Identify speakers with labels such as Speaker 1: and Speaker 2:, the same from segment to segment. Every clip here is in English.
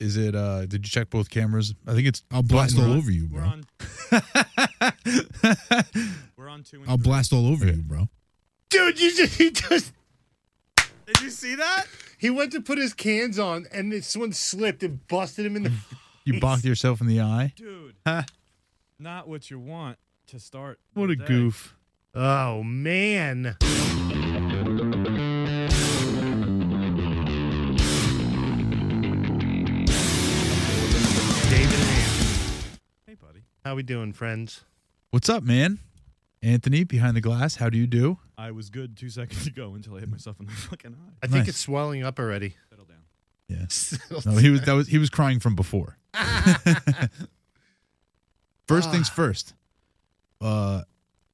Speaker 1: Is it? uh Did you check both cameras? I think it's.
Speaker 2: I'll blast
Speaker 1: We're
Speaker 2: all
Speaker 1: on-
Speaker 2: over you,
Speaker 3: We're
Speaker 2: bro.
Speaker 3: on. We're on two. And
Speaker 2: I'll
Speaker 3: three.
Speaker 2: blast all over you, bro.
Speaker 4: Dude, you just he just
Speaker 3: Did you see that?
Speaker 4: he went to put his cans on and this one slipped and busted him in the
Speaker 1: You bocked yourself in the eye.
Speaker 3: Dude,
Speaker 1: Ha,
Speaker 3: not what you want to start.
Speaker 1: what
Speaker 3: the
Speaker 1: a
Speaker 3: day.
Speaker 1: goof.
Speaker 4: Oh man. David and Ann.
Speaker 3: Hey, buddy.
Speaker 4: How we doing, friends?
Speaker 1: What's up, man? Anthony behind the glass. How do you do?
Speaker 3: I was good two seconds ago until I hit myself in the fucking eye.
Speaker 4: I think
Speaker 1: Nice.
Speaker 4: it's swelling up already.
Speaker 3: Settle down.
Speaker 1: Yeah. No, he was that was he was crying from before. first things
Speaker 3: Ah.
Speaker 1: first. Uh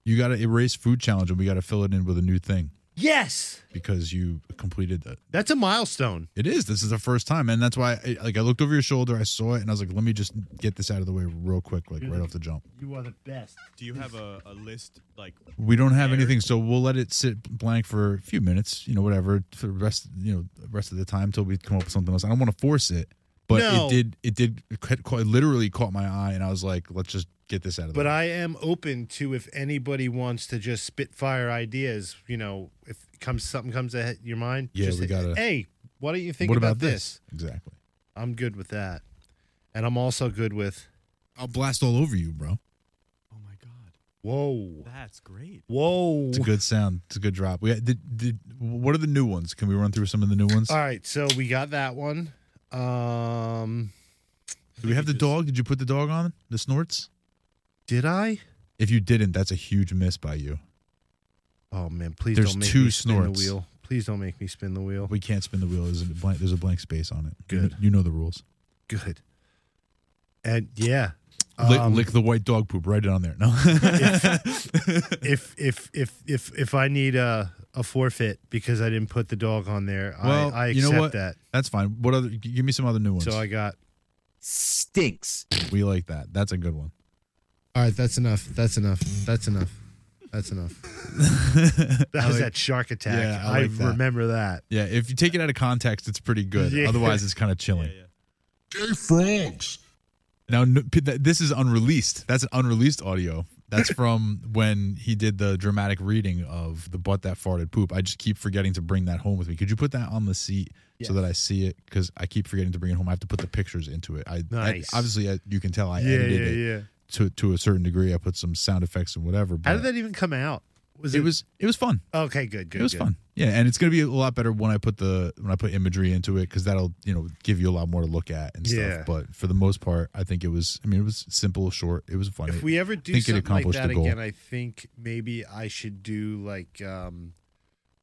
Speaker 1: you got to erase food challenge and we got to fill it in with a new thing
Speaker 4: yes.
Speaker 1: because you completed that.
Speaker 4: That's a milestone.
Speaker 1: It is. This is the first time and that's why I, like I looked over your shoulder, I saw it and I was like let me just get this out of the way real quick like
Speaker 4: Mm-hmm.
Speaker 1: right off the jump.
Speaker 4: You are the best.
Speaker 3: Do you have a, a list like
Speaker 1: We don't have anything so we'll let it sit blank for a few minutes, you know whatever for the rest, you know, the rest of the time till we come up with something else. I don't want to force it. But
Speaker 4: No.
Speaker 1: it did. It did. It ca- ca- literally caught my eye, and I was like, "Let's just get this out of the
Speaker 4: But
Speaker 1: way."
Speaker 4: I am open to if anybody wants to just spitfire ideas, you know, if comes something comes to he- your mind,
Speaker 1: Yeah,
Speaker 4: just
Speaker 1: we
Speaker 4: say,
Speaker 1: gotta-
Speaker 4: Hey, why don't you think
Speaker 1: what
Speaker 4: about,
Speaker 1: about
Speaker 4: this?
Speaker 1: Exactly.
Speaker 4: I'm good with that. And I'm also good with
Speaker 2: I'll blast all over you, bro.
Speaker 3: Oh my god.
Speaker 4: whoa.
Speaker 3: That's great.
Speaker 4: Whoa.
Speaker 1: It's a good sound. It's a good drop. We did, did. What are the new ones? Can we run through some of the new ones?
Speaker 4: All right, so we got that one. Um
Speaker 1: Do we have the dog? Did you put the dog on the snorts?
Speaker 4: did I?
Speaker 1: If you didn't, that's a huge miss by you.
Speaker 4: Oh man, please
Speaker 1: There's
Speaker 4: don't make
Speaker 1: two
Speaker 4: me spin
Speaker 1: snorts.
Speaker 4: the wheel. Please don't make me spin the wheel.
Speaker 1: We can't spin the wheel. There's a blank. There's a blank space on it. You
Speaker 4: Good.
Speaker 1: kn- You know the rules.
Speaker 4: Good. And yeah.
Speaker 1: Lick,
Speaker 4: um,
Speaker 1: lick the white dog poop. Write it on there. No.
Speaker 4: if if if if if I need a a forfeit because I didn't put the dog on there,
Speaker 1: Well,
Speaker 4: I, I
Speaker 1: you know
Speaker 4: accept
Speaker 1: what?
Speaker 4: that.
Speaker 1: that's fine. What other? g- Give me some other new ones.
Speaker 4: So I got
Speaker 5: stinks.
Speaker 1: we like that. That's a good one.
Speaker 2: All right, that's enough. That's enough. That's enough. That's enough.
Speaker 4: that was that shark attack.
Speaker 1: Yeah, I
Speaker 4: I,
Speaker 1: like that.
Speaker 4: remember that.
Speaker 1: Yeah. If you take it out of context, it's pretty good.
Speaker 4: Yeah.
Speaker 1: Otherwise, it's kind of
Speaker 3: Yeah,
Speaker 1: chilling.
Speaker 3: yeah.
Speaker 1: Now, n- p- th- this is unreleased. That's an unreleased audio. That's from when he did the dramatic reading of the butt that farted poop. I just keep forgetting to bring that home with me. Could you put that on the seat so that I see it? Because I keep forgetting to bring it home. I have to put the pictures into it. I,
Speaker 4: Nice.
Speaker 1: I obviously I, you can tell I
Speaker 4: yeah,
Speaker 1: edited
Speaker 4: yeah,
Speaker 1: it
Speaker 4: yeah.
Speaker 1: to to a certain degree. I put some sound effects and whatever. But
Speaker 4: How did that even come out? Was it,
Speaker 1: It was it was fun.
Speaker 4: okay? Good, good.
Speaker 1: it was
Speaker 4: good.
Speaker 1: fun. Yeah, and it's gonna be a lot better when I put the when I put imagery into it because that'll you know give you a lot more to look at and stuff.
Speaker 4: Yeah.
Speaker 1: But for the most part, I think it was. I mean, it was simple, short. It was fun.
Speaker 4: If we ever do
Speaker 1: think it
Speaker 4: something like
Speaker 1: accomplished
Speaker 4: that
Speaker 1: the goal.
Speaker 4: again, I think maybe I should do like um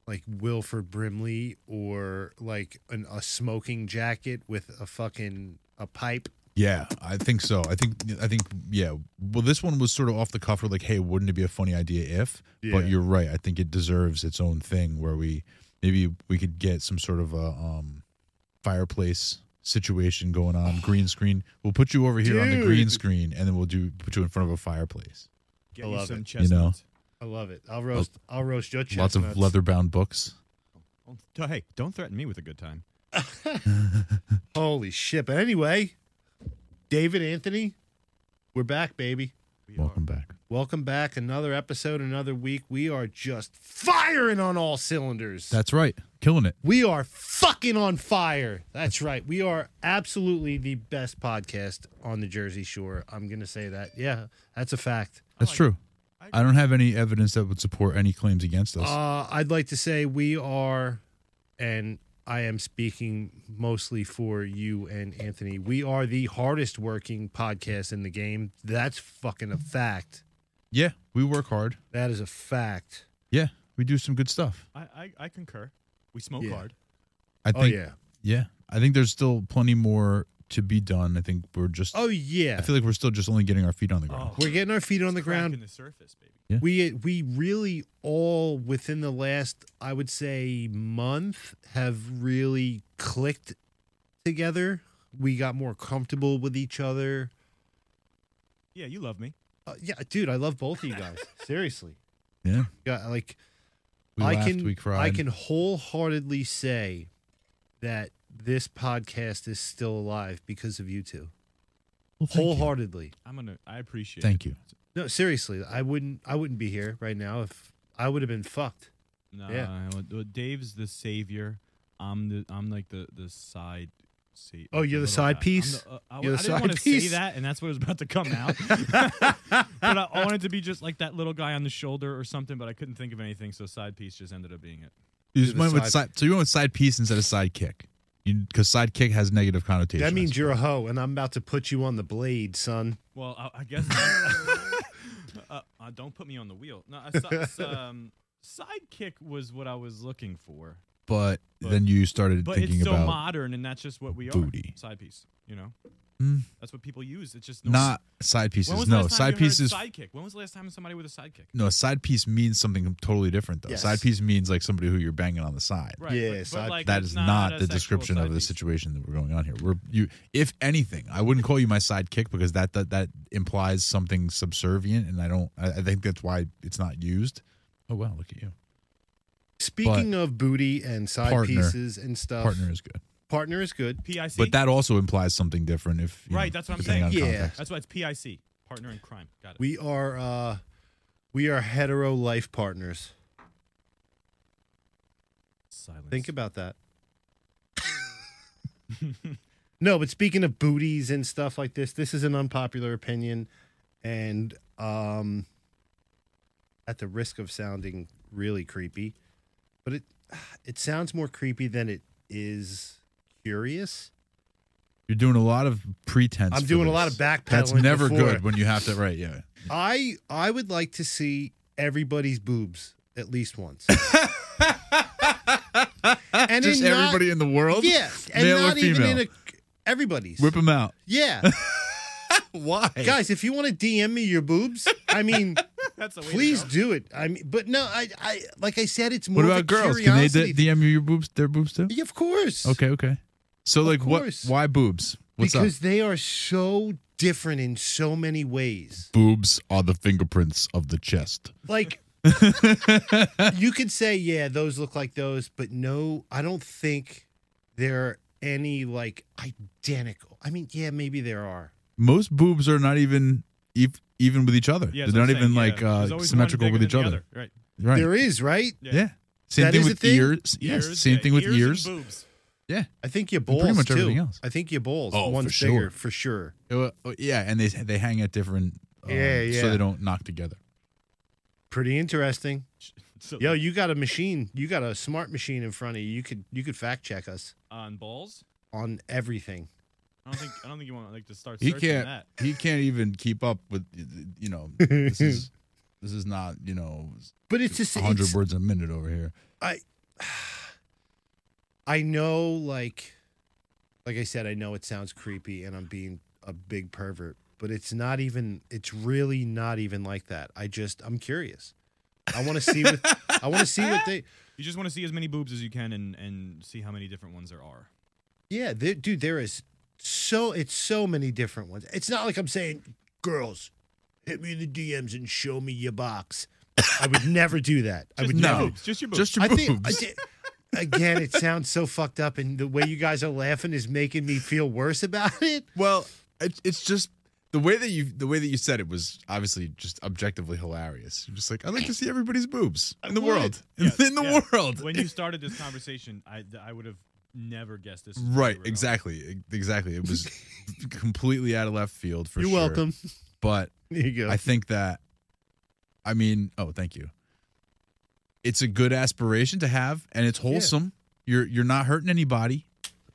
Speaker 4: like Wilford Brimley or like an, a smoking jacket with a fucking a pipe.
Speaker 1: Yeah, I think so. I think I think yeah. Well, this one was sort of off the cuff. We're like, hey, wouldn't it be a funny idea if?
Speaker 4: Yeah.
Speaker 1: But you're right. I think it deserves its own thing where we maybe we could get some sort of a um, fireplace situation going on, green screen. We'll put you over here on the green
Speaker 4: Dude.
Speaker 1: screen, and then we'll do put you in front of a fireplace.
Speaker 3: Get
Speaker 4: I
Speaker 3: you
Speaker 4: love
Speaker 3: some
Speaker 4: it.
Speaker 1: You know.
Speaker 3: chestnuts.
Speaker 4: I love it. I'll roast. I'll roast your chestnuts.
Speaker 1: Oh, Lots of leather bound books.
Speaker 3: Don't- Hey, don't threaten me with a good time.
Speaker 4: Holy shit! But anyway, David Anthony, we're back, baby.
Speaker 3: We
Speaker 1: Welcome back.
Speaker 4: Welcome back. Another episode, another week. We are just firing on all cylinders.
Speaker 1: That's right, killing it.
Speaker 4: We are fucking on fire. That's right. We are absolutely the best podcast on the Jersey Shore. I'm going to say that. Yeah, that's a fact.
Speaker 1: That's true. I don't have any evidence that would support any claims against us.
Speaker 4: Uh, I'd like to say we are, and I am speaking mostly for you and Anthony, we are the hardest working podcast in the game. That's fucking a fact.
Speaker 1: yeah, we work hard.
Speaker 4: That is a fact.
Speaker 1: Yeah, we do some good stuff.
Speaker 3: I, I, I concur. We smoke
Speaker 4: Yeah.
Speaker 3: hard.
Speaker 1: I
Speaker 4: Oh,
Speaker 1: think
Speaker 4: yeah.
Speaker 1: Yeah, I think there's still plenty more to be done. I think we're just.
Speaker 4: Oh, yeah.
Speaker 1: I feel like we're still just only getting our feet on the ground.
Speaker 3: Oh,
Speaker 4: We're getting our feet on the ground.
Speaker 3: cracking the surface, baby.
Speaker 4: We we really all within the last I would say month have really clicked together. We got more comfortable with each other.
Speaker 3: Yeah, you love me.
Speaker 4: Uh, yeah, dude, I love both of you guys. Seriously,
Speaker 1: Yeah,
Speaker 4: yeah, like
Speaker 1: we
Speaker 4: I
Speaker 1: laughed,
Speaker 4: can
Speaker 1: we cried.
Speaker 4: I can wholeheartedly say that this podcast is still alive because of you two.
Speaker 1: Well, thank you.
Speaker 4: Wholeheartedly.
Speaker 3: I'm gonna. I appreciate.
Speaker 1: Thank
Speaker 3: it.
Speaker 1: you.
Speaker 4: No, seriously, I wouldn't I wouldn't be here right now if I would have been fucked.
Speaker 3: No,
Speaker 4: Yeah.
Speaker 3: well, well, Dave's the savior. I'm the. I'm like the the side. Sa-
Speaker 4: Oh,
Speaker 3: like
Speaker 4: you're
Speaker 3: little
Speaker 4: the side
Speaker 3: guy. I'm
Speaker 4: piece?
Speaker 3: the- uh, I, I
Speaker 4: You're the
Speaker 3: didn't
Speaker 4: side
Speaker 3: want to say
Speaker 4: piece?
Speaker 3: that, and that's what was about to come out. but I wanted to be just like that little guy on the shoulder or something, but I couldn't think of anything, so side piece just ended up being it.
Speaker 1: You
Speaker 4: Do
Speaker 1: just
Speaker 4: the
Speaker 1: went with
Speaker 4: side-
Speaker 1: side, so you went with side piece instead of sidekick, because sidekick has negative connotations.
Speaker 4: That means you're a hoe and I'm about to put you on the blade, son.
Speaker 3: Well, I, I guess. uh, uh, don't put me on the wheel. No, I, so- so, um, sidekick was what I was looking for,
Speaker 1: but,
Speaker 3: but-
Speaker 1: then you started
Speaker 3: but
Speaker 1: thinking
Speaker 3: it's so
Speaker 1: about
Speaker 3: modern, and that's just what we are.
Speaker 1: booty.
Speaker 3: Side piece, you know.
Speaker 1: Mm.
Speaker 3: That's what people use. It's just normal.
Speaker 1: not side pieces.
Speaker 3: When was the
Speaker 1: no,
Speaker 3: last time
Speaker 1: side
Speaker 3: you heard
Speaker 1: pieces.
Speaker 3: Sidekick. When was the last time somebody with a sidekick?
Speaker 1: no, side piece means something totally different though.
Speaker 4: Yes.
Speaker 1: Side piece means like somebody who you're banging on the side.
Speaker 3: Right.
Speaker 4: Yeah,
Speaker 3: but,
Speaker 4: side-
Speaker 3: but like,
Speaker 1: that
Speaker 3: it's
Speaker 1: is not,
Speaker 3: not, a
Speaker 1: the
Speaker 3: sexual
Speaker 1: description
Speaker 3: side
Speaker 1: of the
Speaker 3: piece.
Speaker 1: situation that we're going on here. We're you. If anything, I wouldn't call you my sidekick because that that, that implies something subservient, and I don't. I, I think that's why it's not used. Oh wow, look at you.
Speaker 4: Speaking of booty and side
Speaker 1: Partner.
Speaker 4: pieces and stuff,
Speaker 1: Partner is good,
Speaker 4: partner is good.
Speaker 3: PIC.
Speaker 1: but that also implies something different. If you
Speaker 3: Right,
Speaker 1: know,
Speaker 3: that's what I'm
Speaker 1: depending
Speaker 4: saying.
Speaker 1: on
Speaker 4: Yeah.
Speaker 1: context.
Speaker 3: that's why it's PIC. Partner in crime. Got it.
Speaker 4: We are uh we are hetero life partners.
Speaker 3: Silence.
Speaker 4: Think about that. no, but speaking of booties and stuff like this, this is an unpopular opinion and um at the risk of sounding really creepy, but it it sounds more creepy than it is curious.
Speaker 1: You're doing a lot of pretense.
Speaker 4: I'm
Speaker 1: for
Speaker 4: doing a
Speaker 1: this.
Speaker 4: lot of backpedaling.
Speaker 1: That's never
Speaker 4: before.
Speaker 1: good when you have to. Right? Yeah.
Speaker 4: I I would like to see everybody's boobs at least once. and
Speaker 1: Just
Speaker 4: in not-
Speaker 1: everybody in the world.
Speaker 4: yeah, and
Speaker 1: male or
Speaker 4: not even
Speaker 1: female?
Speaker 4: in a everybody's.
Speaker 1: Whip them out.
Speaker 4: yeah,
Speaker 1: Why?
Speaker 4: guys, if you want to DM me your boobs, I mean,
Speaker 3: That's the way to
Speaker 4: please
Speaker 3: go.
Speaker 4: do it. I mean, but no, I I like I said, it's more
Speaker 1: What
Speaker 4: of
Speaker 1: about
Speaker 4: a
Speaker 1: girls?
Speaker 4: Curiosity.
Speaker 1: Can they d- DM you your boobs? Their boobs too?
Speaker 4: Yeah, of course.
Speaker 1: Okay. Okay. So like, what?
Speaker 4: course.
Speaker 1: Why boobs? What's up?
Speaker 4: because they are so different in so many ways.
Speaker 1: boobs are the fingerprints of the chest.
Speaker 4: Like you could say, yeah, those look like those, but no, I don't think there are any like identical. I mean, yeah, maybe there are.
Speaker 1: Most boobs are not even ev- even with each other.
Speaker 3: Yeah, that's
Speaker 1: They're
Speaker 3: what
Speaker 1: not
Speaker 3: I'm
Speaker 1: even
Speaker 3: saying,
Speaker 1: like
Speaker 3: yeah. There's
Speaker 1: uh,
Speaker 3: always one
Speaker 1: symmetrical
Speaker 3: bigger
Speaker 1: with
Speaker 3: than
Speaker 1: each
Speaker 3: the
Speaker 1: other.
Speaker 3: other, Right.
Speaker 1: Right.
Speaker 4: There is, right?
Speaker 1: yeah.
Speaker 3: Yeah.
Speaker 1: Same
Speaker 4: That
Speaker 1: thing
Speaker 4: is a
Speaker 1: with
Speaker 4: thing?
Speaker 1: ears. Yes.
Speaker 3: Ears,
Speaker 1: Same
Speaker 3: yeah,
Speaker 1: thing with
Speaker 3: ears.
Speaker 1: ears.
Speaker 3: and boobs.
Speaker 4: I think your
Speaker 1: pretty
Speaker 4: balls
Speaker 1: much
Speaker 4: too.
Speaker 1: everything else.
Speaker 4: I think your balls.
Speaker 1: Oh, for
Speaker 4: one's
Speaker 1: sure.
Speaker 4: bigger for sure.
Speaker 1: Uh, oh, yeah, and they they hang at different. Um,
Speaker 4: Yeah,
Speaker 1: So
Speaker 4: yeah.
Speaker 1: they don't knock together.
Speaker 4: Pretty interesting.
Speaker 3: So
Speaker 4: Yo, you got a machine. You got a smart machine in front of you. You could you could fact check us
Speaker 3: on balls.
Speaker 4: on everything.
Speaker 3: I don't think I don't think you want like to start
Speaker 1: He
Speaker 3: searching
Speaker 1: can't.
Speaker 3: that.
Speaker 1: He can't even keep up with. You know, this is this is not. You know,
Speaker 4: But it's just
Speaker 1: hundred
Speaker 4: it's,
Speaker 1: words a minute over here.
Speaker 4: I know like like I said, I know it sounds creepy and I'm being a big pervert, but it's not even it's really not even like that. I just I'm curious. I want to see what I want to see what they
Speaker 3: You just want to see as many boobs as you can and and see how many different ones there are.
Speaker 4: Yeah, there, dude, there is so it's so many different ones. It's not like I'm saying, girls, hit me in the DMs and show me your box. I would never do that. I
Speaker 3: Just
Speaker 4: would
Speaker 1: no.
Speaker 3: your
Speaker 4: never.
Speaker 3: boobs, Just your boobs.
Speaker 1: Just your
Speaker 4: I
Speaker 1: boobs.
Speaker 4: think I di- again, it sounds so fucked up, and the way you guys are laughing is making me feel worse about it.
Speaker 1: Well, it, it's just the way that you the way that you said it was obviously just objectively hilarious. You're just like, I'd like to see everybody's boobs in the
Speaker 4: would.
Speaker 1: world,
Speaker 3: Yeah,
Speaker 1: in the
Speaker 3: yeah.
Speaker 1: world.
Speaker 3: when you started this conversation, I I would have never guessed this. is where
Speaker 1: right,
Speaker 3: we were going.
Speaker 1: exactly, exactly. It was completely out of left field for
Speaker 4: You're
Speaker 1: sure.
Speaker 4: welcome.
Speaker 1: But
Speaker 4: There you go.
Speaker 1: I think that, I mean, oh, thank you. It's a good aspiration to have, and it's wholesome. You're you're not hurting anybody,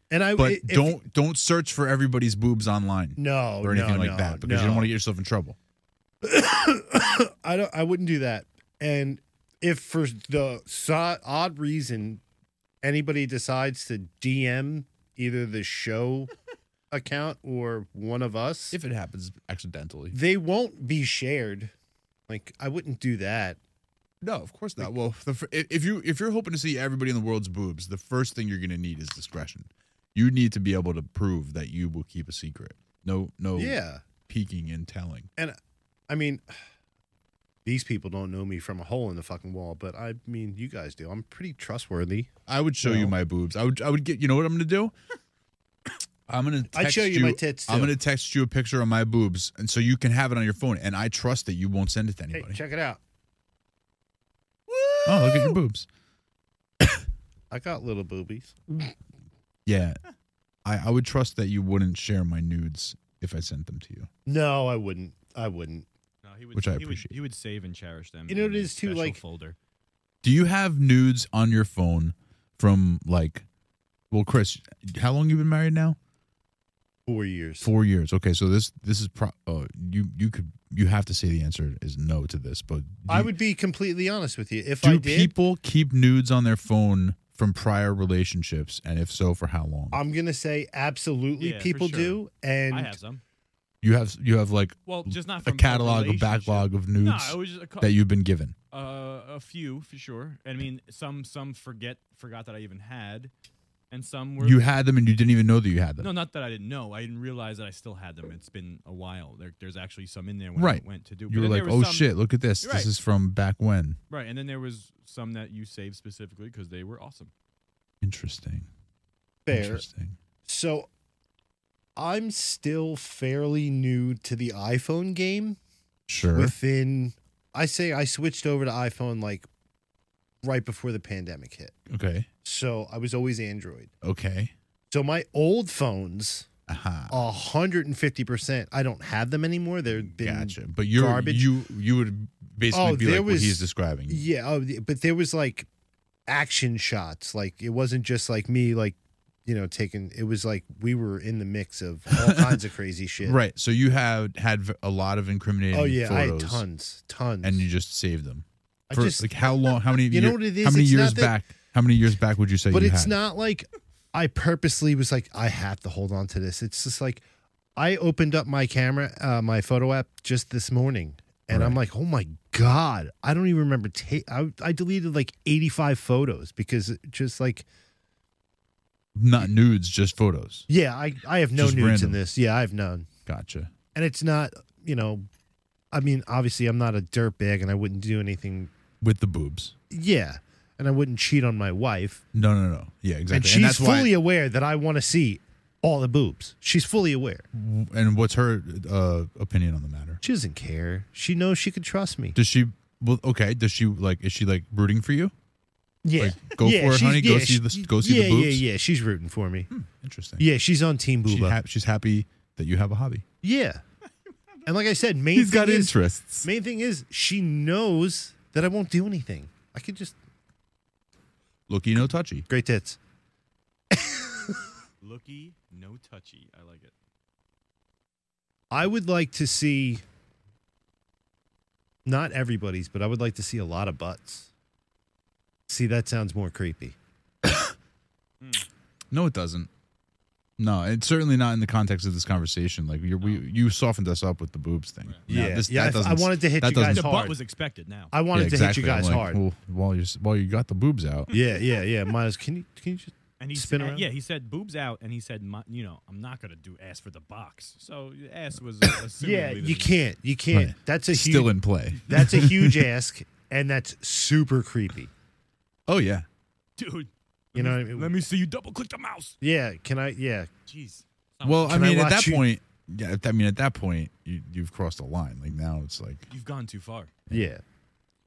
Speaker 4: and I
Speaker 1: but
Speaker 4: if-
Speaker 1: don't don't search for everybody's boobs online
Speaker 4: no
Speaker 1: or anything
Speaker 4: no,
Speaker 1: like
Speaker 4: no,
Speaker 1: that because you
Speaker 4: no.
Speaker 1: don't want to get yourself in trouble.
Speaker 4: I don't. I wouldn't do that. And if for the so- odd reason anybody decides to DM either the show account or one of us,
Speaker 1: If it happens accidentally,
Speaker 4: they won't be shared. Like I wouldn't do that.
Speaker 1: No, of course not. Well, the, fir- if if you if you're hoping to see everybody in the world's boobs, the first thing you're going to need is discretion. You need to be able to prove that you will keep a secret. No, no
Speaker 4: Yeah.
Speaker 1: peeking and telling.
Speaker 4: I mean, These people don't know me from a hole in the fucking wall, but I mean, you guys do. I'm pretty trustworthy.
Speaker 1: I would show you my boobs. I would I would get you know what I'm gonna do? I'm gonna text
Speaker 4: I'd show you my tits,
Speaker 1: I'm
Speaker 4: too.
Speaker 1: gonna text you a picture of my boobs and so you can have it on your phone and I trust that you won't send it to
Speaker 4: Hey,
Speaker 1: anybody.
Speaker 4: check it out.
Speaker 1: oh, look at your boobs.
Speaker 4: I got little boobies.
Speaker 1: Yeah. I, I would trust that you wouldn't share my nudes if I sent them to you.
Speaker 4: No, I wouldn't. I wouldn't.
Speaker 3: No, he would,
Speaker 1: Which I
Speaker 3: he would-
Speaker 1: appreciate.
Speaker 3: he would save and cherish them.
Speaker 4: You know
Speaker 3: in
Speaker 4: what it
Speaker 3: a
Speaker 4: is, too,
Speaker 3: special
Speaker 4: like-
Speaker 3: folder.
Speaker 1: Do you have nudes on your phone from like well, Chris, how long you been married now?
Speaker 4: Four years.
Speaker 1: Four years. Okay, so this this is pro. Uh, you you could you have to say the answer is no to this, but do
Speaker 4: I
Speaker 1: you-
Speaker 4: would be completely honest with you. If
Speaker 1: Do
Speaker 4: I did,
Speaker 1: people keep nudes on their phone from prior relationships, and if so, for how long?
Speaker 4: I'm gonna say absolutely
Speaker 3: Yeah, for
Speaker 4: people
Speaker 3: sure.
Speaker 4: do,
Speaker 3: I
Speaker 4: and
Speaker 3: have some.
Speaker 1: you have you have like
Speaker 3: Well, just not
Speaker 1: a
Speaker 3: from
Speaker 1: catalog, a
Speaker 3: relationship.
Speaker 1: backlog of
Speaker 3: No,
Speaker 1: nudes
Speaker 3: it was just a, cou-
Speaker 1: that you've been given.
Speaker 3: uh, a few for sure. I mean, some some forget forgot that I even had, and some were
Speaker 1: You had them, and you didn't even know that you had them.
Speaker 3: No, not that I didn't know. I didn't realize that I still had them. It's been a while. There, there's actually some in there when
Speaker 1: Right.
Speaker 3: I went to do. but
Speaker 1: you were
Speaker 3: then
Speaker 1: like,
Speaker 3: there was
Speaker 1: "Oh
Speaker 3: some-
Speaker 1: shit, look at this!
Speaker 3: You're
Speaker 1: This
Speaker 3: right.
Speaker 1: is from back when."
Speaker 3: Right, and then there was some that you saved specifically because they were awesome.
Speaker 1: Interesting.
Speaker 4: fair.
Speaker 1: Interesting.
Speaker 4: So I'm still fairly new to the iPhone game.
Speaker 1: Sure.
Speaker 4: Within, I say I switched over to iPhone like right before the pandemic hit.
Speaker 1: okay.
Speaker 4: So I was always Android.
Speaker 1: Okay.
Speaker 4: So my old phones,
Speaker 1: Aha.
Speaker 4: hundred and fifty percent. I don't have them anymore. They've been
Speaker 1: Gotcha. But you're
Speaker 4: garbage.
Speaker 1: you you would basically
Speaker 4: Oh,
Speaker 1: be
Speaker 4: there
Speaker 1: like what
Speaker 4: was-
Speaker 1: he's describing.
Speaker 4: Yeah, oh, th- but there was like action shots. Like it wasn't just like me, like you know, taking. It was like we were in the mix of all kinds of crazy shit.
Speaker 1: Right. So you have had v- a lot of incriminating.
Speaker 4: Oh yeah, I had
Speaker 1: photos,
Speaker 4: tons, tons.
Speaker 1: And you just saved them.
Speaker 4: I
Speaker 1: For,
Speaker 4: just,
Speaker 1: like how long? How many?
Speaker 4: You know
Speaker 1: year-
Speaker 4: what it is?
Speaker 1: How many
Speaker 4: It's
Speaker 1: years
Speaker 4: not that-
Speaker 1: back? How many years back would you say?
Speaker 4: but
Speaker 1: you
Speaker 4: it's
Speaker 1: had?
Speaker 4: not like I purposely was like I have to hold on to this. It's just like I opened up my camera, uh, my photo app just this morning. And I'm like, oh my god, I don't even remember. Ta- I, I deleted like 85 photos because it just like
Speaker 1: not nudes, just photos.
Speaker 4: Yeah, I, I have no
Speaker 1: Just
Speaker 4: nudes
Speaker 1: random.
Speaker 4: in this. Yeah, I have none.
Speaker 1: Gotcha.
Speaker 4: And it's not, you know, I mean, obviously I'm not a dirtbag and I wouldn't do anything.
Speaker 1: With the boobs.
Speaker 4: Yeah. And I wouldn't cheat on my wife.
Speaker 1: No, no, no. Yeah, exactly.
Speaker 4: And she's
Speaker 1: that's
Speaker 4: fully aware that I want to see all the boobs. She's fully aware.
Speaker 1: Why, and what's her uh, opinion on the matter?
Speaker 4: She doesn't care. She knows she could trust me.
Speaker 1: Does she? Well, okay. Does she like? Is she like rooting for you?
Speaker 4: Yeah.
Speaker 1: Like, go for
Speaker 4: yeah,
Speaker 1: it,
Speaker 4: she's-
Speaker 1: honey. Go
Speaker 4: yeah,
Speaker 1: see the-
Speaker 4: she-
Speaker 1: go see the
Speaker 4: yeah,
Speaker 1: boobs.
Speaker 4: Yeah, yeah, She's rooting for me.
Speaker 1: Interesting.
Speaker 4: Yeah, she's on Team
Speaker 1: She
Speaker 4: Booba.
Speaker 1: ha- she's happy that you have a hobby.
Speaker 4: yeah. And like I said, main
Speaker 1: He's
Speaker 4: thing
Speaker 1: got
Speaker 4: is,
Speaker 1: interests.
Speaker 4: main thing is she knows that I won't do anything. I could just
Speaker 1: Looky, no touchy.
Speaker 4: great tits.
Speaker 3: Looky, no touchy. I like it.
Speaker 4: I would like to see not everybody's, but I would like to see a lot of butts. See, that sounds more creepy.
Speaker 1: No, it doesn't. No, it's certainly not in the context of this conversation. Like you're, we, you softened us up with the boobs thing. Now,
Speaker 4: Yeah.
Speaker 1: this-
Speaker 4: Yeah, I-
Speaker 1: that doesn't-
Speaker 4: I wanted to hit
Speaker 1: that
Speaker 4: you guys
Speaker 1: doesn't
Speaker 3: The
Speaker 4: hard.
Speaker 3: butt was expected. Now
Speaker 4: I wanted
Speaker 1: Yeah,
Speaker 4: to
Speaker 1: exactly.
Speaker 4: hit you guys
Speaker 1: I'm like,
Speaker 4: hard.
Speaker 1: Well, while you're while you got the boobs out,
Speaker 4: Yeah, yeah, yeah. Miles, can you can you just
Speaker 3: and he
Speaker 4: Spin
Speaker 3: said-
Speaker 4: around?
Speaker 3: yeah he said boobs out and he said my, you know I'm not gonna do ass for the box. So ass was uh, assumably
Speaker 4: Yeah,
Speaker 3: the-
Speaker 4: you can't. You can't.
Speaker 1: Right.
Speaker 4: That's a
Speaker 1: still
Speaker 4: huge,
Speaker 1: in play.
Speaker 4: that's a huge ask and that's super creepy.
Speaker 1: Oh yeah,
Speaker 3: dude.
Speaker 4: You
Speaker 3: let
Speaker 4: know
Speaker 3: me-
Speaker 4: what I mean?
Speaker 3: Let me see you double click the mouse.
Speaker 4: Yeah, can I yeah.
Speaker 3: Jeez.
Speaker 1: Well, I
Speaker 4: Can I
Speaker 1: mean, at
Speaker 4: watch
Speaker 1: that
Speaker 4: you-
Speaker 1: point, yeah. at- I mean, at that point, you, you've crossed a line. Like now, it's like
Speaker 3: you've gone too far.
Speaker 4: Yeah.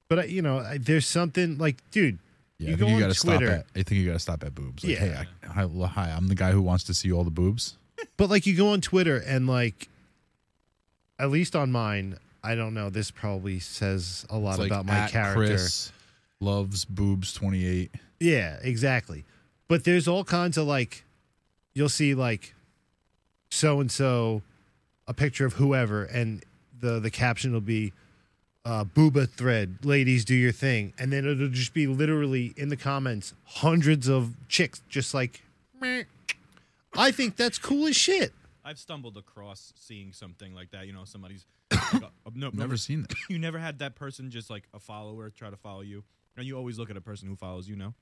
Speaker 4: But I, you know, I, there's something like dude,
Speaker 1: yeah,
Speaker 4: You
Speaker 1: I
Speaker 4: go
Speaker 1: think you
Speaker 4: on
Speaker 1: got to stop
Speaker 4: Twitter.
Speaker 1: at. I think you got to stop at boobs. Like,
Speaker 4: Yeah.
Speaker 1: hey, I, hi, l- hi, I'm the guy who wants to see all the boobs.
Speaker 4: But like you go on Twitter and like, at least on mine, I don't know. This probably says a lot
Speaker 1: It's like,
Speaker 4: about my
Speaker 1: at
Speaker 4: character.
Speaker 1: Chris loves boobs. Twenty eight.
Speaker 4: Yeah, exactly. But there's all kinds of like, you'll see like, so and so, a picture of whoever, and the the caption will be, uh, "Booba thread, ladies do your thing," and then it'll just be literally in the comments, hundreds of chicks just like, meh. I think that's cool as shit.
Speaker 3: I've stumbled across seeing something like that. You know, somebody's like, uh, no,
Speaker 1: Never
Speaker 3: no,
Speaker 1: seen that.
Speaker 3: You never had that person just like a follower try to follow you, and you always look at a person who follows you. No,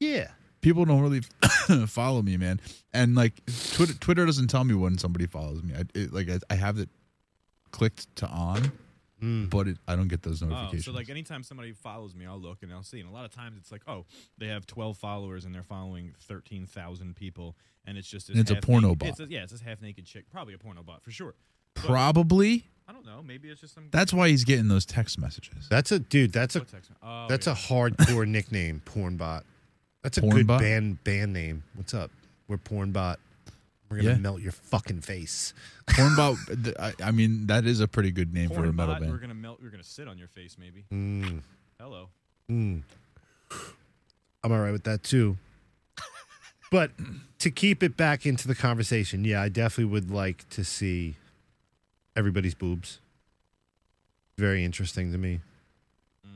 Speaker 4: Yeah.
Speaker 1: People don't really follow me, man. And like Twitter, Twitter doesn't tell me when somebody follows me. I it, like I, I have it clicked to on,
Speaker 4: Mm.
Speaker 1: but it, I don't get those
Speaker 3: Hmm. Oh,
Speaker 1: notifications.
Speaker 3: so like anytime somebody follows me, I'll look and I'll see. And a lot of times it's like, oh, they have 12 followers and they're following 13,000 people, and it's just this
Speaker 1: And it's a
Speaker 3: half
Speaker 1: porno
Speaker 3: naked-
Speaker 1: bot.
Speaker 3: It's a- yeah, it's this half naked chick, probably a porno bot for sure.
Speaker 1: Probably
Speaker 3: I don't know. Maybe it's just some.
Speaker 1: that's why he's getting those text messages.
Speaker 4: That's a dude. That's a
Speaker 3: what text- oh,
Speaker 4: that's
Speaker 3: yeah.
Speaker 4: a hardcore nickname, Pornbot. That's a good
Speaker 1: Pornbot?
Speaker 4: band band name. What's up? We're Pornbot. We're gonna
Speaker 1: Yeah.
Speaker 4: melt your fucking face.
Speaker 1: Pornbot. th- I, I mean, that is a pretty good name for
Speaker 3: porn
Speaker 1: a metal
Speaker 3: bot, We're
Speaker 1: band.
Speaker 3: gonna melt. We're gonna sit on your face, maybe.
Speaker 4: Mm,
Speaker 3: Hello.
Speaker 4: mm. I'm all right with that too. But to keep it back into the conversation, yeah, I definitely would like to see everybody's boobs. Very interesting to me.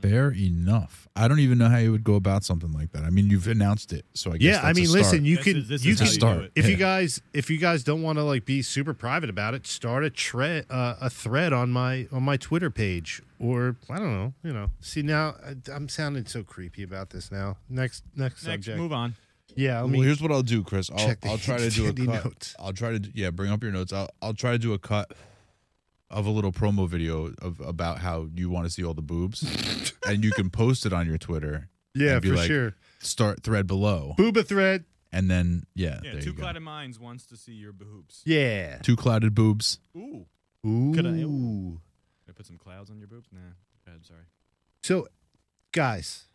Speaker 1: Fair enough. I don't even know how you would go about something like that. I mean, you've announced it, so I guess
Speaker 4: yeah,
Speaker 1: that's
Speaker 4: I mean,
Speaker 1: a start.
Speaker 4: listen, you
Speaker 3: This
Speaker 4: can
Speaker 3: is- this
Speaker 4: you
Speaker 3: is
Speaker 1: It's a
Speaker 4: can
Speaker 3: how you do
Speaker 1: start.
Speaker 3: it.
Speaker 4: if you
Speaker 1: Yeah.
Speaker 4: guys if you guys don't want to like be super private about it start a tre- uh, a thread on my on my twitter page or i don't know you know see now I, i'm sounding so creepy about this now next next,
Speaker 3: Next,
Speaker 4: subject
Speaker 3: move on.
Speaker 4: yeah i
Speaker 1: well,
Speaker 4: mean
Speaker 1: here's what I'll do, Chris. I'll,
Speaker 4: check the
Speaker 1: I'll try to do a
Speaker 4: handy
Speaker 1: cut.
Speaker 4: notes.
Speaker 1: I'll try to do- yeah, bring up your notes. I'll I'll try to do a cut of a little promo video of about how you want to see all the boobs, and you can post it on your Twitter.
Speaker 4: yeah
Speaker 1: I'd be
Speaker 4: for
Speaker 1: like-
Speaker 4: sure
Speaker 1: Start thread below,
Speaker 4: booba thread
Speaker 1: and then yeah,
Speaker 3: Yeah,
Speaker 1: there
Speaker 3: two
Speaker 1: you go.
Speaker 3: clouded minds wants to see your boobs.
Speaker 4: yeah
Speaker 1: two clouded boobs.
Speaker 3: Ooh.
Speaker 4: Ooh.
Speaker 3: Could I- Can I put some clouds on your boobs? Nah. Go ahead, sorry.
Speaker 4: so guys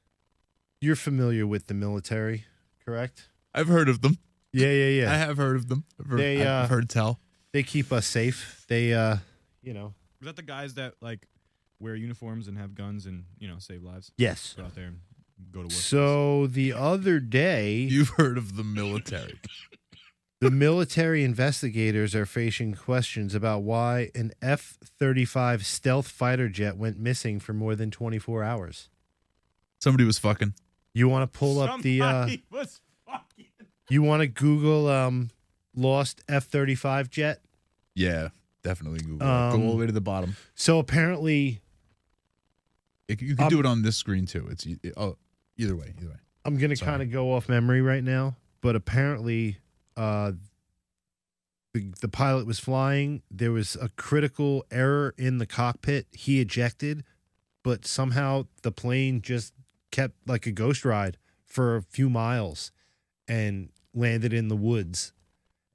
Speaker 4: you're familiar with the military correct
Speaker 1: I've heard of them.
Speaker 4: yeah yeah yeah
Speaker 1: I have heard of them. I've heard,
Speaker 4: They,
Speaker 1: I've
Speaker 4: uh,
Speaker 1: heard tell.
Speaker 4: they keep us safe they uh you know
Speaker 3: Was that the guys that like wear uniforms and have guns and you know save lives?
Speaker 4: yes
Speaker 3: Go out there and go to work.
Speaker 4: so the other day
Speaker 1: You've heard of the military.
Speaker 4: The military investigators are facing questions about why an F 35 stealth fighter jet went missing for more than 24 hours.
Speaker 1: Somebody was fucking.
Speaker 4: You want to pull up the, uh,
Speaker 3: Somebody was fucking.
Speaker 4: you want to Google um, lost F 35 jet?
Speaker 1: Yeah, definitely Google. it.
Speaker 4: Um,
Speaker 1: Go all the way to the bottom.
Speaker 4: So apparently,
Speaker 1: It, you can
Speaker 4: um,
Speaker 1: do it on this screen too. It's it, oh, either way, either way.
Speaker 4: I'm going to
Speaker 1: Sorry.
Speaker 4: kind of go off memory right now, but apparently, uh, the, the pilot was flying. There was a critical error in the cockpit. He ejected, but somehow the plane just kept like a ghost ride for a few miles and landed in the woods.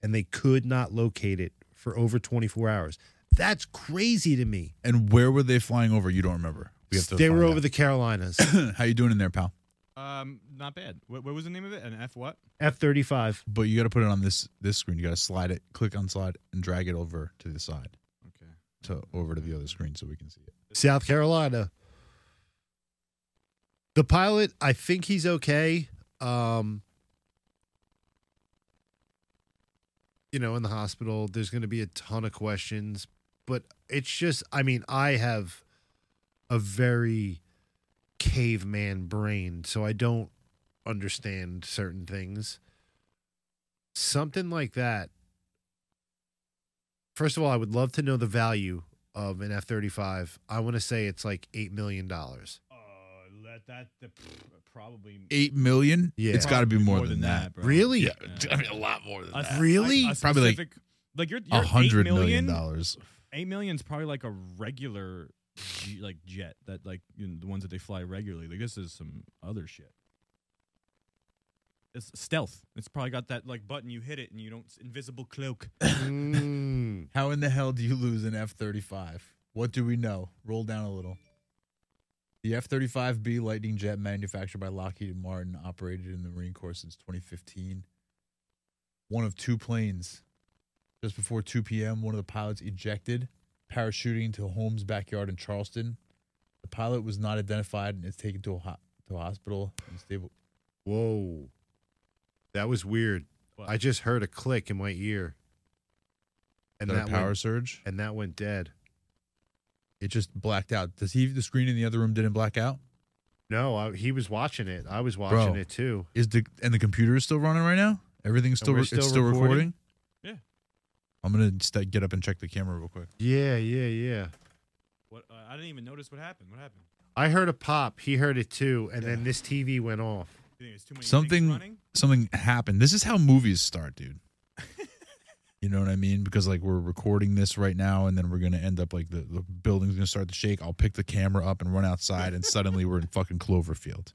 Speaker 4: And they could not locate it for over 24 hours. That's crazy to me.
Speaker 1: And where were they flying over? You don't remember. We have to.
Speaker 4: They were
Speaker 1: find
Speaker 4: over the Carolinas.
Speaker 1: out. How you doing in there, pal?
Speaker 3: Um, not bad. What, what was the name of it? An F what?
Speaker 4: F 35.
Speaker 1: But you got to put it on this this screen. You got to slide it, click on slide, and drag it over to the side
Speaker 3: Okay.
Speaker 1: to over to the other screen so we can see it.
Speaker 4: South Carolina. The pilot, I think he's okay. Um, you know, in the hospital, there's going to be a ton of questions, but it's just, I mean, I have a very caveman brain, so I don't understand certain things. Something like that. First of all, I would love to know the value of an F 35. I want to say it's like $8 million.
Speaker 3: Uh, let that the, probably.
Speaker 1: Eight million.
Speaker 4: Yeah.
Speaker 1: it's got to be more, than, that.
Speaker 3: bro.
Speaker 4: Really?
Speaker 1: Yeah,
Speaker 3: Yeah.
Speaker 1: I mean a lot more than
Speaker 3: A-
Speaker 1: that.
Speaker 4: Really?
Speaker 3: Like, a
Speaker 1: Probably like
Speaker 3: specific- like you're,
Speaker 1: A
Speaker 3: you're
Speaker 1: hundred
Speaker 3: eight
Speaker 1: million
Speaker 3: million
Speaker 1: dollars.
Speaker 3: Eight million's probably like a regular, G, like jet that like you know, the ones that they fly regularly. Like this is some other shit. It's stealth. It's probably got that like button you hit it and you don't it's invisible cloak.
Speaker 4: Mm.
Speaker 1: How in the hell do you lose an F thirty five? What do we know? Roll down a little. The F 35B Lightning jet manufactured by Lockheed Martin operated in the Marine Corps since 2015. One of two planes. Just before 2 p.m., one of the pilots ejected, parachuting to Holmes' backyard in Charleston. The pilot was not identified and is taken to a, ho- to a hospital and stable.
Speaker 4: Whoa. That was weird.
Speaker 3: What?
Speaker 4: I just heard a click in my ear. And
Speaker 1: Is
Speaker 4: that,
Speaker 1: a uh, power
Speaker 4: went,
Speaker 1: surge.
Speaker 4: and that went dead.
Speaker 1: It just blacked out. Does he? The screen in the other room didn't black out.
Speaker 4: No, I, he was watching it. I was watching
Speaker 1: Bro.
Speaker 4: it too.
Speaker 1: Is the and the computer is still running right now? Everything's still
Speaker 4: we're
Speaker 1: re-
Speaker 4: still
Speaker 1: it's still recording?
Speaker 4: recording?
Speaker 3: Yeah.
Speaker 1: I'm gonna st- get up and check the camera real quick.
Speaker 4: Yeah, yeah, yeah.
Speaker 3: What uh, I didn't even notice what happened. What happened?
Speaker 4: I heard a pop. He heard it too. And then this TV went off.
Speaker 3: You think it's too many things
Speaker 1: Something
Speaker 3: running?
Speaker 1: something happened. This is how movies start, dude. You know what I mean? Because like we're recording this right now, and then we're gonna end up like the, the building's gonna start to shake. I'll pick the camera up and run outside, and suddenly we're in fucking Cloverfield.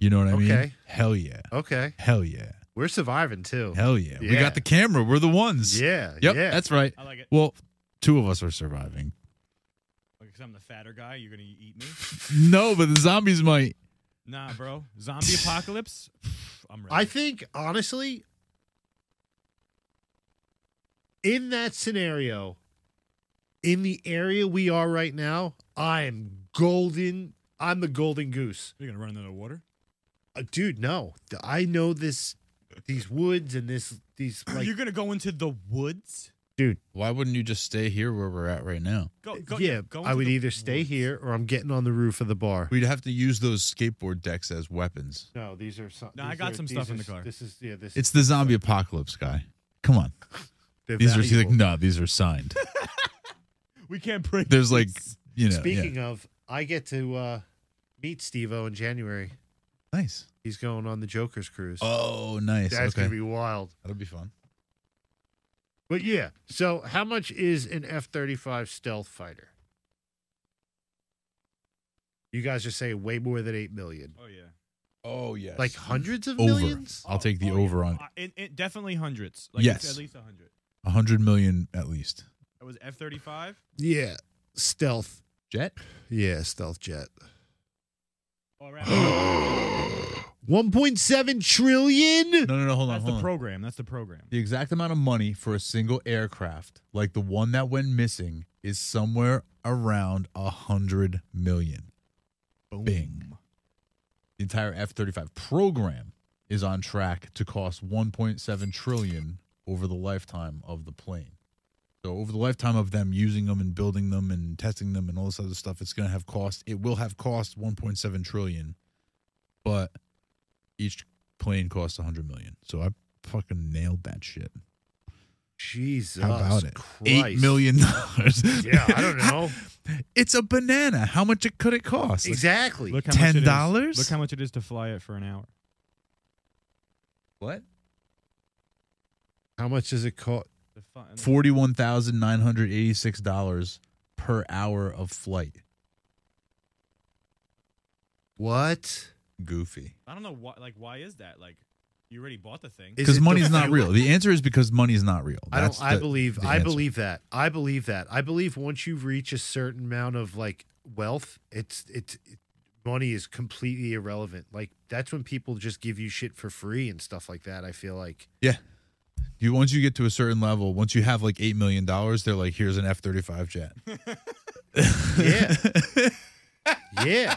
Speaker 1: You know what I mean?
Speaker 4: Okay.
Speaker 1: Hell yeah.
Speaker 4: Okay.
Speaker 1: Hell yeah.
Speaker 4: We're surviving too.
Speaker 1: Hell yeah. We
Speaker 4: Yeah.
Speaker 1: got the camera. We're the ones.
Speaker 4: Yeah.
Speaker 1: Yep.
Speaker 4: yeah.
Speaker 1: That's right.
Speaker 3: I like it.
Speaker 1: Well, two of us are surviving.
Speaker 3: Because I'm the fatter guy, you're gonna eat me.
Speaker 1: No, but the zombies might.
Speaker 3: Nah, bro. Zombie apocalypse. Pff, I'm ready.
Speaker 4: I think honestly, in that scenario, in the area we are right now, I am golden. I'm the golden goose,
Speaker 3: you're gonna run into the water.
Speaker 4: uh, dude. No, Th- I know this, these woods and this, these like,
Speaker 3: you're gonna go into the woods.
Speaker 1: Why wouldn't you just stay here where we're at right now?
Speaker 3: Go, go,
Speaker 4: yeah.
Speaker 3: go
Speaker 4: I
Speaker 3: into
Speaker 4: would
Speaker 3: the
Speaker 4: either stay
Speaker 3: woods.
Speaker 4: here or I'm getting on the roof of the bar.
Speaker 1: We'd have to use those skateboard decks as weapons.
Speaker 4: No, these are some.
Speaker 3: No, I
Speaker 4: these
Speaker 3: got
Speaker 4: are-
Speaker 3: some
Speaker 4: these
Speaker 3: stuff in
Speaker 4: are-
Speaker 3: the car.
Speaker 4: This is yeah. This
Speaker 1: It's the zombie apocalypse guy. Come on.
Speaker 4: they're
Speaker 1: These are he's like,
Speaker 4: valuable.
Speaker 1: no, these are signed.
Speaker 3: We can't break.
Speaker 1: There's like
Speaker 3: this.
Speaker 1: you know yeah.
Speaker 4: Speaking of, I get to uh, meet Steve-O in January.
Speaker 1: nice.
Speaker 4: He's going on the Joker's cruise.
Speaker 1: Oh nice.
Speaker 4: That's
Speaker 1: okay.
Speaker 4: gonna be wild.
Speaker 1: That'll be fun.
Speaker 4: But yeah, so how much is an F thirty five stealth fighter? You guys are saying way more than eight million,
Speaker 3: Oh yeah.
Speaker 1: Oh yes.
Speaker 4: like hundreds of
Speaker 1: over.
Speaker 4: millions.
Speaker 1: I'll take the
Speaker 3: Oh, yeah.
Speaker 1: over on
Speaker 3: Uh, it, it, definitely hundreds. Like it's
Speaker 1: Yes.
Speaker 3: At least a hundred.
Speaker 1: a hundred million at least.
Speaker 3: That was F-35.
Speaker 4: Yeah, stealth.
Speaker 1: Jet?
Speaker 4: Yeah, stealth jet.
Speaker 3: All right.
Speaker 4: One point seven trillion.
Speaker 1: No no no hold on.
Speaker 3: That's
Speaker 1: hold
Speaker 3: the
Speaker 1: on.
Speaker 3: program. That's the program.
Speaker 1: The exact amount of money for a single aircraft, like the one that went missing, is somewhere around a hundred million. Bing. The entire F thirty five program is on track to cost one point seven trillion over the lifetime of the plane. So over the lifetime of them using them and building them and testing them and all this other stuff, it's gonna have cost it will have cost one point seven trillion, but each plane costs a hundred million. So I fucking nailed that shit.
Speaker 4: Jesus.
Speaker 1: How about it?
Speaker 4: Christ.
Speaker 1: Eight million dollars.
Speaker 4: Yeah, I don't know.
Speaker 1: it's a banana. How much it could it cost?
Speaker 4: exactly.
Speaker 3: Look how much it is-
Speaker 1: $10?
Speaker 3: Look how much it is to fly it for an hour.
Speaker 1: What?
Speaker 4: How much does it cost?
Speaker 3: The fun.
Speaker 1: Forty-one thousand nine hundred eighty-six dollars per hour of flight.
Speaker 4: What?
Speaker 1: Goofy.
Speaker 3: I don't know why. Like, why is that? Like, you already bought the thing.
Speaker 4: Is it
Speaker 1: Because
Speaker 4: the
Speaker 1: money's not
Speaker 4: fuel?
Speaker 1: real. The answer is because money's not real.
Speaker 4: I
Speaker 1: That's
Speaker 4: don't. I
Speaker 1: the-
Speaker 4: believe.
Speaker 1: the
Speaker 4: I
Speaker 1: answer.
Speaker 4: believe that. I believe that. I believe once you reach a certain amount of like wealth, it's it's it, money is completely irrelevant. Like that's when people just give you shit for free and stuff like that. I feel like
Speaker 1: You once you get to a certain level, once you have like eight million dollars, they're like, "Here's an F thirty-five jet."
Speaker 4: Yeah. yeah.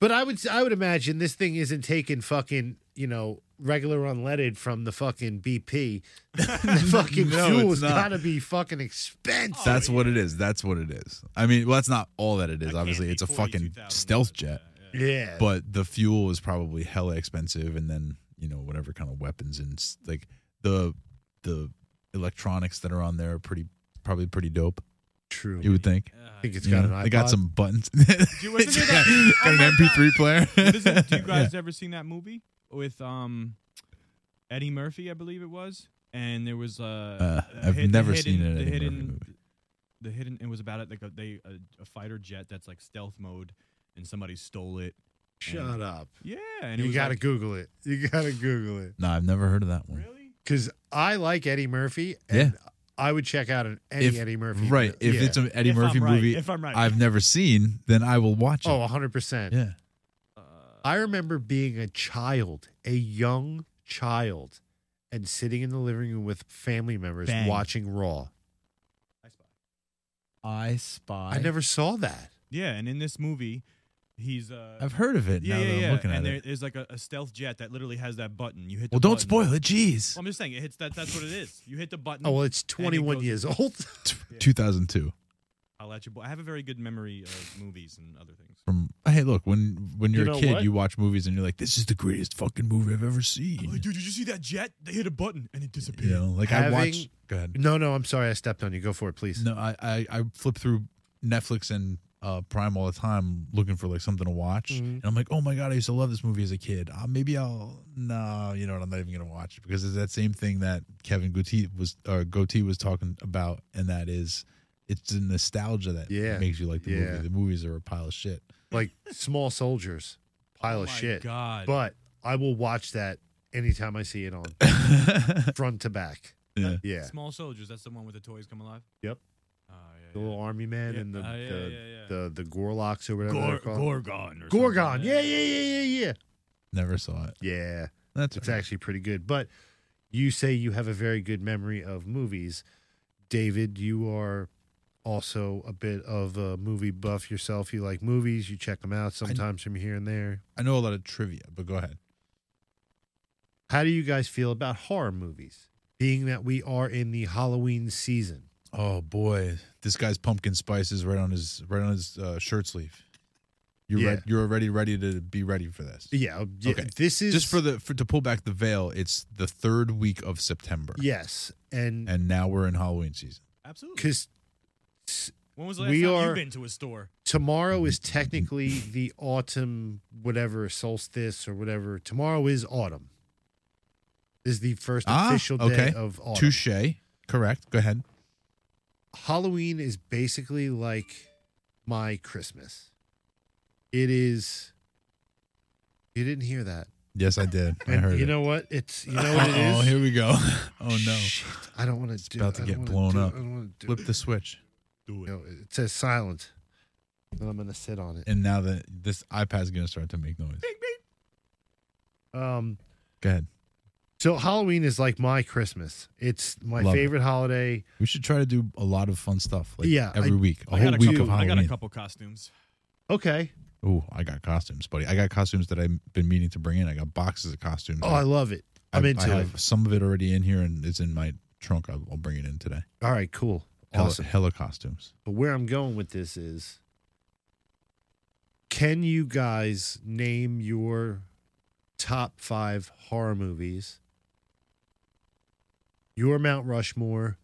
Speaker 4: But I would I would imagine this thing isn't taking fucking you know regular unleaded from the fucking BP. The fucking
Speaker 1: No,
Speaker 4: fuel's
Speaker 1: it's not.
Speaker 4: gotta be fucking expensive.
Speaker 1: That's
Speaker 3: Oh,
Speaker 1: what it is. That's what it is. I mean, well, that's not all that it
Speaker 3: That
Speaker 1: is.
Speaker 3: can't
Speaker 1: Obviously,
Speaker 3: be
Speaker 1: it's a fucking
Speaker 3: 42,000,
Speaker 1: stealth
Speaker 3: but,
Speaker 1: jet.
Speaker 3: yeah, yeah.
Speaker 4: yeah.
Speaker 1: but the fuel is probably hella expensive and then you know whatever kind of weapons and s- like the the electronics that are on there are pretty probably pretty dope
Speaker 4: true.
Speaker 1: you would think
Speaker 3: Uh,
Speaker 4: I think it's
Speaker 1: You
Speaker 4: got
Speaker 1: know,
Speaker 4: an iPod.
Speaker 1: they got some buttons It's
Speaker 3: Do you- wasn't there
Speaker 1: got,
Speaker 3: that-
Speaker 1: got
Speaker 3: oh
Speaker 1: an
Speaker 3: my
Speaker 1: mp3 player
Speaker 3: What is it? Do you guys ever seen that movie with um Eddie Murphy? I believe it was, and there was uh,
Speaker 1: Uh,
Speaker 3: a
Speaker 1: I've
Speaker 3: hid- the
Speaker 1: never
Speaker 3: hidden-
Speaker 1: seen an
Speaker 3: the
Speaker 1: Eddie Murphy
Speaker 3: hidden,
Speaker 1: movie.
Speaker 3: The hidden. It was about it like a, they a, a fighter jet that's like stealth mode, and somebody stole it.
Speaker 4: Shut up.
Speaker 3: Yeah, and it
Speaker 4: you
Speaker 3: was
Speaker 4: gotta
Speaker 3: like,
Speaker 4: Google it. You gotta Google it.
Speaker 1: no i've never heard of that one
Speaker 3: really.
Speaker 4: Because I like Eddie Murphy, and I would check out an any
Speaker 1: If-
Speaker 4: Eddie Murphy.
Speaker 1: right if
Speaker 4: yeah.
Speaker 1: it's an eddie
Speaker 3: If
Speaker 1: murphy
Speaker 3: I'm right,
Speaker 1: movie
Speaker 3: If I'm right,
Speaker 1: i've never seen then i will watch it
Speaker 4: oh, 100 percent.
Speaker 1: yeah
Speaker 3: Uh,
Speaker 4: I remember being a child, a young child, and sitting in the living room with family members
Speaker 3: Bang.
Speaker 4: watching Raw.
Speaker 3: I spy.
Speaker 1: i spy
Speaker 4: I never saw that.
Speaker 3: Yeah, and in this movie, he's uh.
Speaker 1: i've heard of it
Speaker 3: yeah,
Speaker 1: now
Speaker 3: yeah,
Speaker 1: that i'm
Speaker 3: yeah.
Speaker 1: looking
Speaker 3: and
Speaker 1: at
Speaker 3: there,
Speaker 1: it
Speaker 3: there's like a, a stealth jet that literally has that button. You hit.
Speaker 1: well
Speaker 3: the
Speaker 1: don't
Speaker 3: button.
Speaker 1: spoil it jeez
Speaker 3: Well, I'm just saying it hits that. That's what it is. You hit the button.
Speaker 4: Oh well, it's
Speaker 3: Mm. And it
Speaker 4: 21
Speaker 3: goes-
Speaker 4: years old.
Speaker 1: 2002
Speaker 3: I'll let you. bo- I have a very good memory of movies and other things.
Speaker 1: from hey look when when
Speaker 4: You
Speaker 1: you're
Speaker 4: know
Speaker 1: a kid
Speaker 4: what?
Speaker 1: you watch movies and you're like this is the greatest fucking movie i've ever seen
Speaker 3: Oh, dude, did you see that jet? They hit a button and it disappeared.
Speaker 1: you know like
Speaker 4: Oh, Having-
Speaker 1: i watch go ahead
Speaker 4: no, no, I'm sorry, I stepped on you. Go for it, please.
Speaker 1: no I, I i flip through netflix and uh, Prime all the time looking for like something to watch,
Speaker 4: Mm-hmm.
Speaker 1: and I'm like, oh my god, I used to love this movie as a kid. Uh, maybe I'll no, you know what? I'm not even gonna watch it because it's that same thing that Kevin Goatee was or Goatee was talking about, and that is it's the nostalgia that
Speaker 4: Yeah.
Speaker 1: makes you like the
Speaker 4: Yeah.
Speaker 1: movie. The movies are a pile of shit.
Speaker 4: like Small Soldiers, pile of
Speaker 3: Oh my
Speaker 4: shit.
Speaker 3: God.
Speaker 4: But I will watch that anytime I see it on front to back.
Speaker 1: Yeah.
Speaker 4: Yeah,
Speaker 3: Small Soldiers, that's the one with the toys come alive?
Speaker 4: Yep.
Speaker 3: Oh, yeah.
Speaker 4: the
Speaker 3: yeah.
Speaker 4: little army man
Speaker 3: Yeah.
Speaker 4: and the
Speaker 3: Oh, yeah,
Speaker 4: the,
Speaker 3: yeah, yeah.
Speaker 4: the the Gorlocks or whatever. they're called.
Speaker 3: Gorgon. Or
Speaker 4: Gorgon.
Speaker 3: something.
Speaker 4: Yeah, yeah, yeah, yeah, yeah.
Speaker 1: Never saw it.
Speaker 4: Yeah,
Speaker 1: That's
Speaker 4: it's
Speaker 1: all right.
Speaker 4: actually pretty good. But you say you have a very good memory of movies, David. You are also a bit of a movie buff yourself. You like movies. You check them out sometimes from here and there.
Speaker 1: I know a lot of trivia, but go ahead.
Speaker 4: How do you guys feel about horror movies? Being that we are in the Halloween season.
Speaker 1: Oh boy, this guy's pumpkin spice is right on his right on his uh, shirt sleeve. You're
Speaker 4: Yeah.
Speaker 1: re- you're already ready to be ready for this.
Speaker 4: Yeah, yeah,
Speaker 1: Okay.
Speaker 4: this is
Speaker 1: Just for the for, to pull back the veil, it's the third week of September,
Speaker 4: yes, and
Speaker 1: and now we're in Halloween season.
Speaker 3: Absolutely.
Speaker 4: because
Speaker 3: When was the last
Speaker 4: we
Speaker 3: time
Speaker 4: are-
Speaker 3: you've been to a store?
Speaker 4: tomorrow is technically the autumn whatever solstice or whatever tomorrow is autumn this is the first
Speaker 1: Ah,
Speaker 4: official
Speaker 1: okay.
Speaker 4: day of autumn
Speaker 1: Touche, correct. Go ahead.
Speaker 4: halloween is basically like my christmas it is you didn't hear that
Speaker 1: Yes, I did. I
Speaker 4: And
Speaker 1: heard
Speaker 4: you
Speaker 1: it.
Speaker 4: know what it's you know what
Speaker 1: oh,
Speaker 4: it is
Speaker 1: here we go. Oh no,
Speaker 4: Shit, i don't want to do
Speaker 1: about to
Speaker 4: I don't
Speaker 1: get blown
Speaker 4: wanna do-
Speaker 1: up.
Speaker 4: i don't want to do
Speaker 1: flip the switch.
Speaker 3: Do
Speaker 4: No, it says silent then i'm gonna sit on it
Speaker 1: And now that this iPad's gonna start to make noise.
Speaker 4: um
Speaker 1: Go ahead.
Speaker 4: So Halloween is like my Christmas. It's my
Speaker 1: Love it.
Speaker 4: favorite holiday.
Speaker 1: We should try to do a lot of fun stuff. Like
Speaker 4: Yeah,
Speaker 1: every
Speaker 4: I-
Speaker 1: week, a
Speaker 3: I
Speaker 1: whole
Speaker 3: got a,
Speaker 1: week of
Speaker 3: couple, I
Speaker 1: Halloween.
Speaker 3: got a couple costumes.
Speaker 4: Okay.
Speaker 1: Oh, I got costumes, buddy. I got costumes that I've been meaning to bring in. I got boxes of costumes.
Speaker 4: Oh, I love it. I'm
Speaker 1: I-
Speaker 4: into
Speaker 1: I
Speaker 4: it.
Speaker 1: have some of it already in here, and it's in my trunk. I'll, I'll bring it in today.
Speaker 4: All right, cool.
Speaker 1: Hella,
Speaker 4: Awesome.
Speaker 1: hella costumes.
Speaker 4: But where I'm going with this is can you guys name your top five horror movies, your Mount Rushmore,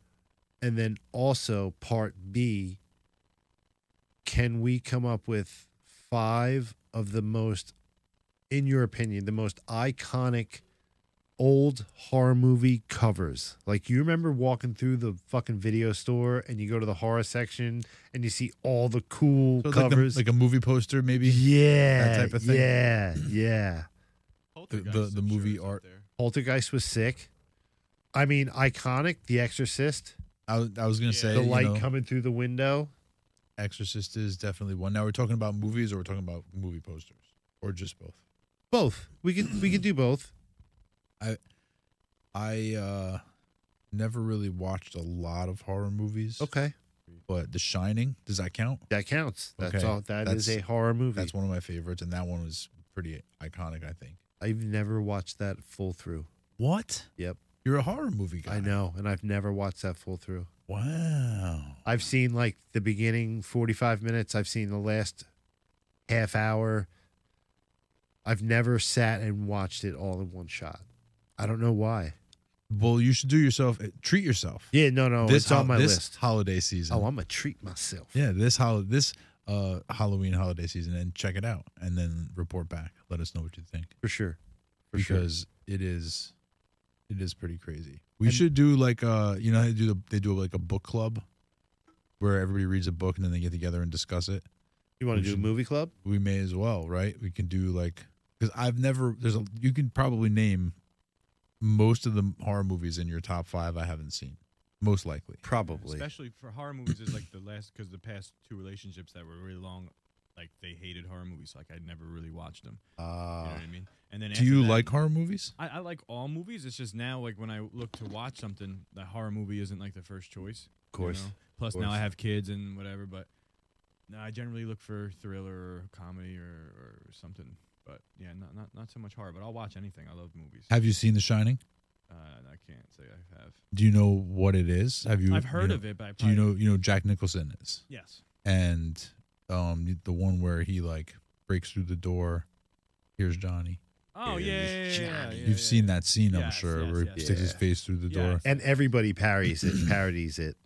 Speaker 4: and then also part B? Can we come up with five of the most, in your opinion, the most iconic old horror movie covers. Like you remember walking through the fucking video store and you go to the horror section and you see all the cool
Speaker 1: So it's like, the-
Speaker 4: covers.
Speaker 1: like a movie poster, maybe.
Speaker 4: yeah,
Speaker 1: that type of thing.
Speaker 4: yeah, yeah.
Speaker 3: Poltergeist,
Speaker 1: the- the
Speaker 3: I'm
Speaker 1: movie
Speaker 3: is up
Speaker 1: art.
Speaker 3: there.
Speaker 4: Poltergeist was sick. I mean, iconic. The Exorcist,
Speaker 1: I, was- I was gonna
Speaker 3: Yeah.
Speaker 1: say
Speaker 4: the
Speaker 1: you
Speaker 4: light
Speaker 1: know,
Speaker 4: coming through the window.
Speaker 1: Exorcist is definitely one. Now we're talking about movies, or we're talking about movie posters, or just both.
Speaker 4: Both. We could we could do both.
Speaker 1: I uh never really watched a lot of horror movies,
Speaker 4: Okay,
Speaker 1: but The Shining does that count?
Speaker 4: that counts. That's
Speaker 1: Okay,
Speaker 4: all. That is
Speaker 1: that's-
Speaker 4: a horror movie.
Speaker 1: That's one of my favorites, and that one was pretty iconic. I think.
Speaker 4: I've never watched that full through.
Speaker 1: What?
Speaker 4: Yep.
Speaker 1: You're a horror movie guy.
Speaker 4: I know, and I've never watched that full through.
Speaker 1: Wow.
Speaker 4: I've seen like the beginning 45 minutes. I've seen the last half hour. I've never sat and watched it all in one shot. I don't know why.
Speaker 1: Well, you should do yourself eh, treat yourself.
Speaker 4: Yeah, no, no. it's
Speaker 1: hol-
Speaker 4: on my
Speaker 1: this
Speaker 4: list.
Speaker 1: holiday season.
Speaker 4: Oh, I'm going to treat myself.
Speaker 1: yeah, this hol- this uh Halloween holiday season and check it out and then report back. Let us know what you think
Speaker 4: For sure. For sure.
Speaker 1: because it is it is pretty crazy. We should do like uh you know how they do the, they do like a book club where everybody reads a book and then they get together and discuss it.
Speaker 4: You want
Speaker 1: we
Speaker 4: to do a
Speaker 1: should-
Speaker 4: movie club?
Speaker 1: we may as well, right? We can do like because I've never there's a you can probably name most of the horror movies in your top five I haven't seen, most likely.
Speaker 4: Probably.
Speaker 3: Especially for horror movies is like the last because the past two relationships that were really long, like they hated horror movies. Like I never really watched them. You know
Speaker 4: Uh,
Speaker 3: what I mean? And then
Speaker 1: Ah. Do
Speaker 3: after
Speaker 1: you
Speaker 3: that-
Speaker 1: like horror movies?
Speaker 3: I, I like all movies. It's just now like when I look to watch something, that horror movie isn't like the first choice.
Speaker 4: of course.
Speaker 3: Plus
Speaker 1: course.
Speaker 3: now I have kids and whatever, but no, I generally look for thriller or comedy or, or something. But yeah, not, not not so much horror. But I'll watch anything. I love movies.
Speaker 1: Have you seen The Shining?
Speaker 3: Uh, I can't say I have.
Speaker 1: Do you know what it is? Have you?
Speaker 3: I've
Speaker 1: you
Speaker 3: heard
Speaker 1: know-
Speaker 3: of it, but I
Speaker 1: Do you
Speaker 3: probably-
Speaker 1: know you know Jack Nicholson is
Speaker 3: Yes.
Speaker 1: and um the one where he like breaks through the door. Here's Johnny.
Speaker 3: Oh yeah, yeah, yeah, yeah, yeah,
Speaker 1: You've
Speaker 3: yeah,
Speaker 1: seen
Speaker 3: yeah.
Speaker 1: that scene, I'm
Speaker 3: Yes,
Speaker 1: sure,
Speaker 3: yes,
Speaker 1: where he
Speaker 3: yes,
Speaker 1: sticks his
Speaker 4: yes.
Speaker 1: face through the door.
Speaker 3: Yes.
Speaker 4: And everybody parodies it. parodies it.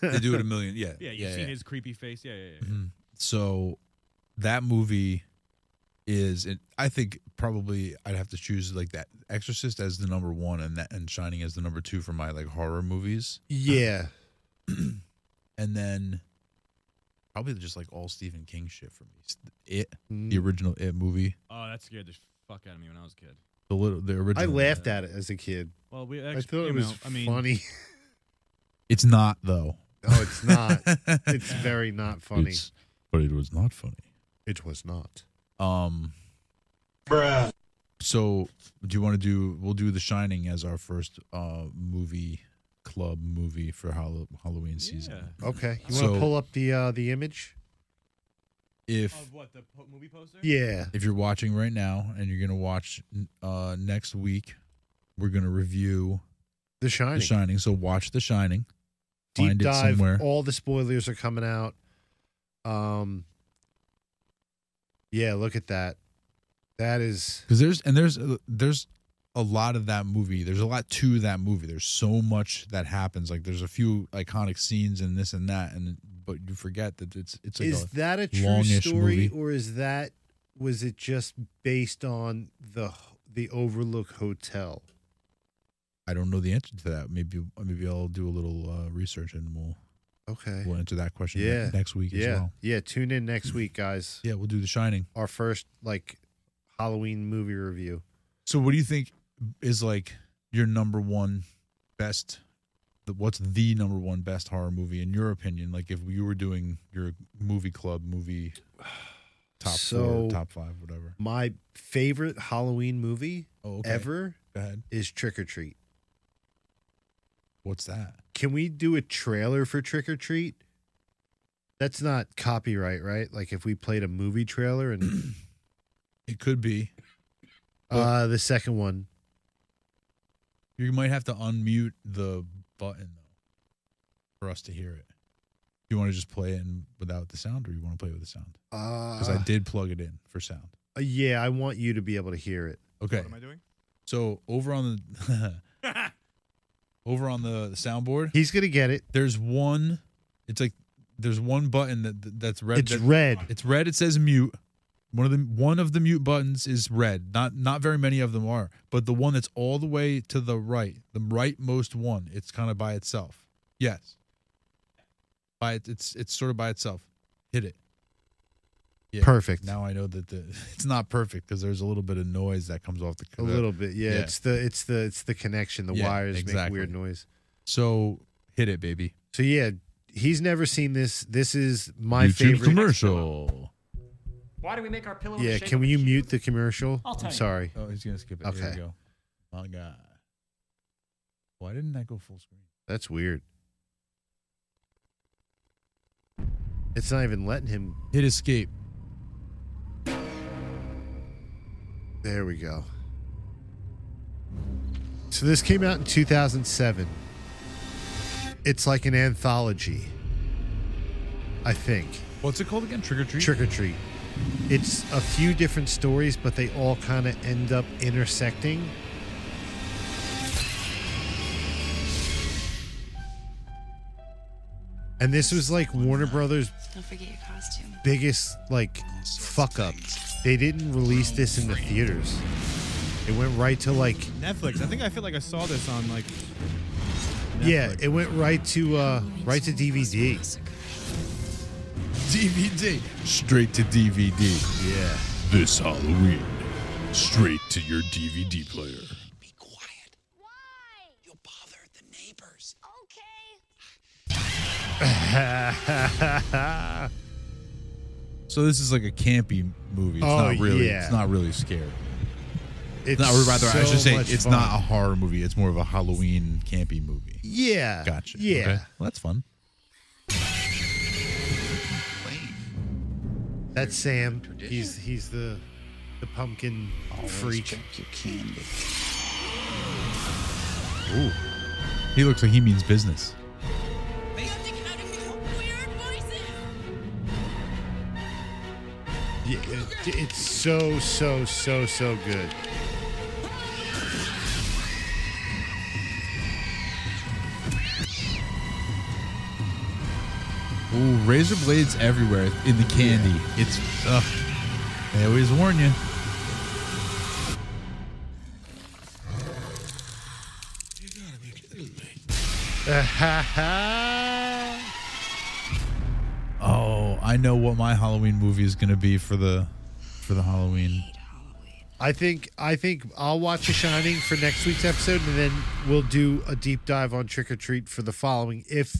Speaker 1: They do it a million. Yeah,
Speaker 3: Yeah, you've seen his creepy face. Yeah, yeah, yeah.
Speaker 1: Mhm. So that movie is, it, I think probably I'd have to choose like that Exorcist as the number one and that and Shining as the number two for my like horror movies,
Speaker 4: Yeah.
Speaker 1: and then probably just like all Stephen King shit for me. It, the
Speaker 4: Mm.
Speaker 1: original It movie,
Speaker 3: Oh, that scared the fuck out of me when I was a kid.
Speaker 1: the little the original.
Speaker 4: I laughed at it as a kid.
Speaker 3: Well, we
Speaker 4: I
Speaker 3: actually,
Speaker 4: thought
Speaker 3: you
Speaker 4: it was
Speaker 3: know, I mean,
Speaker 4: funny.
Speaker 1: It's not though.
Speaker 4: No, Oh, it's not. it's very not funny.
Speaker 1: It's- but it was not funny.
Speaker 4: it was not.
Speaker 1: Um,
Speaker 6: Bruh.
Speaker 1: so do you want to do? We'll do The Shining as our first uh movie club movie for Hall- Halloween season.
Speaker 3: Yeah.
Speaker 4: Okay. You want to
Speaker 1: So-
Speaker 4: pull up the uh, the image?
Speaker 1: If
Speaker 3: Of what the po- movie poster?
Speaker 4: Yeah.
Speaker 1: if you're watching right now and you're gonna watch uh next week, we're gonna review
Speaker 4: The Shining.
Speaker 1: The Shining. So watch The Shining.
Speaker 4: Deep
Speaker 1: Find
Speaker 4: dive.
Speaker 1: it somewhere.
Speaker 4: All the spoilers are coming out. Um. Yeah, look at that. That is
Speaker 1: because there's and there's uh, there's a lot of that movie there's a lot to that movie there's so much that happens like there's a few iconic scenes and this and that and but you forget that it's it's like
Speaker 4: is
Speaker 1: a,
Speaker 4: that a true
Speaker 1: longish
Speaker 4: story
Speaker 1: movie.
Speaker 4: or is that was it just based on the the Overlook Hotel?
Speaker 1: i don't know the answer to that maybe maybe i'll do a little uh, research and we'll
Speaker 4: Okay.
Speaker 1: we'll answer that question ne-
Speaker 4: Eh, Yeah.
Speaker 1: next week as
Speaker 4: yeah.
Speaker 1: well
Speaker 4: Yeah, tune in next week guys.
Speaker 1: yeah we'll do the shining
Speaker 4: Our first like Halloween movie review.
Speaker 1: so what do you think is like your number one best the- what's the number one best horror movie in your opinion like if you were doing your movie club movie top
Speaker 4: So-
Speaker 1: four top five whatever
Speaker 4: My favorite Halloween movie
Speaker 1: Oh,
Speaker 4: ever
Speaker 1: Go ahead.
Speaker 4: is Trick or Treat.
Speaker 1: What's that?
Speaker 4: Can we do a trailer for Trick or Treat? That's not copyright, right? Like if we played a movie trailer and
Speaker 1: It could be.
Speaker 4: uh the second one.
Speaker 1: You might have to unmute the button though for us to hear it. You want to just play it in without the sound, or you want to play it with the sound?
Speaker 4: Uh,
Speaker 3: Ah.
Speaker 1: Because I did plug it in for sound.
Speaker 4: Uh, yeah, I want you to be able to hear it.
Speaker 1: Okay.
Speaker 3: What am I doing?
Speaker 1: So over on the over on the soundboard,
Speaker 4: He's gonna get it.
Speaker 1: there's one. It's like there's one button that that's red.
Speaker 4: it's
Speaker 1: that-
Speaker 4: red.
Speaker 1: It's red. It says mute. One of the one of the mute buttons is red. Not not very many of them are, but the one that's all the way to the right, the rightmost one, it's kind of by itself. Yes. By it, it's it's sort of by itself. Hit it. Yeah.
Speaker 4: Perfect.
Speaker 1: Now I know that the it's not perfect because there's a little bit of noise that comes off the
Speaker 4: a little bit. Yeah,
Speaker 1: yeah.
Speaker 4: It's the it's the it's the connection. The
Speaker 1: Yeah,
Speaker 4: wires make
Speaker 1: exactly.
Speaker 4: weird noise.
Speaker 1: So hit it, baby.
Speaker 4: So yeah, he's never seen this. This is my
Speaker 1: YouTube
Speaker 4: favorite.
Speaker 1: commercial.
Speaker 7: Why do we make our pillow?
Speaker 4: Yeah,
Speaker 7: the shape
Speaker 4: can
Speaker 7: of
Speaker 4: you
Speaker 7: a-
Speaker 4: mute the commercial?
Speaker 7: I'll tell
Speaker 4: I'm
Speaker 7: you.
Speaker 4: sorry.
Speaker 1: Oh, he's gonna skip it. Here
Speaker 4: Okay.
Speaker 1: we go. My God. Why didn't that go full screen?
Speaker 4: That's weird. It's not even letting him.
Speaker 1: Hit escape.
Speaker 4: There we go. So this came out in 2007. It's like an anthology. I think.
Speaker 1: What's it called again? Trick or treat.
Speaker 4: Trick or Treat. It's a few different stories, but they all kind of end up intersecting. And this was like Warner Brothers'
Speaker 8: Don't forget your costume.
Speaker 4: biggest like fuck up. They didn't release this in the theaters. It went right to like
Speaker 3: Netflix. I think I feel like I saw this on like.
Speaker 4: yeah, it went right to uh right to DVD.
Speaker 1: DVD. Straight to DVD.
Speaker 4: Yeah.
Speaker 1: This Halloween. Straight to your DVD player.
Speaker 9: Be quiet. Why? You'll bother the neighbors. Okay.
Speaker 1: So this is like a campy movie. It's
Speaker 4: Oh,
Speaker 1: not really
Speaker 4: yeah.
Speaker 1: it's not really scary.
Speaker 4: It's
Speaker 1: No, or rather I
Speaker 4: so
Speaker 1: should say
Speaker 4: much
Speaker 1: it's
Speaker 4: fun.
Speaker 1: not a horror movie. It's more of a Halloween campy movie.
Speaker 4: Yeah.
Speaker 1: Gotcha.
Speaker 4: Yeah.
Speaker 1: Okay. Well, that's fun.
Speaker 4: That's Sam. He's he's the the pumpkin freak.
Speaker 9: your candy.
Speaker 1: He looks like he means business.
Speaker 4: Yeah, it- it's so so so so good.
Speaker 1: Ooh, razor blades everywhere in the candy. It's ugh. They always warn you. Oh, I know what my Halloween movie is gonna be for the for the Halloween.
Speaker 4: I think I think I'll watch The Shining for next week's episode, and then we'll do a deep dive on Trick or Treat for the following, if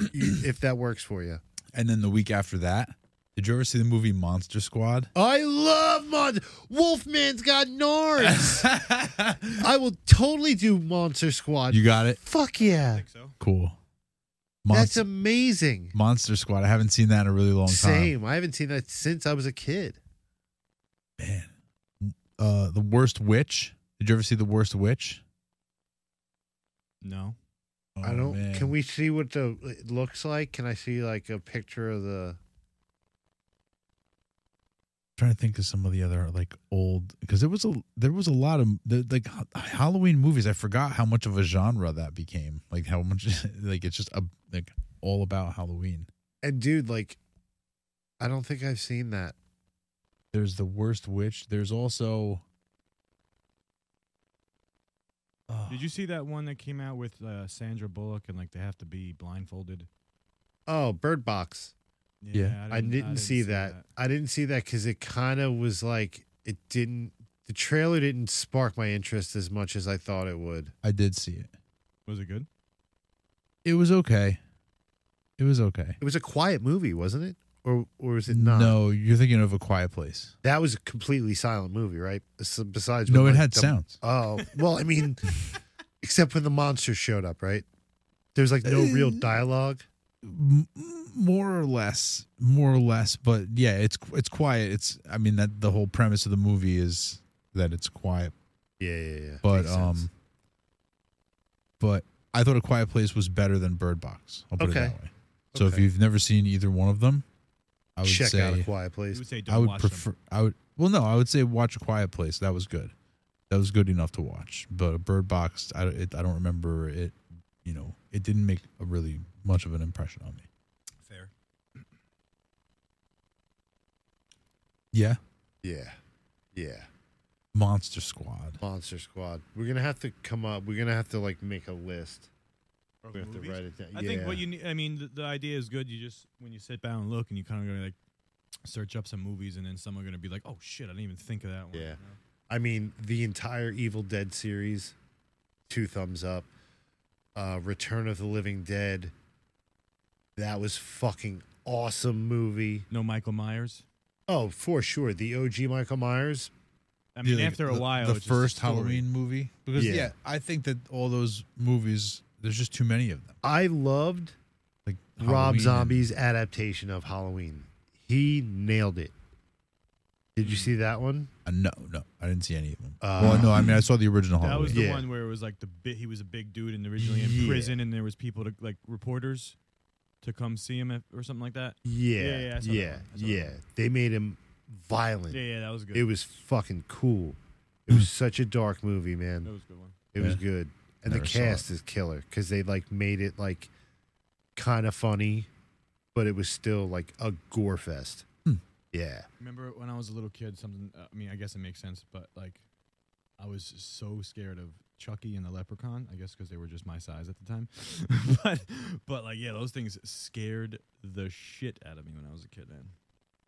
Speaker 4: you, if that works for you.
Speaker 1: And then the week after that, did you ever see the movie Monster Squad?
Speaker 4: I love Mon Wolfman's got nards. I will totally do Monster Squad.
Speaker 1: You got it.
Speaker 4: Fuck yeah,
Speaker 3: think so.
Speaker 1: Cool.
Speaker 4: that's
Speaker 1: Monster,
Speaker 4: amazing.
Speaker 1: Monster Squad. I haven't seen that in a really long time.
Speaker 4: Same. I haven't seen that since I was a kid.
Speaker 1: Man. Uh, the Worst Witch. Did you ever see The Worst Witch?
Speaker 3: No.
Speaker 4: I
Speaker 1: Oh,
Speaker 4: don't.
Speaker 1: man.
Speaker 4: Can we see what the it looks like? Can I see like a picture of the?
Speaker 1: trying to think of some of the other like old because there was a there was a lot of the, like Ha- Halloween movies. I forgot how much of a genre that became. Like how much like it's just a like all about Halloween.
Speaker 4: And dude, like, I don't think I've seen that.
Speaker 1: There's the worst witch. There's also. Oh,
Speaker 3: Did you see that one that came out with uh, Sandra Bullock and like they have to be blindfolded?
Speaker 4: Oh, Bird Box.
Speaker 1: Yeah.
Speaker 4: I didn't, see, that. I didn't see that because it kind of was like it didn't. The trailer didn't spark my interest as much as I thought it would.
Speaker 1: I did see it.
Speaker 3: Was it good?
Speaker 1: It was okay. It was okay.
Speaker 4: It was a quiet movie, wasn't it? Or or was it not?
Speaker 1: No, you're thinking of a quiet place.
Speaker 4: that was a completely silent movie, right? S- Besides,
Speaker 1: No, it
Speaker 4: when, like,
Speaker 1: had
Speaker 4: the-
Speaker 1: sounds.
Speaker 4: Oh well, I mean, except when the monster showed up, right? There's like no real dialogue.
Speaker 1: M- more or less, more or less, but yeah, it's it's quiet. It's I mean that the whole premise of the movie is that it's quiet
Speaker 4: Yeah, yeah, yeah.
Speaker 1: but
Speaker 4: Makes sense.
Speaker 1: um but i thought a quiet place was better than bird box i'll put
Speaker 4: Okay.
Speaker 1: it that way so if
Speaker 4: Okay.
Speaker 1: you've never seen either one of them i would
Speaker 4: check
Speaker 1: say
Speaker 4: out a quiet
Speaker 3: You
Speaker 4: place.
Speaker 3: would say don't
Speaker 1: i would
Speaker 3: watch
Speaker 1: prefer i would well no i would say watch a quiet place that was good that was good enough to watch but a bird box i, it, I don't remember it you know it didn't make a really much of an impression on me
Speaker 3: them. Fair.
Speaker 1: yeah
Speaker 4: Yeah, yeah.
Speaker 1: monster squad
Speaker 4: Monster Squad. We're gonna have to come up. We're gonna have to like make a list. We have to
Speaker 3: movies?
Speaker 4: write it down.
Speaker 3: I
Speaker 4: yeah.
Speaker 3: think what you need, I mean, the, the idea is good. You just, when you sit down and look and you kind of go like, search up some movies and then some are going to be like, oh shit, I didn't even think of that one.
Speaker 4: Yeah. I mean, the entire Evil Dead series, two thumbs up. Uh, Return of the Living Dead. That was fucking awesome movie.
Speaker 3: No Michael Myers.
Speaker 4: Oh, for sure. The OG Michael Myers.
Speaker 3: I mean,
Speaker 1: Yeah, like
Speaker 3: after a
Speaker 1: the-
Speaker 3: while,
Speaker 1: the
Speaker 3: it's just a
Speaker 1: first
Speaker 3: story.
Speaker 1: halloween movie because
Speaker 4: Yeah.
Speaker 1: yeah i think that all those movies there's just too many of them
Speaker 4: I loved
Speaker 1: like
Speaker 4: Rob
Speaker 1: Halloween and-
Speaker 4: Zombie's adaptation of Halloween. He nailed it. Did
Speaker 3: Mm.
Speaker 4: you see that one?
Speaker 1: Uh, no, no, I didn't see any of them.
Speaker 4: Uh,
Speaker 1: well, no, I mean I saw the original
Speaker 3: That
Speaker 1: Halloween.
Speaker 3: was the
Speaker 4: Yeah.
Speaker 3: one where it was like the bit he was a big dude and originally in
Speaker 4: Yeah.
Speaker 3: prison and there was people to like reporters to come see him if, or something like that.
Speaker 4: Yeah.
Speaker 3: Yeah, yeah, I saw that
Speaker 4: yeah.
Speaker 3: one. I saw that
Speaker 4: yeah. They made him violent.
Speaker 3: Yeah, yeah, that was good.
Speaker 4: It was fucking cool. It was such a dark movie,
Speaker 3: that
Speaker 4: man.
Speaker 3: was a good one.
Speaker 4: It was
Speaker 1: Yeah.
Speaker 4: good, and the
Speaker 1: Never saw
Speaker 4: cast is killer because they like made it like kind of funny, but it was still like a gore fest.
Speaker 1: Hmm.
Speaker 4: Yeah,
Speaker 3: Remember when I was a little kid? Something. uh, I mean, I guess it makes sense, but like, I was so scared of Chucky and the Leprechaun. I guess because they were just my size at the time. but, but like, yeah, those things scared the shit out of me when I was a kid. Man.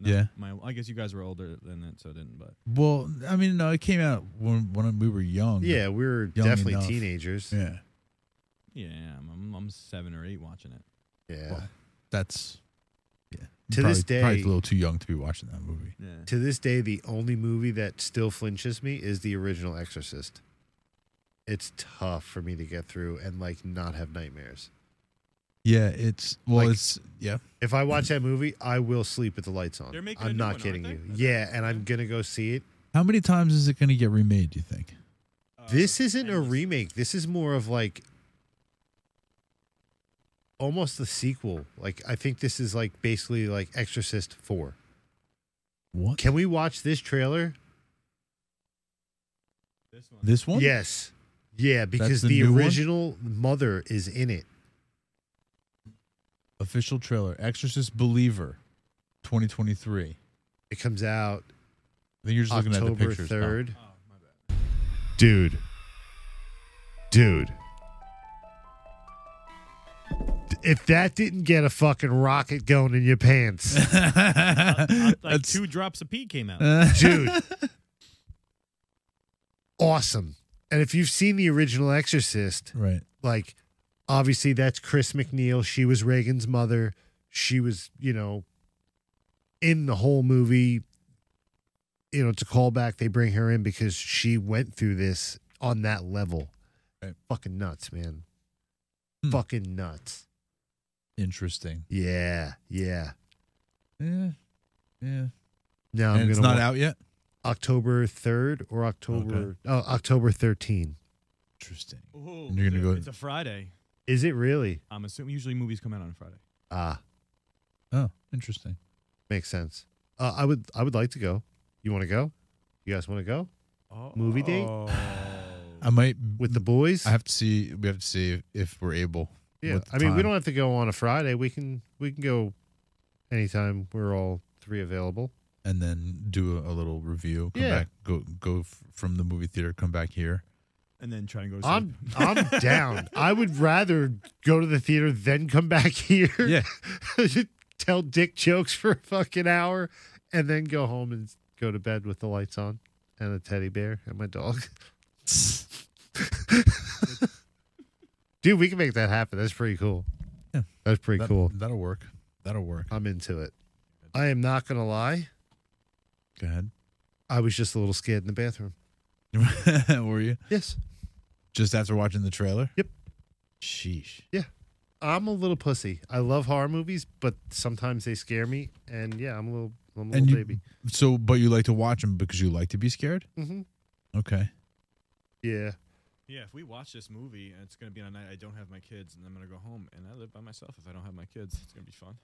Speaker 3: Not
Speaker 1: Yeah.
Speaker 3: My, I guess you guys were older than that, so it didn't. But
Speaker 1: Well, I mean, no, it came out when when we were young.
Speaker 4: yeah, we were
Speaker 1: Young
Speaker 4: definitely
Speaker 1: enough.
Speaker 4: teenagers. Yeah,
Speaker 1: yeah.
Speaker 3: yeah, I'm, I'm, I'm seven or eight watching it.
Speaker 1: Well, that's yeah.
Speaker 4: To
Speaker 1: probably,
Speaker 4: this day-
Speaker 1: probably a little too young to be watching that movie.
Speaker 3: Yeah.
Speaker 4: to this day, the only movie that still flinches me is the original Exorcist. It's tough for me to get through and like not have nightmares.
Speaker 1: Yeah, it's well,
Speaker 4: Like-
Speaker 1: it's yeah.
Speaker 4: If I
Speaker 1: Hmm.
Speaker 4: watch that movie, I will sleep with the lights on.
Speaker 3: They're making a
Speaker 4: I'm
Speaker 3: new
Speaker 4: not
Speaker 3: one, aren't
Speaker 4: kidding
Speaker 3: they?
Speaker 4: you.
Speaker 3: I
Speaker 4: Yeah,
Speaker 3: think-
Speaker 4: and I'm
Speaker 3: yeah.
Speaker 4: gonna go see it.
Speaker 1: How many times is it going to get remade? Do you think?
Speaker 3: Uh,
Speaker 4: This isn't a
Speaker 3: Um, endless.
Speaker 4: remake. This is more of like almost the sequel. Like I think this is like basically like Exorcist 4.
Speaker 1: What
Speaker 4: Can we watch this trailer?
Speaker 3: This one.
Speaker 1: this one?
Speaker 4: Yes. Yeah, because
Speaker 1: the
Speaker 4: the,
Speaker 1: new one?
Speaker 4: original mother is in it.
Speaker 1: of official trailer, Exorcist Believer, 2023.
Speaker 4: It comes out
Speaker 1: I think you're just looking at the
Speaker 4: October
Speaker 1: pictures. pal.
Speaker 4: third.
Speaker 2: Dude. Dude.
Speaker 4: If that didn't get a fucking rocket going in your pants,
Speaker 3: Like
Speaker 1: That's Uh,
Speaker 3: two drops of pee came out.
Speaker 4: dude, awesome. And if you've seen the original Exorcist,
Speaker 1: right.
Speaker 4: like obviously that's Chris McNeil. She was Reagan's mother. She was, you know, in the whole movie. You know, it's a callback. They bring her in because she went through this on that level.
Speaker 1: Right.
Speaker 4: Fucking nuts, man.
Speaker 1: Hmm.
Speaker 4: Fucking nuts.
Speaker 1: Interesting.
Speaker 4: Yeah, yeah.
Speaker 1: Yeah. Yeah.
Speaker 4: Now I'm
Speaker 1: and it's
Speaker 4: gonna
Speaker 1: not
Speaker 4: wa-
Speaker 1: out yet.
Speaker 4: October third or October oh October thirteen.
Speaker 1: Interesting.
Speaker 3: Oh,
Speaker 1: And you're gonna go-
Speaker 3: It's a Friday.
Speaker 4: Is it really?
Speaker 3: I'm assuming usually movies come out on Friday.
Speaker 4: Ah,
Speaker 1: Oh, interesting.
Speaker 4: makes sense. Uh, I would I would like to go. You want to go? You guys want to go
Speaker 3: Oh,
Speaker 4: Movie date?
Speaker 1: I might.
Speaker 4: with the boys?
Speaker 1: I have to see. We have to see if we're able.
Speaker 4: Yeah,
Speaker 1: with the
Speaker 4: I mean, we
Speaker 1: time.
Speaker 4: don't have to go on a Friday. We can we can go anytime we're all three available.
Speaker 1: And then do a, a little review. Come
Speaker 4: Yeah.
Speaker 1: back. Go go f- from the movie theater. Come back here.
Speaker 3: and then try and go to sleep.
Speaker 4: I'm I'm down. I would rather go to the theater than come back here.
Speaker 1: Yeah.
Speaker 4: tell dick jokes for a fucking hour, and then go home and go to bed with the lights on and a teddy bear and my dog. Dude, we can make that happen. That's pretty cool.
Speaker 1: Yeah.
Speaker 4: that's pretty
Speaker 1: That-
Speaker 4: cool. Uh,
Speaker 1: That'll work. That'll work.
Speaker 4: I'm into it. I am not gonna lie.
Speaker 1: Go ahead.
Speaker 4: I was just a little scared in the bathroom.
Speaker 1: Were you
Speaker 4: Yes.
Speaker 1: just after watching the trailer?
Speaker 4: Yep.
Speaker 1: Sheesh.
Speaker 4: I'm a little pussy. I love horror movies, but sometimes they scare me. And yeah, I'm a little, I'm a little
Speaker 1: And you-
Speaker 4: baby.
Speaker 1: So, but you like to watch them because you like to be scared.
Speaker 4: hmm
Speaker 1: Okay.
Speaker 4: Yeah.
Speaker 3: Yeah, if we watch this movie and it's gonna be on a night I don't have my kids and I'm gonna go home and I live by myself if I don't have my kids, it's gonna be fun.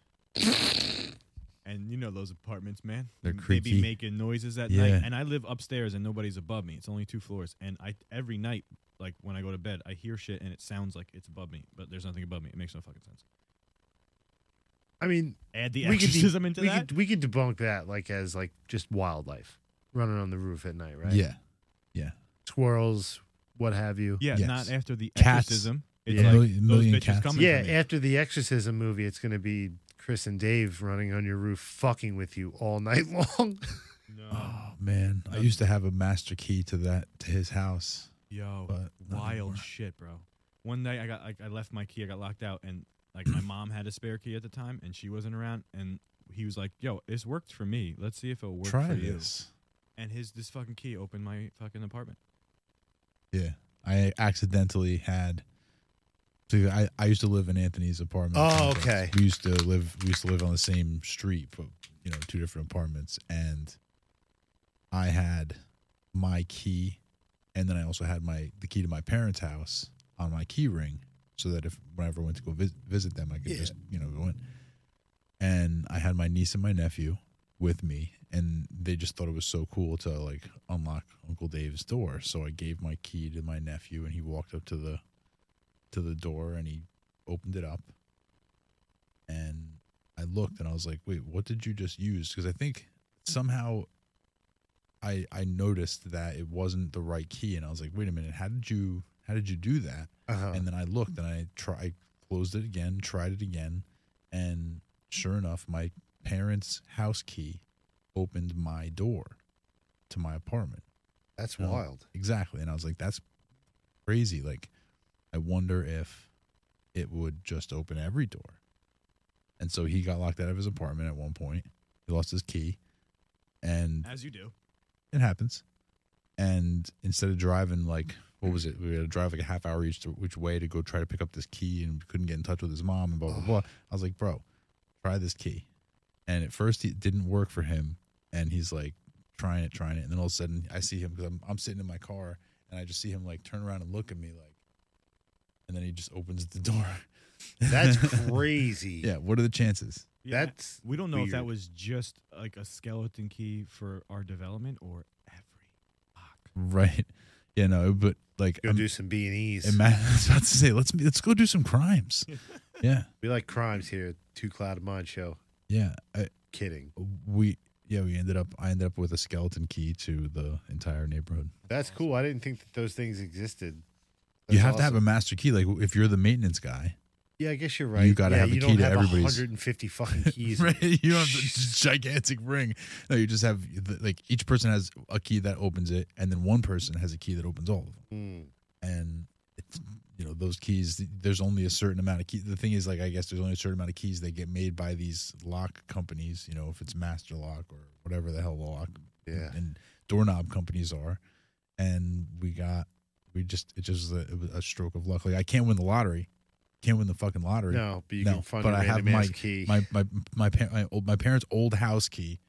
Speaker 3: and you know those apartments, man.
Speaker 1: They're
Speaker 3: M- They
Speaker 1: creaky.
Speaker 3: be making noises at
Speaker 1: Yeah.
Speaker 3: night, and I live upstairs and nobody's above me. It's only two floors, and I every night, like when I go to bed, I hear shit and it sounds like it's above me, but there's nothing above me. It makes no fucking sense.
Speaker 4: I mean,
Speaker 3: Add the
Speaker 4: we could, de-
Speaker 3: exorcism into
Speaker 4: we,
Speaker 3: that.
Speaker 4: could, we could debunk that like as like just wildlife running on the roof at night, right?
Speaker 1: Yeah.
Speaker 4: Squirrels, what have you.
Speaker 3: yeah,
Speaker 1: Yes.
Speaker 3: not after the
Speaker 1: Cats.
Speaker 3: exorcism.
Speaker 1: A
Speaker 3: It's
Speaker 1: mil-
Speaker 3: like
Speaker 1: million,
Speaker 3: those bitches
Speaker 1: cats.
Speaker 3: coming.
Speaker 4: Yeah,
Speaker 3: for me.
Speaker 4: after the Exorcism movie, it's going to be Chris and Dave running on your roof, fucking with you all night long.
Speaker 3: No.
Speaker 1: Oh man, I used to have a master key to that to his house.
Speaker 3: Yo,
Speaker 1: But not anymore.
Speaker 3: wild shit, bro. One day I got like I left my key, I got locked out, and like my mom had a spare key at the time, and she wasn't around, and he was like, "Yo, this worked for me. Let's see if it'll work
Speaker 1: Try
Speaker 3: for
Speaker 1: this.
Speaker 3: you." And his this fucking key opened my fucking apartment.
Speaker 1: Yeah, I accidentally had. So I, I used to live in Anthony's apartment.
Speaker 4: Oh,
Speaker 1: complex.
Speaker 4: okay.
Speaker 1: We used to live we used to live on the same street, but you know, two different apartments. And I had my key, and then I also had my the key to my parents' house on my key ring, so that if whenever I went to go visit, visit them, I could
Speaker 4: Yeah.
Speaker 1: just you know go in. And I had my niece and my nephew with me, and they just thought it was so cool to like unlock Uncle Dave's door. So I gave my key to my nephew, and he walked up to the to the door, and he opened it up, and I looked, and I was like, "Wait, what did you just use?" Because I think somehow I I noticed that it wasn't the right key, and I was like, "Wait a minute, how did you how did you do that?"
Speaker 4: Uh-huh.
Speaker 1: And then I looked, and I try I closed it again, tried it again, and sure enough, my parents' house key opened my door to my apartment.
Speaker 4: That's
Speaker 1: No.
Speaker 4: wild.
Speaker 1: Exactly. And I was like, that's crazy. Like, I wonder if it would just open every door. And so he got locked out of his apartment at one point. He lost his key. And
Speaker 3: As you do.
Speaker 1: it happens. And instead of driving like what was it? We had to drive like a half hour each to, which way to go try to pick up this key, and we couldn't get in touch with his mom and blah blah blah. I was like, bro, try this key. And at first it didn't work for him, and he's like trying it, trying it, and then all of a sudden I see him because I'm I'm sitting in my car, and I just see him like turn around and look at me like, and then he just opens the door.
Speaker 4: That's crazy.
Speaker 1: yeah. What are the chances?
Speaker 3: Yeah,
Speaker 4: That's
Speaker 3: we don't know if that
Speaker 4: weird.
Speaker 3: was just like a skeleton key for our development or every lock.
Speaker 1: Right. Yeah. No. But like,
Speaker 4: Go
Speaker 1: I'm-
Speaker 4: do some B and E's.
Speaker 1: Imagine, I was about to say, let's let's go do some crimes. Yeah.
Speaker 4: We like crimes here. Two Cloud of Mind show.
Speaker 1: Yeah. I,
Speaker 4: Kidding.
Speaker 1: we yeah, we ended up I ended up with a skeleton key to the entire neighborhood.
Speaker 4: That's cool. I didn't think that those things existed.
Speaker 1: you
Speaker 4: That's
Speaker 1: have to have a
Speaker 4: awesome.
Speaker 1: master key like if you're the maintenance guy.
Speaker 4: Yeah, I guess you're right.
Speaker 1: gotta
Speaker 4: yeah,
Speaker 1: have the
Speaker 4: you
Speaker 1: key
Speaker 4: don't
Speaker 1: to
Speaker 4: have
Speaker 1: everybody's-
Speaker 4: 150 fucking keys.
Speaker 1: Right? You don't have the
Speaker 4: Jeez.
Speaker 1: gigantic ring. No, you just have the, like each person has a key that opens it and then one person has a key that opens all of them.
Speaker 4: Mm.
Speaker 1: and it's, you know those keys th- there's only a certain amount of key the thing is like i guess there's only a certain amount of keys that get made by these lock companies you know if it's master lock or whatever the hell the lock
Speaker 4: Mm, Yeah.
Speaker 1: and doorknob companies are and we got we just it just was a, it was a stroke of luck like i can't win the lottery can't win the fucking lottery
Speaker 4: No, but you
Speaker 1: No,
Speaker 4: can find
Speaker 1: but
Speaker 4: a
Speaker 1: I have
Speaker 4: random ass
Speaker 1: my-
Speaker 4: key.
Speaker 1: my my my pa- my, old, my parents old house key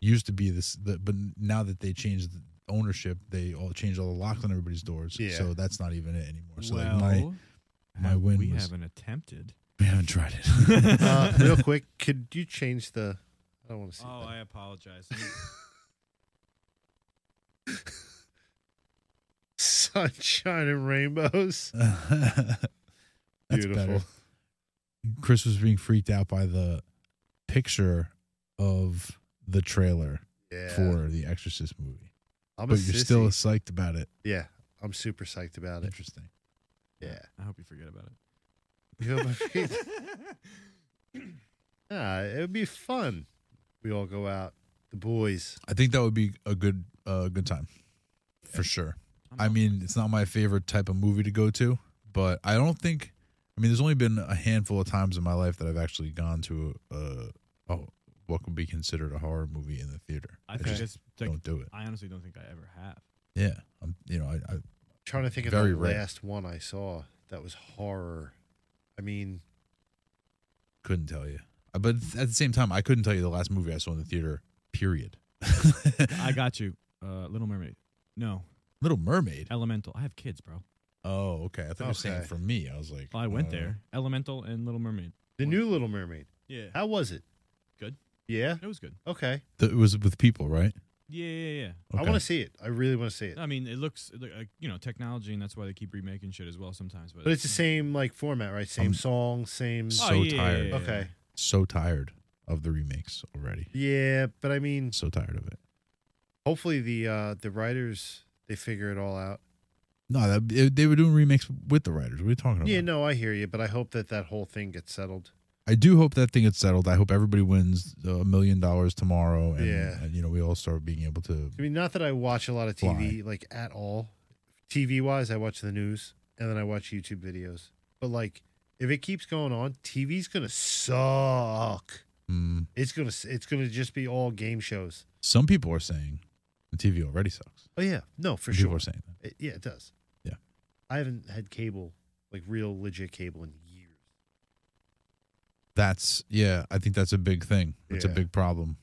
Speaker 1: used to be this the, but now that they changed the ownership they all changed all the locks on everybody's doors
Speaker 4: Yeah.
Speaker 1: so that's not even it anymore so
Speaker 3: well,
Speaker 1: like my my
Speaker 3: have-
Speaker 1: win
Speaker 3: We
Speaker 1: was-
Speaker 3: haven't attempted.
Speaker 1: We haven't tried it.
Speaker 4: uh, real quick, could you change the? I don't want to see.
Speaker 3: Oh,
Speaker 4: that.
Speaker 3: I apologize.
Speaker 4: Sunshine and rainbows.
Speaker 1: That's
Speaker 4: Uh, Beautiful.
Speaker 1: better. Chris was being freaked out by the picture of the trailer
Speaker 4: Yeah.
Speaker 1: for the Exorcist movie,
Speaker 4: I'm a
Speaker 1: but you're still
Speaker 4: sissy.
Speaker 1: psyched about it.
Speaker 4: Yeah, I'm super psyched about it.
Speaker 1: Interesting.
Speaker 4: Yeah.
Speaker 3: I hope you forget about it.
Speaker 4: You know what I mean? yeah, it would be fun. We all go out, the boys.
Speaker 1: I think that would be a good uh, good time for sure. I mean, it's not my favorite type of movie to go to, but I don't think. I mean, there's only been a handful of times in my life that I've actually gone to a, a, a what could be considered a horror movie in the theater.
Speaker 3: I think
Speaker 1: just
Speaker 3: it's like,
Speaker 1: don't do it.
Speaker 3: I honestly don't think I ever have.
Speaker 1: Yeah, I'm, you know, I, I
Speaker 4: trying to think of
Speaker 1: Very
Speaker 4: the
Speaker 1: rare.
Speaker 4: last one I saw that was horror. I mean,
Speaker 1: couldn't tell you, Uh, but at the same time, I couldn't tell you the last movie I saw in the theater. Period. I
Speaker 3: I got you. Uh, Little Mermaid. No,
Speaker 1: Little Mermaid.
Speaker 3: Elemental. I have kids, bro.
Speaker 1: Oh, okay. I thought you were saying
Speaker 4: Okay.
Speaker 1: for me. I was like,
Speaker 3: I went
Speaker 4: Oh,
Speaker 1: uh,
Speaker 3: there. Elemental and Little Mermaid.
Speaker 4: the new Little Mermaid.
Speaker 3: Yeah,
Speaker 4: How was it?
Speaker 3: Good.
Speaker 4: Yeah.
Speaker 3: it was good.
Speaker 4: Okay.
Speaker 1: Th- it was with people, right?
Speaker 3: Yeah, yeah, yeah.
Speaker 4: I want to see it. I really want to see it.
Speaker 3: I mean, it looks it look- like you know technology, and that's why they keep remaking shit as well sometimes. But, Oh,
Speaker 4: But it's the same like format, right? Same
Speaker 1: Um,
Speaker 4: song, same.
Speaker 1: so tired.
Speaker 3: yeah, yeah.
Speaker 4: Okay.
Speaker 1: so tired of the remakes already.
Speaker 4: Yeah, but I mean,
Speaker 1: So tired of it.
Speaker 4: hopefully the uh the writers they figure it all out.
Speaker 1: No, that, it- they were doing remakes with the writers. What are you talking about?
Speaker 4: Yeah, no, I hear you, but I hope that that whole thing gets settled.
Speaker 1: I do hope that thing gets settled. I hope everybody wins a million dollars tomorrow, and,
Speaker 4: Yeah.
Speaker 1: and you know we all start being able to.
Speaker 4: I mean, not that I watch a lot of TV like at all. TV wise, I watch the news and then I watch YouTube videos. But like, if it keeps going on, TV's gonna suck.
Speaker 1: Mm,
Speaker 4: It's gonna it's gonna just be all game shows.
Speaker 1: some people are saying the TV already sucks.
Speaker 4: Oh yeah, no, for
Speaker 1: people
Speaker 4: sure.
Speaker 1: are saying that.
Speaker 4: It, yeah, it does.
Speaker 1: Yeah.
Speaker 4: I haven't had cable, like real legit cable, in years.
Speaker 1: That's yeah. I think that's a big thing. It's a
Speaker 4: Yeah.
Speaker 1: big problem.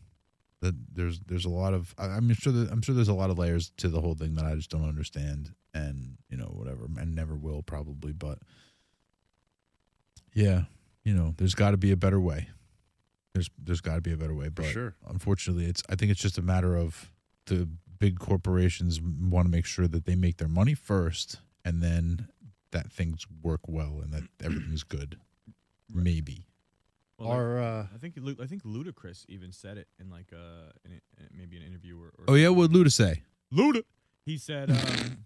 Speaker 1: That there's there's a lot of I- I'm sure that, I'm sure there's a lot of layers to the whole thing that I just don't understand and you know whatever and never will probably. But yeah, you know there's got to be a better way. There's there's got to be a better way. But
Speaker 4: sure.
Speaker 1: unfortunately, it's I think it's just a matter of the big corporations want to make sure that they make their money first and then that things work well and that everything's good. Maybe.
Speaker 3: Well, like,
Speaker 4: Or uh,
Speaker 3: I think Lu- I think Ludacris even said it in like uh in, in maybe an interview or, or
Speaker 1: Oh yeah, what Luda say?
Speaker 3: Luda. He said um,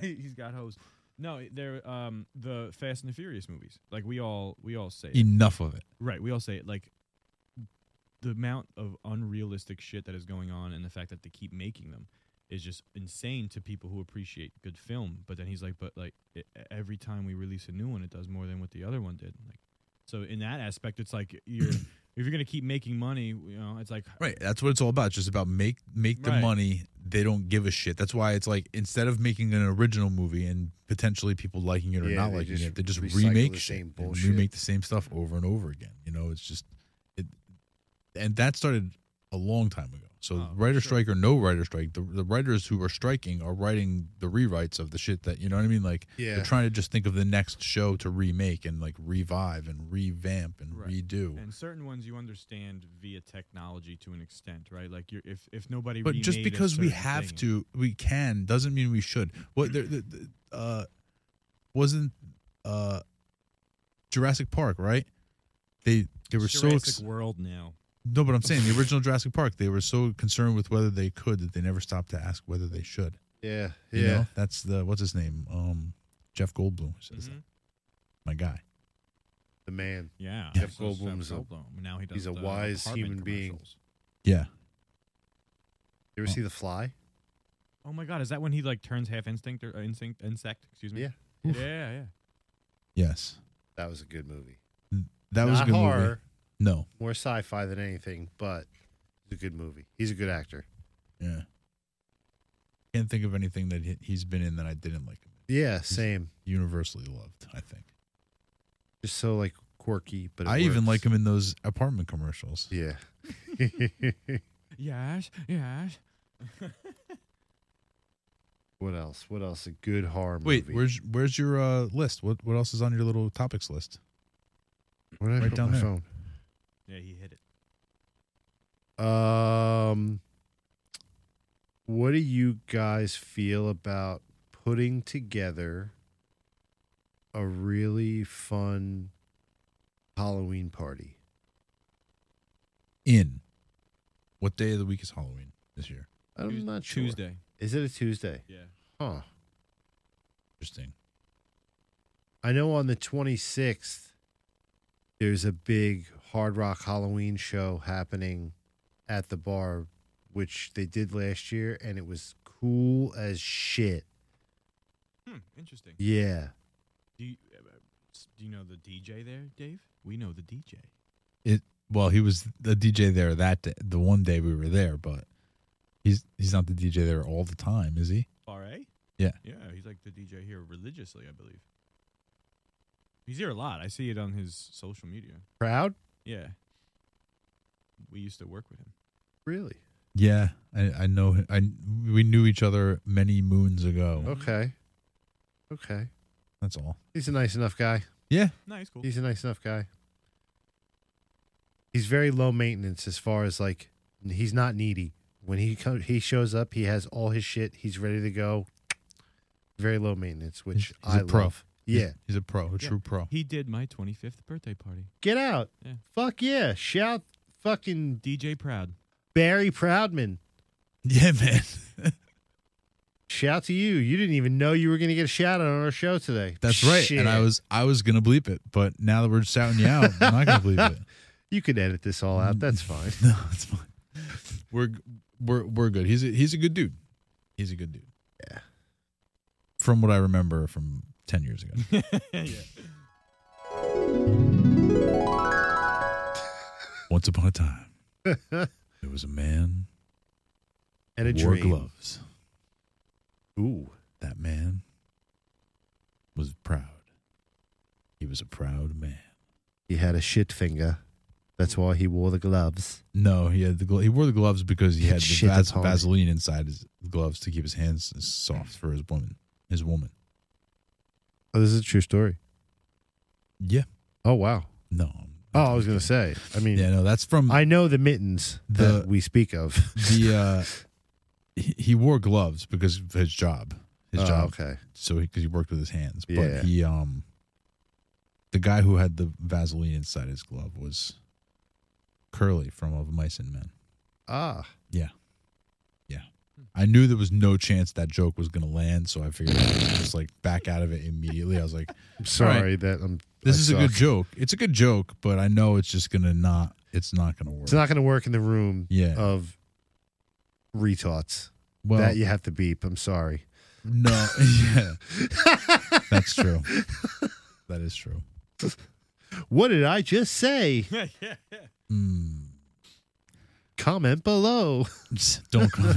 Speaker 3: he's got hoes. No, they're um the Fast and the Furious movies. Like we all we all say it.
Speaker 1: Enough of it.
Speaker 3: right. We all say it like the amount of unrealistic shit that is going on and the fact that they keep making them is just insane to people who appreciate good film. But then he's like, but like e- every time we release a new one, it does more than what the other one did. Like so in that aspect, it's like you're if you're gonna keep making money, you know, it's like
Speaker 1: Right. That's what it's all about. It's just about make make the
Speaker 3: Right.
Speaker 1: money. They don't give a shit. That's why it's like instead of making an original movie and potentially people liking it or
Speaker 4: Yeah,
Speaker 1: not
Speaker 4: they
Speaker 1: liking
Speaker 4: just
Speaker 1: it, they just
Speaker 4: recycle
Speaker 1: remake
Speaker 4: the
Speaker 1: shit.
Speaker 4: same
Speaker 1: They
Speaker 4: bullshit.
Speaker 1: remake the same stuff over and over again. You know, it's just it and that started a long time ago. So
Speaker 3: Oh,
Speaker 1: writer
Speaker 3: sure.
Speaker 1: strike or no writer strike, the, the writers who are striking are writing the rewrites of the shit that you know what I mean? Like
Speaker 4: yeah,
Speaker 1: they're trying to just think of the next show to remake and like revive and revamp and
Speaker 3: Right.
Speaker 1: redo.
Speaker 3: And certain ones you understand via technology to an extent, right? Like you're, if if nobody,
Speaker 1: but just
Speaker 3: remade a
Speaker 1: because we
Speaker 3: certain
Speaker 1: have
Speaker 3: thing-
Speaker 1: to we can doesn't mean we should what there the, the, uh wasn't uh Jurassic Park, right? They they were so
Speaker 3: Jurassic
Speaker 1: ex-
Speaker 3: World now.
Speaker 1: no, but I'm saying the original Jurassic Park. They were so concerned with whether they could that they never stopped to ask whether they should.
Speaker 4: Yeah,
Speaker 1: You
Speaker 4: yeah.
Speaker 1: know? that's the what's his name? Um, Jeff Goldblum says that.
Speaker 3: Mhm.
Speaker 1: My guy.
Speaker 4: The man.
Speaker 3: Yeah,
Speaker 4: Jeff
Speaker 3: so it's
Speaker 4: Goldblum's a-
Speaker 3: Goldblum. Now he does
Speaker 4: he's a
Speaker 3: the
Speaker 4: wise
Speaker 3: apartment
Speaker 4: human being.
Speaker 3: commercials.
Speaker 1: Yeah.
Speaker 4: You ever see The Fly?
Speaker 3: Oh my god, is that when he like turns half instinct or uh, instinct insect? Excuse me.
Speaker 4: Yeah.
Speaker 3: yeah, yeah. yeah.
Speaker 1: Yes.
Speaker 4: That was a good movie.
Speaker 1: That was a
Speaker 4: Not
Speaker 1: good
Speaker 4: horror,
Speaker 1: movie. No.
Speaker 4: more sci-fi than anything, but it's a good movie. He's a good actor.
Speaker 1: Yeah. Can't think of anything that he- he's been in that I didn't like.
Speaker 4: Yeah, same.
Speaker 1: Universally loved, I think.
Speaker 4: Just so like quirky, but it
Speaker 1: I even like
Speaker 4: works.
Speaker 1: him in those apartment commercials.
Speaker 4: Yeah.
Speaker 3: Yes, yes.
Speaker 4: what else? What else? A good horror
Speaker 1: Wait,
Speaker 4: movie.
Speaker 1: where's where's your uh, list? What what else is on your little topics list?
Speaker 4: Where did I
Speaker 1: right
Speaker 4: put
Speaker 1: down
Speaker 4: my
Speaker 1: there.
Speaker 4: phone?
Speaker 3: Yeah, he hit it.
Speaker 4: Um, what do you guys feel about putting together a really fun Halloween party?
Speaker 1: In what day of the week is Halloween this year?
Speaker 4: I'm
Speaker 3: Tues-
Speaker 4: not sure.
Speaker 3: Tuesday.
Speaker 4: Is it a Tuesday?
Speaker 3: Yeah.
Speaker 4: Huh.
Speaker 1: Interesting.
Speaker 4: I know on the 26th, there's a big Hard Rock Halloween show happening at the bar, which they did last year, and it was cool as shit.
Speaker 3: Hmm. Interesting.
Speaker 4: Yeah.
Speaker 3: Do you, uh, uh, s- do you know the DJ there, Dave? We know the DJ.
Speaker 1: It well, he was the DJ there that day, the one day we were there, but he's he's not the DJ there all the time, is he?
Speaker 3: RA?
Speaker 1: Yeah.
Speaker 3: Yeah, he's like the DJ here religiously, I believe. He's here a lot. I see it on his social media.
Speaker 4: Proud?
Speaker 3: Yeah. We used to work with him.
Speaker 4: Really?
Speaker 1: Yeah, I, I know. hi- I we knew each other many moons ago.
Speaker 4: Okay. Okay.
Speaker 1: That's all.
Speaker 4: He's a nice enough guy.
Speaker 1: Yeah,
Speaker 3: No, he's cool.
Speaker 4: He's a nice enough guy. He's very low maintenance as far as like he's not needy. When he comes, he shows up. He has all his shit. He's ready to go. Very low maintenance, which
Speaker 1: He's- he's
Speaker 4: I
Speaker 1: a pro.
Speaker 4: love.
Speaker 1: He's-
Speaker 4: Yeah,
Speaker 1: he's, a pro, a
Speaker 3: Yeah.
Speaker 1: true pro.
Speaker 3: he did my 25th birthday party.
Speaker 4: get out.
Speaker 3: Yeah.
Speaker 4: Fuck yeah! Shout fucking
Speaker 3: DJ Proud.
Speaker 4: Barry Proudman.
Speaker 1: Yeah, man.
Speaker 4: Shout to you. You didn't even know you were gonna get a shout out on our show today.
Speaker 1: That's right.
Speaker 4: Shit.
Speaker 1: And I was I was gonna bleep it, but now that we're shouting you out, I'm not gonna bleep it.
Speaker 4: You could edit this all out. Uh, That's fine.
Speaker 1: No, it's fine. We're we're we're good. He's a, he's a good dude. He's a good dude.
Speaker 4: Yeah.
Speaker 1: From what I remember from ten years ago.
Speaker 3: yeah.
Speaker 1: Once upon a time, there was a man
Speaker 4: And a
Speaker 1: who wore
Speaker 4: dream.
Speaker 1: gloves.
Speaker 4: Ooh.
Speaker 1: That man was proud. He was a proud man.
Speaker 4: He had a shit finger. That's why he wore the gloves.
Speaker 1: No, he had the glo- he wore the gloves because he had the
Speaker 4: Shit,
Speaker 1: vas-
Speaker 4: that's hard.
Speaker 1: Vaseline inside his gloves to keep his hands soft for his woman. His woman.
Speaker 4: Oh, this is a true story.
Speaker 1: Yeah.
Speaker 4: Oh wow.
Speaker 1: No.
Speaker 4: Oh, I was gonna say. I mean,
Speaker 1: Yeah, no, that's from
Speaker 4: I know the mittens that
Speaker 1: The-
Speaker 4: we speak of.
Speaker 1: the uh he, he wore gloves because of his job. His
Speaker 4: Oh,
Speaker 1: uh, job.
Speaker 4: Okay.
Speaker 1: So he cuz he worked with his hands,
Speaker 4: Yeah.
Speaker 1: but he um the guy who had the Vaseline inside his glove was Curly from Of Mice and Men.
Speaker 4: Ah, Hmm.
Speaker 1: I knew there was no chance that joke was going to land, so I figured I'd just like back out of it immediately. I was like,
Speaker 4: I'm sorry that I'm.
Speaker 1: this
Speaker 4: I
Speaker 1: is a good
Speaker 4: suck.
Speaker 1: joke. It's a good joke, but I know it's just going to not it's not going to work.
Speaker 4: It's not gonna work in the room
Speaker 1: yeah.
Speaker 4: of retards.
Speaker 1: well,
Speaker 4: that you have to beep. I'm sorry.
Speaker 1: no. Yeah. That's true. That is true.
Speaker 4: What did I just say?
Speaker 3: yeah, yeah, yeah.
Speaker 1: Mm.
Speaker 4: Comment below.
Speaker 1: Don't comment.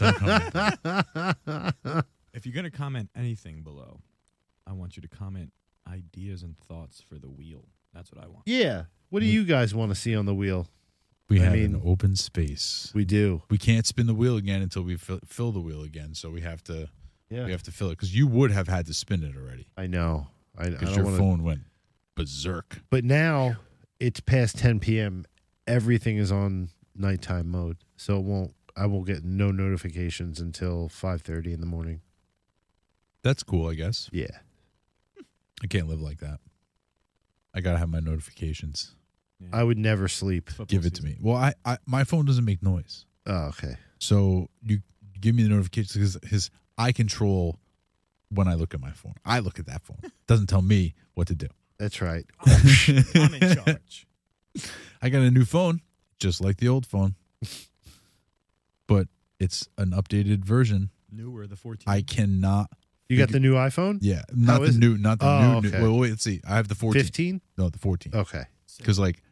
Speaker 1: Don't comment.
Speaker 3: If you're going to comment anything below, I want you to comment ideas and thoughts for the wheel. That's what I want.
Speaker 4: yeah. What do you guys want to see on the wheel?
Speaker 1: We
Speaker 4: I
Speaker 1: have
Speaker 4: mean-
Speaker 1: an open space.
Speaker 4: We do.
Speaker 1: We can't spin the wheel again until we fill, fill the wheel again. So we have to
Speaker 4: Yeah.
Speaker 1: we have to fill it because you would have had to spin it already
Speaker 4: I know. I, I
Speaker 1: because
Speaker 4: don't
Speaker 1: your
Speaker 4: want to
Speaker 1: phone went berserk.
Speaker 4: But now it's past 10 p.m. Everything is on nighttime mode, so it won't. I will get no notifications until 5:30 in the morning.
Speaker 1: That's cool, I guess.
Speaker 4: Yeah,
Speaker 1: I can't live like that. I gotta have my notifications.
Speaker 4: I would never sleep.
Speaker 3: Football
Speaker 1: Give it to me.
Speaker 3: season.
Speaker 1: Well, I, I my phone doesn't make noise,
Speaker 4: Oh, okay.
Speaker 1: so you give me the notifications because his I control when I look at my phone. I look at that phone. Doesn't tell me what to do.
Speaker 4: That's right.
Speaker 3: I'm in charge.
Speaker 1: I got a new phone, just like the old phone, but it's an updated version.
Speaker 3: Newer the 14.
Speaker 1: I cannot.
Speaker 4: You got the new iPhone?
Speaker 1: Yeah, not the
Speaker 4: is it?
Speaker 1: new, not the new.
Speaker 4: Oh,
Speaker 1: new-
Speaker 4: okay. Oh.
Speaker 1: wait, wait, let's see. I have the 14.
Speaker 4: 15?
Speaker 1: No, the 14.
Speaker 4: Okay.
Speaker 1: because like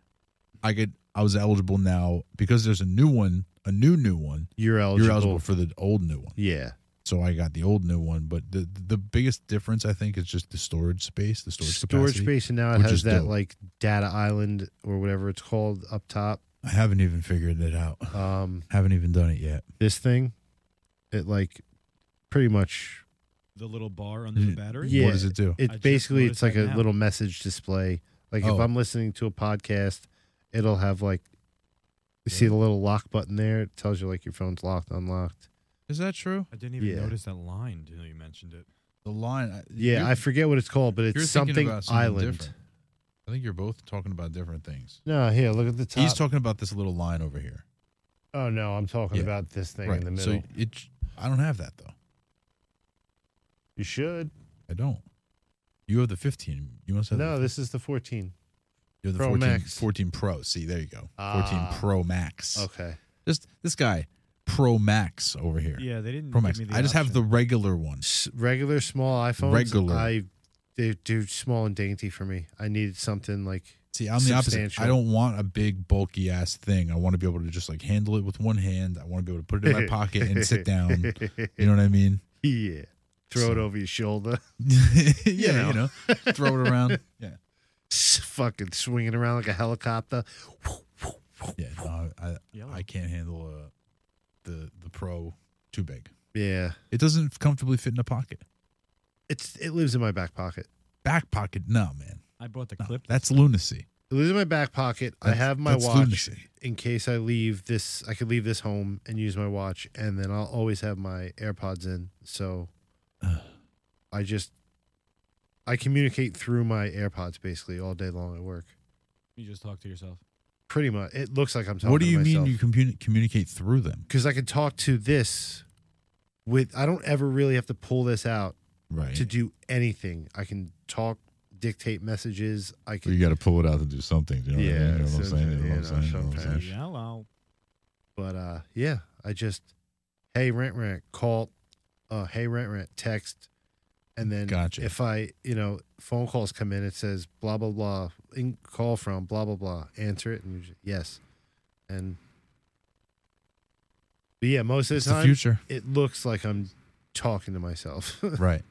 Speaker 1: I could I was eligible now because there's a new one, a new new one.
Speaker 4: You're eligible.
Speaker 1: You're eligible for the old new one.
Speaker 4: yeah.
Speaker 1: So I got the old new one, but the the biggest difference I think is just the storage space, the storage,
Speaker 4: Storage
Speaker 1: capacity.
Speaker 4: space, and now it
Speaker 1: which
Speaker 4: has
Speaker 1: is
Speaker 4: that
Speaker 1: dope.
Speaker 4: like data island or whatever it's called up top.
Speaker 1: I haven't even figured it out.
Speaker 4: Um,
Speaker 1: haven't even done it yet.
Speaker 4: this thing, it like pretty much.
Speaker 3: the little bar under the
Speaker 1: Mm,
Speaker 3: battery.
Speaker 4: Yeah.
Speaker 1: What does it do?
Speaker 3: I
Speaker 4: It's
Speaker 3: just
Speaker 4: basically
Speaker 3: noticed
Speaker 4: it's like a
Speaker 3: that now.
Speaker 4: little message display. Like
Speaker 1: Oh.
Speaker 4: if I'm listening to a podcast, it'll have like you see the little lock button there. It tells you like your phone's locked, unlocked.
Speaker 1: Is that true?
Speaker 3: I didn't even
Speaker 4: Yeah.
Speaker 3: notice that line until you mentioned it.
Speaker 1: The line. I-
Speaker 4: Yeah,
Speaker 1: you-
Speaker 4: I forget what it's called, but
Speaker 1: you're
Speaker 4: it's
Speaker 1: thinking
Speaker 4: something,
Speaker 1: about
Speaker 4: island.
Speaker 1: different. I think you're both talking about different things.
Speaker 4: No, here, look at the top.
Speaker 1: He's talking about this little line over here.
Speaker 4: oh no, I'm talking
Speaker 1: Yeah.
Speaker 4: about this thing in the middle.
Speaker 1: So it. I don't have that though.
Speaker 4: you should.
Speaker 1: I don't. You have the 15. You must have the
Speaker 4: No, this is the 14.
Speaker 1: You have the
Speaker 4: Pro
Speaker 1: 14,
Speaker 4: Max.
Speaker 1: 14 Pro. See, there you go. 14
Speaker 4: Ah.
Speaker 1: Pro Max.
Speaker 4: Okay.
Speaker 1: Just this guy, Pro Max over here.
Speaker 3: Yeah, they didn't.
Speaker 1: Pro
Speaker 3: give
Speaker 1: Max.
Speaker 3: me the
Speaker 1: I just have the
Speaker 3: option.
Speaker 1: regular one.
Speaker 4: S- regular small iPhones.
Speaker 1: Regular.
Speaker 4: I they're, they're small and dainty for me. I needed something like
Speaker 1: See, I'm the opposite.
Speaker 4: Substantial.
Speaker 1: I don't want a big bulky ass thing. I want to be able to just like handle it with one hand. I want to be able to put it in my pocket and sit down. You know what I mean?
Speaker 4: yeah. Throw it over your shoulder.
Speaker 1: yeah,
Speaker 4: know.
Speaker 1: you know, throw it around. Yeah,
Speaker 4: S- Fucking swinging around like a helicopter.
Speaker 1: yeah. No, I
Speaker 3: Yellow.
Speaker 1: I can't handle uh, the the Pro too big.
Speaker 4: Yeah.
Speaker 1: It doesn't comfortably fit in a pocket.
Speaker 4: It's it lives in my back pocket.
Speaker 1: Back pocket, no man.
Speaker 3: I brought the
Speaker 1: No,
Speaker 3: clip.
Speaker 1: that's lunacy.
Speaker 4: It lives in my back pocket. I
Speaker 1: That's-
Speaker 4: have my
Speaker 1: that's
Speaker 4: watch
Speaker 1: lunacy.
Speaker 4: in case I leave this I could leave this home and use my watch and then I'll always have my AirPods in. So I just I communicate through my AirPods basically all day long at work.
Speaker 3: You just talk to yourself.
Speaker 4: Pretty much. It looks like I'm talking
Speaker 1: What do you
Speaker 4: to
Speaker 1: mean you communi- communicate through them?
Speaker 4: Because I can talk to this with, I don't ever really have to pull this out
Speaker 1: Right.
Speaker 4: to do anything. I can talk, dictate messages. I
Speaker 1: you
Speaker 4: can,
Speaker 1: got to pull it out to do something. You know
Speaker 4: Yeah,
Speaker 1: what I mean? You know what I'm saying? You know what I'm saying?
Speaker 4: sometimes,
Speaker 1: You know what I'm
Speaker 4: you know,
Speaker 1: saying?
Speaker 4: sometimes.
Speaker 3: Yellow.
Speaker 4: but uh, yeah, I just, hey, rent, rent, call, uh, hey, rent, rent, text. And then
Speaker 1: Gotcha.
Speaker 4: if I, you know, phone calls come in, it says blah, blah, blah, in, call from blah, blah, blah, answer it. And you just, yes. And, but yeah, most of
Speaker 1: It's
Speaker 4: the
Speaker 1: the
Speaker 4: time,
Speaker 1: future.
Speaker 4: it looks like I'm talking to myself.
Speaker 1: Right.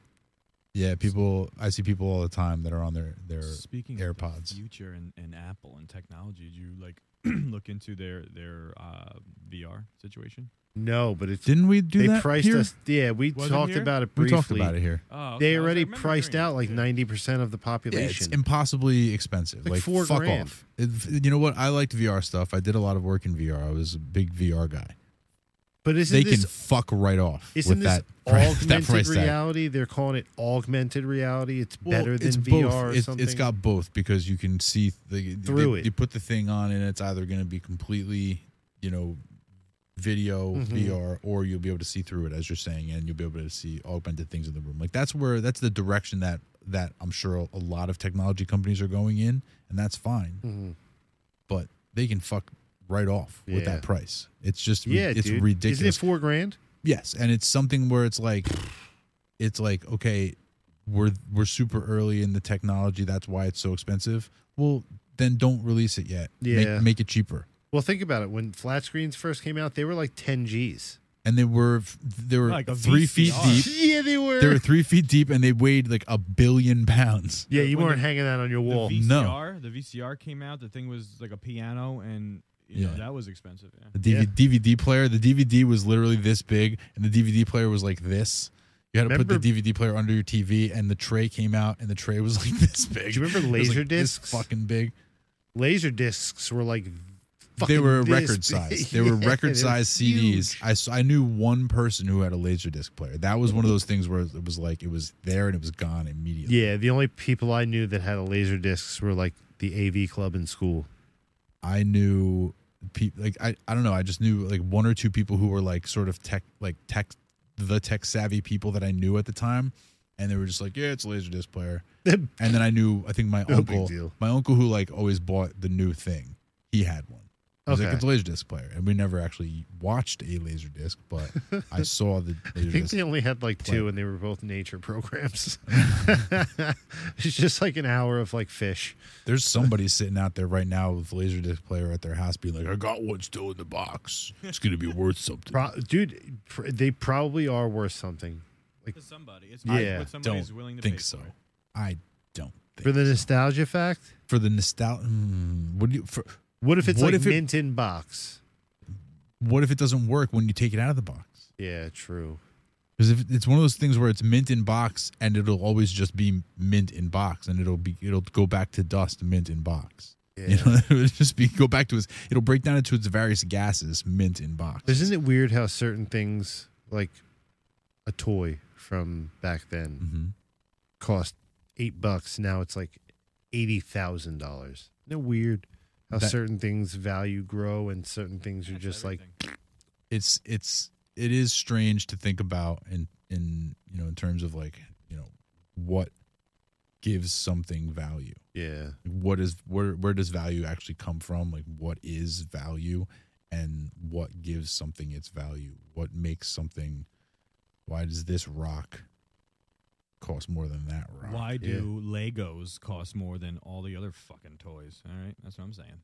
Speaker 1: Yeah, people. I see people all the time that are on their their.
Speaker 3: Speaking of
Speaker 1: AirPods.
Speaker 3: the future and, and Apple and technology, did you like look into their their uh, VR situation?
Speaker 4: no, but it's
Speaker 1: Didn't we do
Speaker 4: they
Speaker 1: that
Speaker 4: priced
Speaker 1: here?
Speaker 4: us. Yeah, we
Speaker 3: Was it
Speaker 4: talked
Speaker 3: here?
Speaker 4: about it
Speaker 1: We
Speaker 4: briefly.
Speaker 1: talked about it here.
Speaker 3: Oh, okay, I
Speaker 4: They
Speaker 3: was- I
Speaker 4: already
Speaker 3: remember
Speaker 4: priced
Speaker 3: hearing
Speaker 4: out
Speaker 3: it,
Speaker 4: like
Speaker 3: yeah.
Speaker 4: ninety percent of the
Speaker 1: Yeah, it's
Speaker 4: population.
Speaker 1: impossibly expensive.
Speaker 4: Like
Speaker 1: Like,
Speaker 4: four
Speaker 1: fuck
Speaker 4: grand.
Speaker 1: off. It- you know what? I liked VR stuff. I did a lot of work in VR. I was a big VR guy.
Speaker 4: but isn't
Speaker 1: they
Speaker 4: this
Speaker 1: can fuck right off
Speaker 4: isn't
Speaker 1: with
Speaker 4: this
Speaker 1: that, pri- that
Speaker 4: augmented
Speaker 1: price tag.
Speaker 4: reality? They're calling it augmented reality. It's
Speaker 1: Well,
Speaker 4: better than
Speaker 1: it's
Speaker 4: VR
Speaker 1: both.
Speaker 4: or
Speaker 1: It's-
Speaker 4: something.
Speaker 1: It's got both because you can see the,
Speaker 4: Through
Speaker 1: they-
Speaker 4: it.
Speaker 1: You put the thing on, and it's either going to be completely, you know, video
Speaker 4: Mhm.
Speaker 1: VR, or you'll be able to see through it, as you're saying, and you'll be able to see augmented things in the room. Like that's where that's the direction that that I'm sure a lot of technology companies are going in, and that's fine.
Speaker 4: Mhm.
Speaker 1: But they can fuck right off with
Speaker 4: Yeah.
Speaker 1: that price. It's just
Speaker 4: yeah,
Speaker 1: it's
Speaker 4: dude.
Speaker 1: ridiculous.
Speaker 4: Isn't it four grand?
Speaker 1: Yes, and it's something where it's like, it's like okay, we're we're super early in the technology. That's why it's so expensive. Well, then don't release it yet.
Speaker 4: Yeah.
Speaker 1: make, make it cheaper.
Speaker 4: Well, think about it. When flat screens first came out, they were like ten Gs.
Speaker 1: And they were they were
Speaker 3: Like a
Speaker 1: three feet
Speaker 3: VCR.
Speaker 1: deep.
Speaker 4: yeah, they were.
Speaker 1: They were three feet deep, and they weighed like a billion pounds.
Speaker 4: yeah, you
Speaker 3: When
Speaker 4: weren't
Speaker 3: the-
Speaker 4: hanging that on your
Speaker 3: The
Speaker 4: wall.
Speaker 1: V-
Speaker 3: VCR, the VCR came out. The thing was like a piano, and you know
Speaker 1: Yeah.
Speaker 3: that was expensive. Yeah.
Speaker 1: The DV,
Speaker 4: Yeah.
Speaker 1: DVD player, the DVD was literally this big, and the DVD player was like this. You had to put
Speaker 4: Remember-
Speaker 1: the DVD player under your TV, and the tray came out, and the tray was like this big.
Speaker 4: Do you remember
Speaker 1: It was, like,
Speaker 4: laser
Speaker 1: this
Speaker 4: discs?
Speaker 1: Fucking big.
Speaker 4: Laser discs were like
Speaker 1: they
Speaker 4: fucking
Speaker 1: were
Speaker 4: this
Speaker 1: record size.
Speaker 4: big.
Speaker 1: They were
Speaker 4: Yeah,
Speaker 1: record
Speaker 4: they were
Speaker 1: size
Speaker 4: huge.
Speaker 1: CDs. I s- I knew one person who had a laser disc player. That was one of those things where it was like it was there and it was gone immediately.
Speaker 4: Yeah, the only people I knew that had a laser discs were like the AV club in school.
Speaker 1: I knew people like I, I don't know, I just knew like one or two people who were like sort of tech like tech the tech savvy people that I knew at the time and they were just like, Yeah, it's a laser disc player. and then I knew I think my
Speaker 4: No big
Speaker 1: uncle
Speaker 4: deal.
Speaker 1: my uncle who like always bought the new thing, he had one. I was like,
Speaker 4: Okay.
Speaker 1: it's a laser disc player. And we never actually watched a laser disc, but I saw the
Speaker 4: I
Speaker 1: laser
Speaker 4: think
Speaker 1: disc.
Speaker 4: they only had like
Speaker 1: Play.
Speaker 4: two, and they were both nature programs. it's just like an hour of like fish.
Speaker 1: There's somebody sitting out there right now with a laser disc player at their house being like, I got one still in the box. It's gonna be worth something.
Speaker 4: Pro- dude, pr- they probably are worth something
Speaker 3: To somebody. It's worth
Speaker 4: Yeah.
Speaker 3: what somebody's
Speaker 1: don't
Speaker 3: willing to
Speaker 1: think
Speaker 3: pay
Speaker 1: so.
Speaker 3: For it.
Speaker 1: I don't think
Speaker 4: for the nostalgia fact.
Speaker 1: for the nostalgia. Mm, what do you? For,
Speaker 4: What if it's
Speaker 1: What
Speaker 4: like
Speaker 1: if it-
Speaker 4: mint in box?
Speaker 1: what if it doesn't work when you take it out of the box?
Speaker 4: Yeah, true.
Speaker 1: Because if it's one of those things where it's mint in box and it'll always just be mint in box and it'll be it'll go back to dust mint in box.
Speaker 4: Yeah.
Speaker 1: You know, it'll just be go back to its. It'll break down into its various gases mint in box.
Speaker 4: Isn't it weird how certain things, like a toy from back then,
Speaker 1: hmm
Speaker 4: cost eight bucks. Now it's like eighty thousand dollars. Isn't it weird how
Speaker 1: That-
Speaker 4: certain things value grow and certain things are
Speaker 3: That's
Speaker 4: just like
Speaker 3: everything.
Speaker 1: It's it's it is strange to think about in in you know in terms of like you know what gives something value.
Speaker 4: yeah.
Speaker 1: Like, what is where where does value actually come from like what is value and what gives something its value what makes something why does this rock cost more than that rock
Speaker 3: Why do Legos cost more than all the other fucking toys? All right, that's what I'm saying.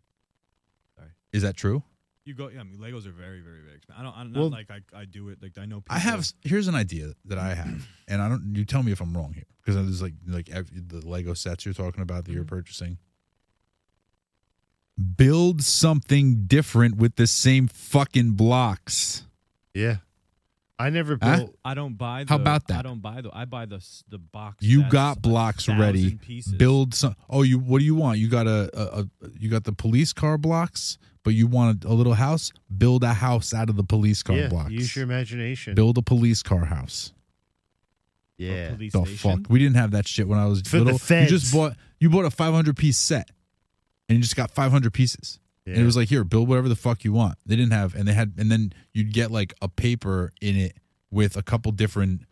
Speaker 1: is that true
Speaker 3: You go, yeah. I mean, Legos are very, very, very expensive. I don't, I'm
Speaker 4: Well-
Speaker 3: not like I, I do it. Like I know. People,
Speaker 1: i have here's an idea that i have and i don't you tell me if i'm wrong here because there's like like ev- the lego sets you're talking about that you're
Speaker 3: Mm-hmm.
Speaker 1: purchasing build something different with the same fucking blocks
Speaker 4: Yeah. I never
Speaker 1: Huh?
Speaker 4: built
Speaker 3: I don't buy. The,
Speaker 1: How about that?
Speaker 3: I don't buy the. I buy the s- the box.
Speaker 1: You
Speaker 3: that's
Speaker 1: got
Speaker 3: a
Speaker 1: blocks
Speaker 3: thousand
Speaker 1: ready.
Speaker 3: Pieces.
Speaker 1: build some oh you what do you want you got a, a, a you got the police car blocks but you want a, a little house build a house out of the police car
Speaker 4: yeah,
Speaker 1: blocks
Speaker 4: Use your imagination.
Speaker 1: build a police car house
Speaker 3: a
Speaker 4: yeah.
Speaker 3: police
Speaker 1: the
Speaker 3: station.
Speaker 1: fuck we didn't have that shit when i was
Speaker 4: For the
Speaker 1: little you
Speaker 4: feds.
Speaker 1: just bought you bought a 500 piece set and you just got 500 pieces and
Speaker 4: Yeah.
Speaker 1: it was like, here, build whatever the fuck you want. They didn't have, and they had, and then you'd get like a paper in it with a couple different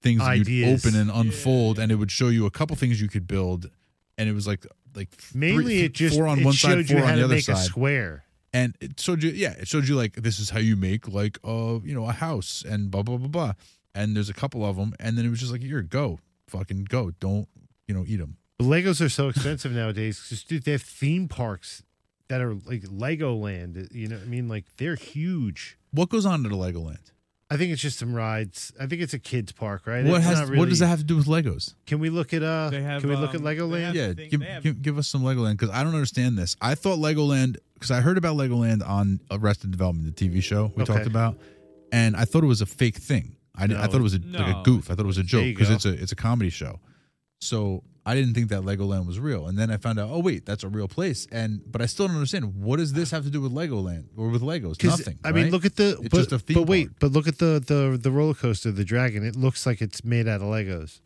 Speaker 1: things that you'd
Speaker 4: Ideas.
Speaker 1: open and unfold, and it would show you a couple things you could build. And it was like, like three-
Speaker 4: mainly it just
Speaker 1: four on
Speaker 4: it
Speaker 1: one
Speaker 4: showed
Speaker 1: side,
Speaker 4: you
Speaker 1: four
Speaker 4: how
Speaker 1: on the
Speaker 4: to
Speaker 1: other
Speaker 4: make a
Speaker 1: side,
Speaker 4: square.
Speaker 1: and it showed you, yeah, it showed you like this is how you make like uh you know a house and blah blah blah blah. And there's a couple of them, and then it was just like, here, go, fucking go, don't you know eat them.
Speaker 4: But Legos are so expensive nowadays. Just dude, they have theme parks that are like Legoland. uh, You know, what I mean, like they're huge.
Speaker 1: What goes on at a Legoland?
Speaker 4: I think it's just some rides. I think it's a kids park, right?
Speaker 1: what
Speaker 4: It's
Speaker 1: has
Speaker 4: not really-
Speaker 1: what does that have to do with Legos?
Speaker 4: Can we look at uh?
Speaker 3: They have,
Speaker 4: can we look at
Speaker 3: um, they
Speaker 4: Legoland?
Speaker 3: have-
Speaker 1: yeah,
Speaker 3: thing-
Speaker 1: give,
Speaker 3: they have-
Speaker 1: give, give us some Legoland because I don't understand this. I thought Legoland because I heard about Legoland on Arrested Development, the TV show we
Speaker 4: Okay.
Speaker 1: talked about, and I thought it was a fake thing. I, didn't I
Speaker 4: No,
Speaker 1: thought it was a, like
Speaker 3: no,
Speaker 1: a goof. I thought it was a
Speaker 4: There
Speaker 1: joke
Speaker 4: you
Speaker 1: because
Speaker 4: go.
Speaker 1: it's a it's a comedy show. So I didn't think that Legoland was real, and then I found out. Oh wait, that's a real place. And but I still don't understand what does this have to do with Legoland or with Legos?
Speaker 4: 'Cause,
Speaker 1: Nothing.
Speaker 4: I mean,
Speaker 1: right?
Speaker 4: look at the.
Speaker 1: It's
Speaker 4: but,
Speaker 1: just a theme
Speaker 4: but wait,
Speaker 1: park.
Speaker 4: but look at the the the roller coaster, the dragon. It looks like it's made out of Legos.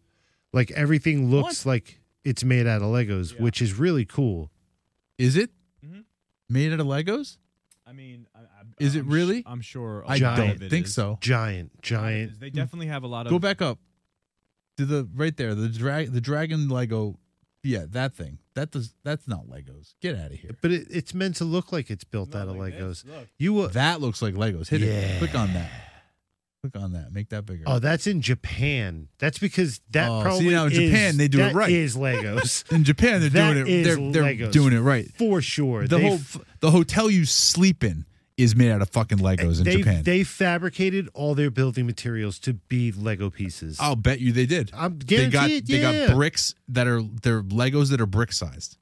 Speaker 4: Like everything looks like it's made out of Legos,
Speaker 3: Yeah.
Speaker 4: which is really cool.
Speaker 1: is it
Speaker 4: Mm-hmm.
Speaker 3: Mhm.
Speaker 1: made out of Legos?
Speaker 3: I mean, I, I,
Speaker 1: Is it
Speaker 3: I'm
Speaker 1: really?
Speaker 3: Sh- I'm sure. a
Speaker 1: I
Speaker 3: lot
Speaker 4: Giant.
Speaker 1: don't
Speaker 3: of it
Speaker 1: think
Speaker 3: is.
Speaker 1: so.
Speaker 4: Giant,
Speaker 3: A lot of it
Speaker 4: giant.
Speaker 3: is. They definitely have a lot of.
Speaker 1: Mm. Go back up to the right there. The drag, the dragon Lego. Yeah, that thing. That does. That's not Legos. Get out of here.
Speaker 4: But it, it's meant to look like it's built out of
Speaker 3: like
Speaker 4: Legos.
Speaker 3: this. Look,
Speaker 4: You uh, will.
Speaker 1: That looks like Legos. Hit
Speaker 4: Yeah.
Speaker 1: it. Click on that. Click on that. Make that bigger.
Speaker 4: Oh, that's in Japan. That's because that
Speaker 1: Oh, see,
Speaker 4: probably
Speaker 1: now in
Speaker 4: is-
Speaker 1: Japan, they do it
Speaker 4: that
Speaker 1: right.
Speaker 4: Is Legos
Speaker 1: in Japan, they're
Speaker 4: that
Speaker 1: doing it.
Speaker 4: is
Speaker 1: They're, they're
Speaker 4: Legos.
Speaker 1: doing it right.
Speaker 4: for sure.
Speaker 1: The
Speaker 4: They
Speaker 1: whole f- the hotel you sleep in is made out of fucking Legos in
Speaker 4: they,
Speaker 1: Japan.
Speaker 4: They fabricated all their building materials to be Lego pieces.
Speaker 1: I'll bet you they did.
Speaker 4: I'm
Speaker 1: They
Speaker 4: guaranteed.
Speaker 1: got they
Speaker 4: yeah.
Speaker 1: got bricks that are they're Legos that are brick sized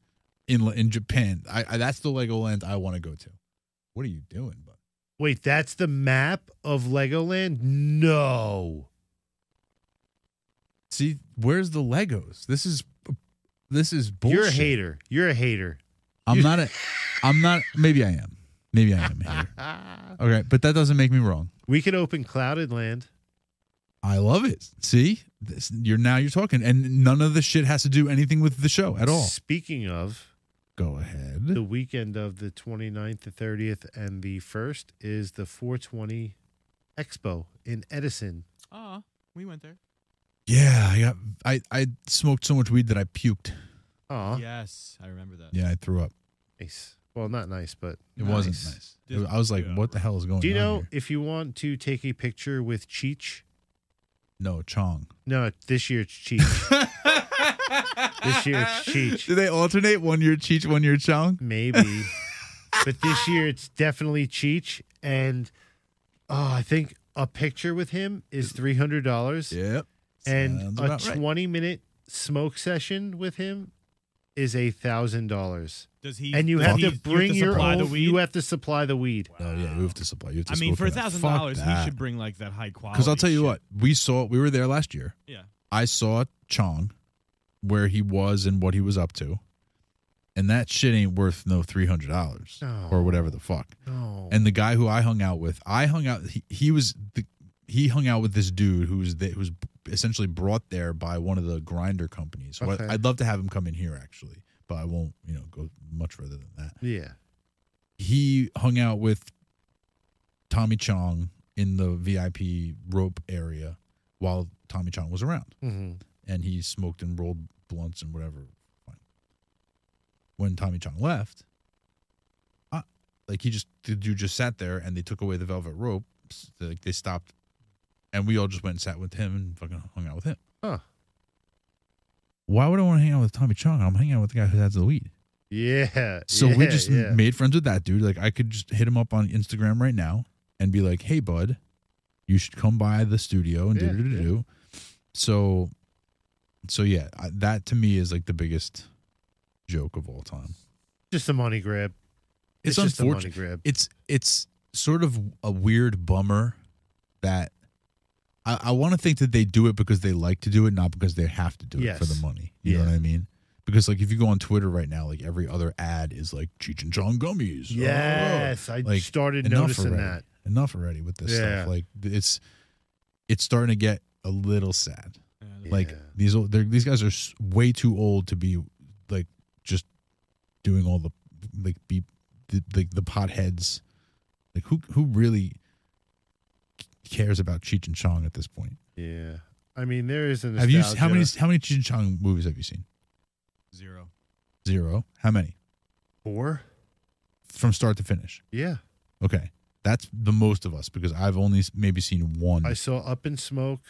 Speaker 1: in in Japan. I, I that's the Legoland I want to go to. What are you doing, bud?
Speaker 4: Wait, that's the map of Legoland? No.
Speaker 1: See, where's the Legos? This is this is bullshit.
Speaker 4: You're a hater. You're a hater.
Speaker 1: I'm
Speaker 4: You-
Speaker 1: not a. I'm not. Maybe I am. Maybe I am a hater. Okay, but that doesn't make me wrong.
Speaker 4: We could open Clouded Land.
Speaker 1: I love it. See, this, you're now you're talking, and none of the shit has to do anything with the show at all.
Speaker 4: Speaking of,
Speaker 1: Go ahead.
Speaker 4: the weekend of the 29th, the 30th, and the 1st is the 420 Expo in Edison.
Speaker 3: Ah, we went there.
Speaker 1: Yeah, I got I I smoked so much weed that I puked.
Speaker 4: Aw,
Speaker 3: Yes, I remember that.
Speaker 1: Yeah, I threw up.
Speaker 4: nice. Well, not nice, but
Speaker 1: It wasn't nice.
Speaker 3: Did-
Speaker 1: I was like,
Speaker 3: yeah.
Speaker 1: what the hell is going on?
Speaker 4: Do you know
Speaker 1: here?
Speaker 4: if you want to take a picture with Cheech?
Speaker 1: No, Chong.
Speaker 4: No, this year it's Cheech. this year it's Cheech.
Speaker 1: Do they alternate one year Cheech, one year Chong?
Speaker 4: Maybe. but this year it's definitely Cheech. And oh, I think a picture with him is $300.
Speaker 1: Yep.
Speaker 4: and
Speaker 1: Sounds
Speaker 4: a
Speaker 1: about right.
Speaker 4: 20 minute smoke session with him is $1,000.
Speaker 3: Does he?
Speaker 4: And you
Speaker 3: does
Speaker 4: have
Speaker 3: he-
Speaker 4: to
Speaker 3: you have
Speaker 4: bring your
Speaker 3: supply
Speaker 4: own,
Speaker 3: the weed?
Speaker 4: you have to supply the weed.
Speaker 1: No, yeah, we have to supply. You have to
Speaker 3: I mean, for a
Speaker 1: supply that.
Speaker 3: thousand
Speaker 1: Fuck
Speaker 3: dollars, we
Speaker 1: that.
Speaker 3: should bring like that high quality.
Speaker 1: Because I'll tell you
Speaker 3: shit.
Speaker 1: what, we saw we were there last year.
Speaker 3: Yeah.
Speaker 1: I saw Chong, where he was and what he was up to, and that shit ain't worth no three hundred dollars
Speaker 4: No.
Speaker 3: Oh,
Speaker 1: or whatever the fuck.
Speaker 4: No.
Speaker 1: And the guy who I hung out with, I hung out. He, he was the, he hung out with this dude who was the, who was essentially brought there by one of the grinder companies. Wh-
Speaker 4: Okay.
Speaker 1: I'd love to have him come in here actually, but I won't. You know, go much further than that.
Speaker 4: yeah.
Speaker 1: He hung out with Tommy Chong in the VIP rope area while Tommy Chong was around
Speaker 4: hmm
Speaker 1: and he smoked and rolled blunts and whatever. Fine. When Tommy Chong left, uh, like he just the dude just sat there and they took away the velvet rope. s- Like they stopped, and we all just went and sat with him and fucking hung out with him.
Speaker 4: Huh.
Speaker 1: Why would I want to hang out with Tommy Chong? I'm hanging out with the guy who has the weed.
Speaker 4: Yeah.
Speaker 1: So we
Speaker 4: yeah,
Speaker 1: just
Speaker 4: yeah.
Speaker 1: made friends with that dude. Like I could just hit him up on Instagram right now and be like, "Hey, bud, you should come by the studio and do
Speaker 4: Yeah,
Speaker 1: do do do." So, so yeah, I, that to me is like the biggest joke of all time.
Speaker 4: just a money grab.
Speaker 1: Oh, It's,
Speaker 4: It's, just a money
Speaker 1: unfortunate.
Speaker 4: grab.
Speaker 1: It's it's sort of a weird bummer that I, I want to think that they do it because they like to do it, not because they have to do it for the
Speaker 4: Yes.
Speaker 1: money. You know
Speaker 4: Yeah.
Speaker 1: what I mean? Because like if you go on Twitter right now, like every other ad is like Cheech and Chong gummies. Oh
Speaker 4: Yes, I
Speaker 1: like,
Speaker 4: started
Speaker 1: enough
Speaker 4: noticing
Speaker 1: already.
Speaker 4: that.
Speaker 1: enough already with this
Speaker 4: Yeah.
Speaker 1: stuff. Like it's it's starting to get a little sad.
Speaker 3: Yeah, the-
Speaker 1: Like
Speaker 4: Yeah.
Speaker 1: these old, they're, these guys are s- way too old to be like just doing all the like be the like the potheads. Like who who really cares about Cheech and Chong at this point?
Speaker 4: Yeah, I mean there is an.
Speaker 1: Have you s- how many how many Cheech and Chong movies have you seen?
Speaker 3: zero.
Speaker 1: Zero. How many
Speaker 4: four?
Speaker 1: from start to finish?
Speaker 4: Yeah,
Speaker 1: Okay, that's the most of us because I've only s- maybe seen one.
Speaker 4: I
Speaker 1: I,
Speaker 4: saw Up in Smoke.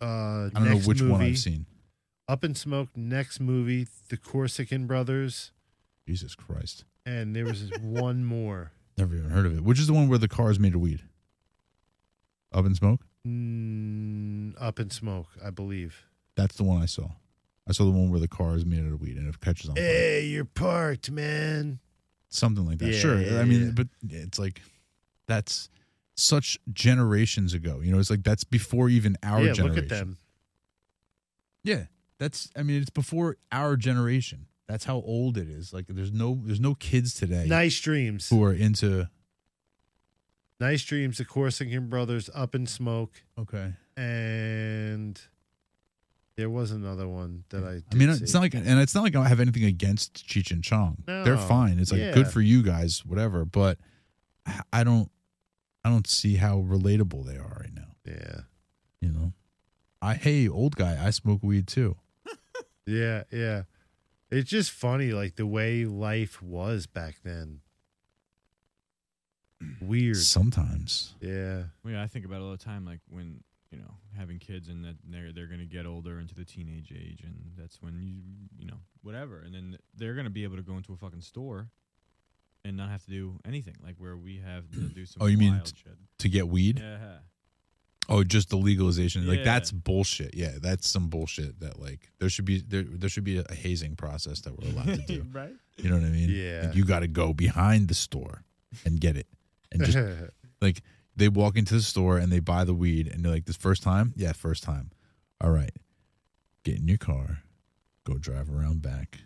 Speaker 4: Uh,
Speaker 1: don't know
Speaker 4: next
Speaker 1: which
Speaker 4: movie,
Speaker 1: one I've seen.
Speaker 4: Up in Smoke, next movie, The Corsican Brothers,
Speaker 1: Jesus Christ.
Speaker 4: and there was this one more.
Speaker 1: Never even heard of it. Which is the one where the car is made of weed? Up in smoke?
Speaker 4: Mm, Up in Smoke, I believe.
Speaker 1: That's the one I saw. I saw the one where the car is made out of weed and it catches on fire.
Speaker 4: Hey, you're parked, man.
Speaker 1: Something like that.
Speaker 4: Eh. Yeah,
Speaker 1: sure.
Speaker 4: yeah,
Speaker 1: I mean,
Speaker 4: yeah.
Speaker 1: but it's like that's such generations ago. You know, it's like that's before even our
Speaker 4: yeah,
Speaker 1: generation.
Speaker 4: look at them.
Speaker 1: Yeah. That's I mean, it's before our generation. That's how old it is. Like there's no there's no kids today
Speaker 4: Nice dreams.
Speaker 1: who are into
Speaker 4: Nice dreams. The Corsican Brothers, Up in Smoke.
Speaker 1: Okay.
Speaker 4: and there was another one that I. Did
Speaker 1: I mean,
Speaker 4: see.
Speaker 1: it's not like, and it's not like I have anything against Cheech and Chong. They're
Speaker 4: No,
Speaker 1: fine. It's like
Speaker 4: yeah.
Speaker 1: good for you guys, whatever. But I- I don't, I don't see how relatable they are right now.
Speaker 4: Yeah,
Speaker 1: You know, I hey old guy, I smoke weed too.
Speaker 4: yeah, yeah. It's just funny, like the way life was back then. Weird.
Speaker 1: Sometimes
Speaker 4: Yeah,
Speaker 3: Well, yeah, I think about it all the time. Like when you know having kids and that they're they're gonna get older into the teenage age, and that's when you you know whatever, and then they're gonna be able to go into a fucking store and not have to do anything. Like where we have to do some.
Speaker 1: Oh, you mean
Speaker 3: wild
Speaker 1: t-
Speaker 3: shit.
Speaker 1: to get weed.
Speaker 3: Yeah.
Speaker 1: Oh, just the legalization. Like
Speaker 3: Yeah.
Speaker 1: that's bullshit. Yeah, that's some bullshit. That like there should be there there should be a hazing process that we're allowed to do.
Speaker 3: right.
Speaker 1: You know what I mean?
Speaker 4: Yeah.
Speaker 1: Like, you got to go behind the store and get it, and just like they walk into the store and they buy the weed and they're like this first time yeah first time all right get in your car go drive around back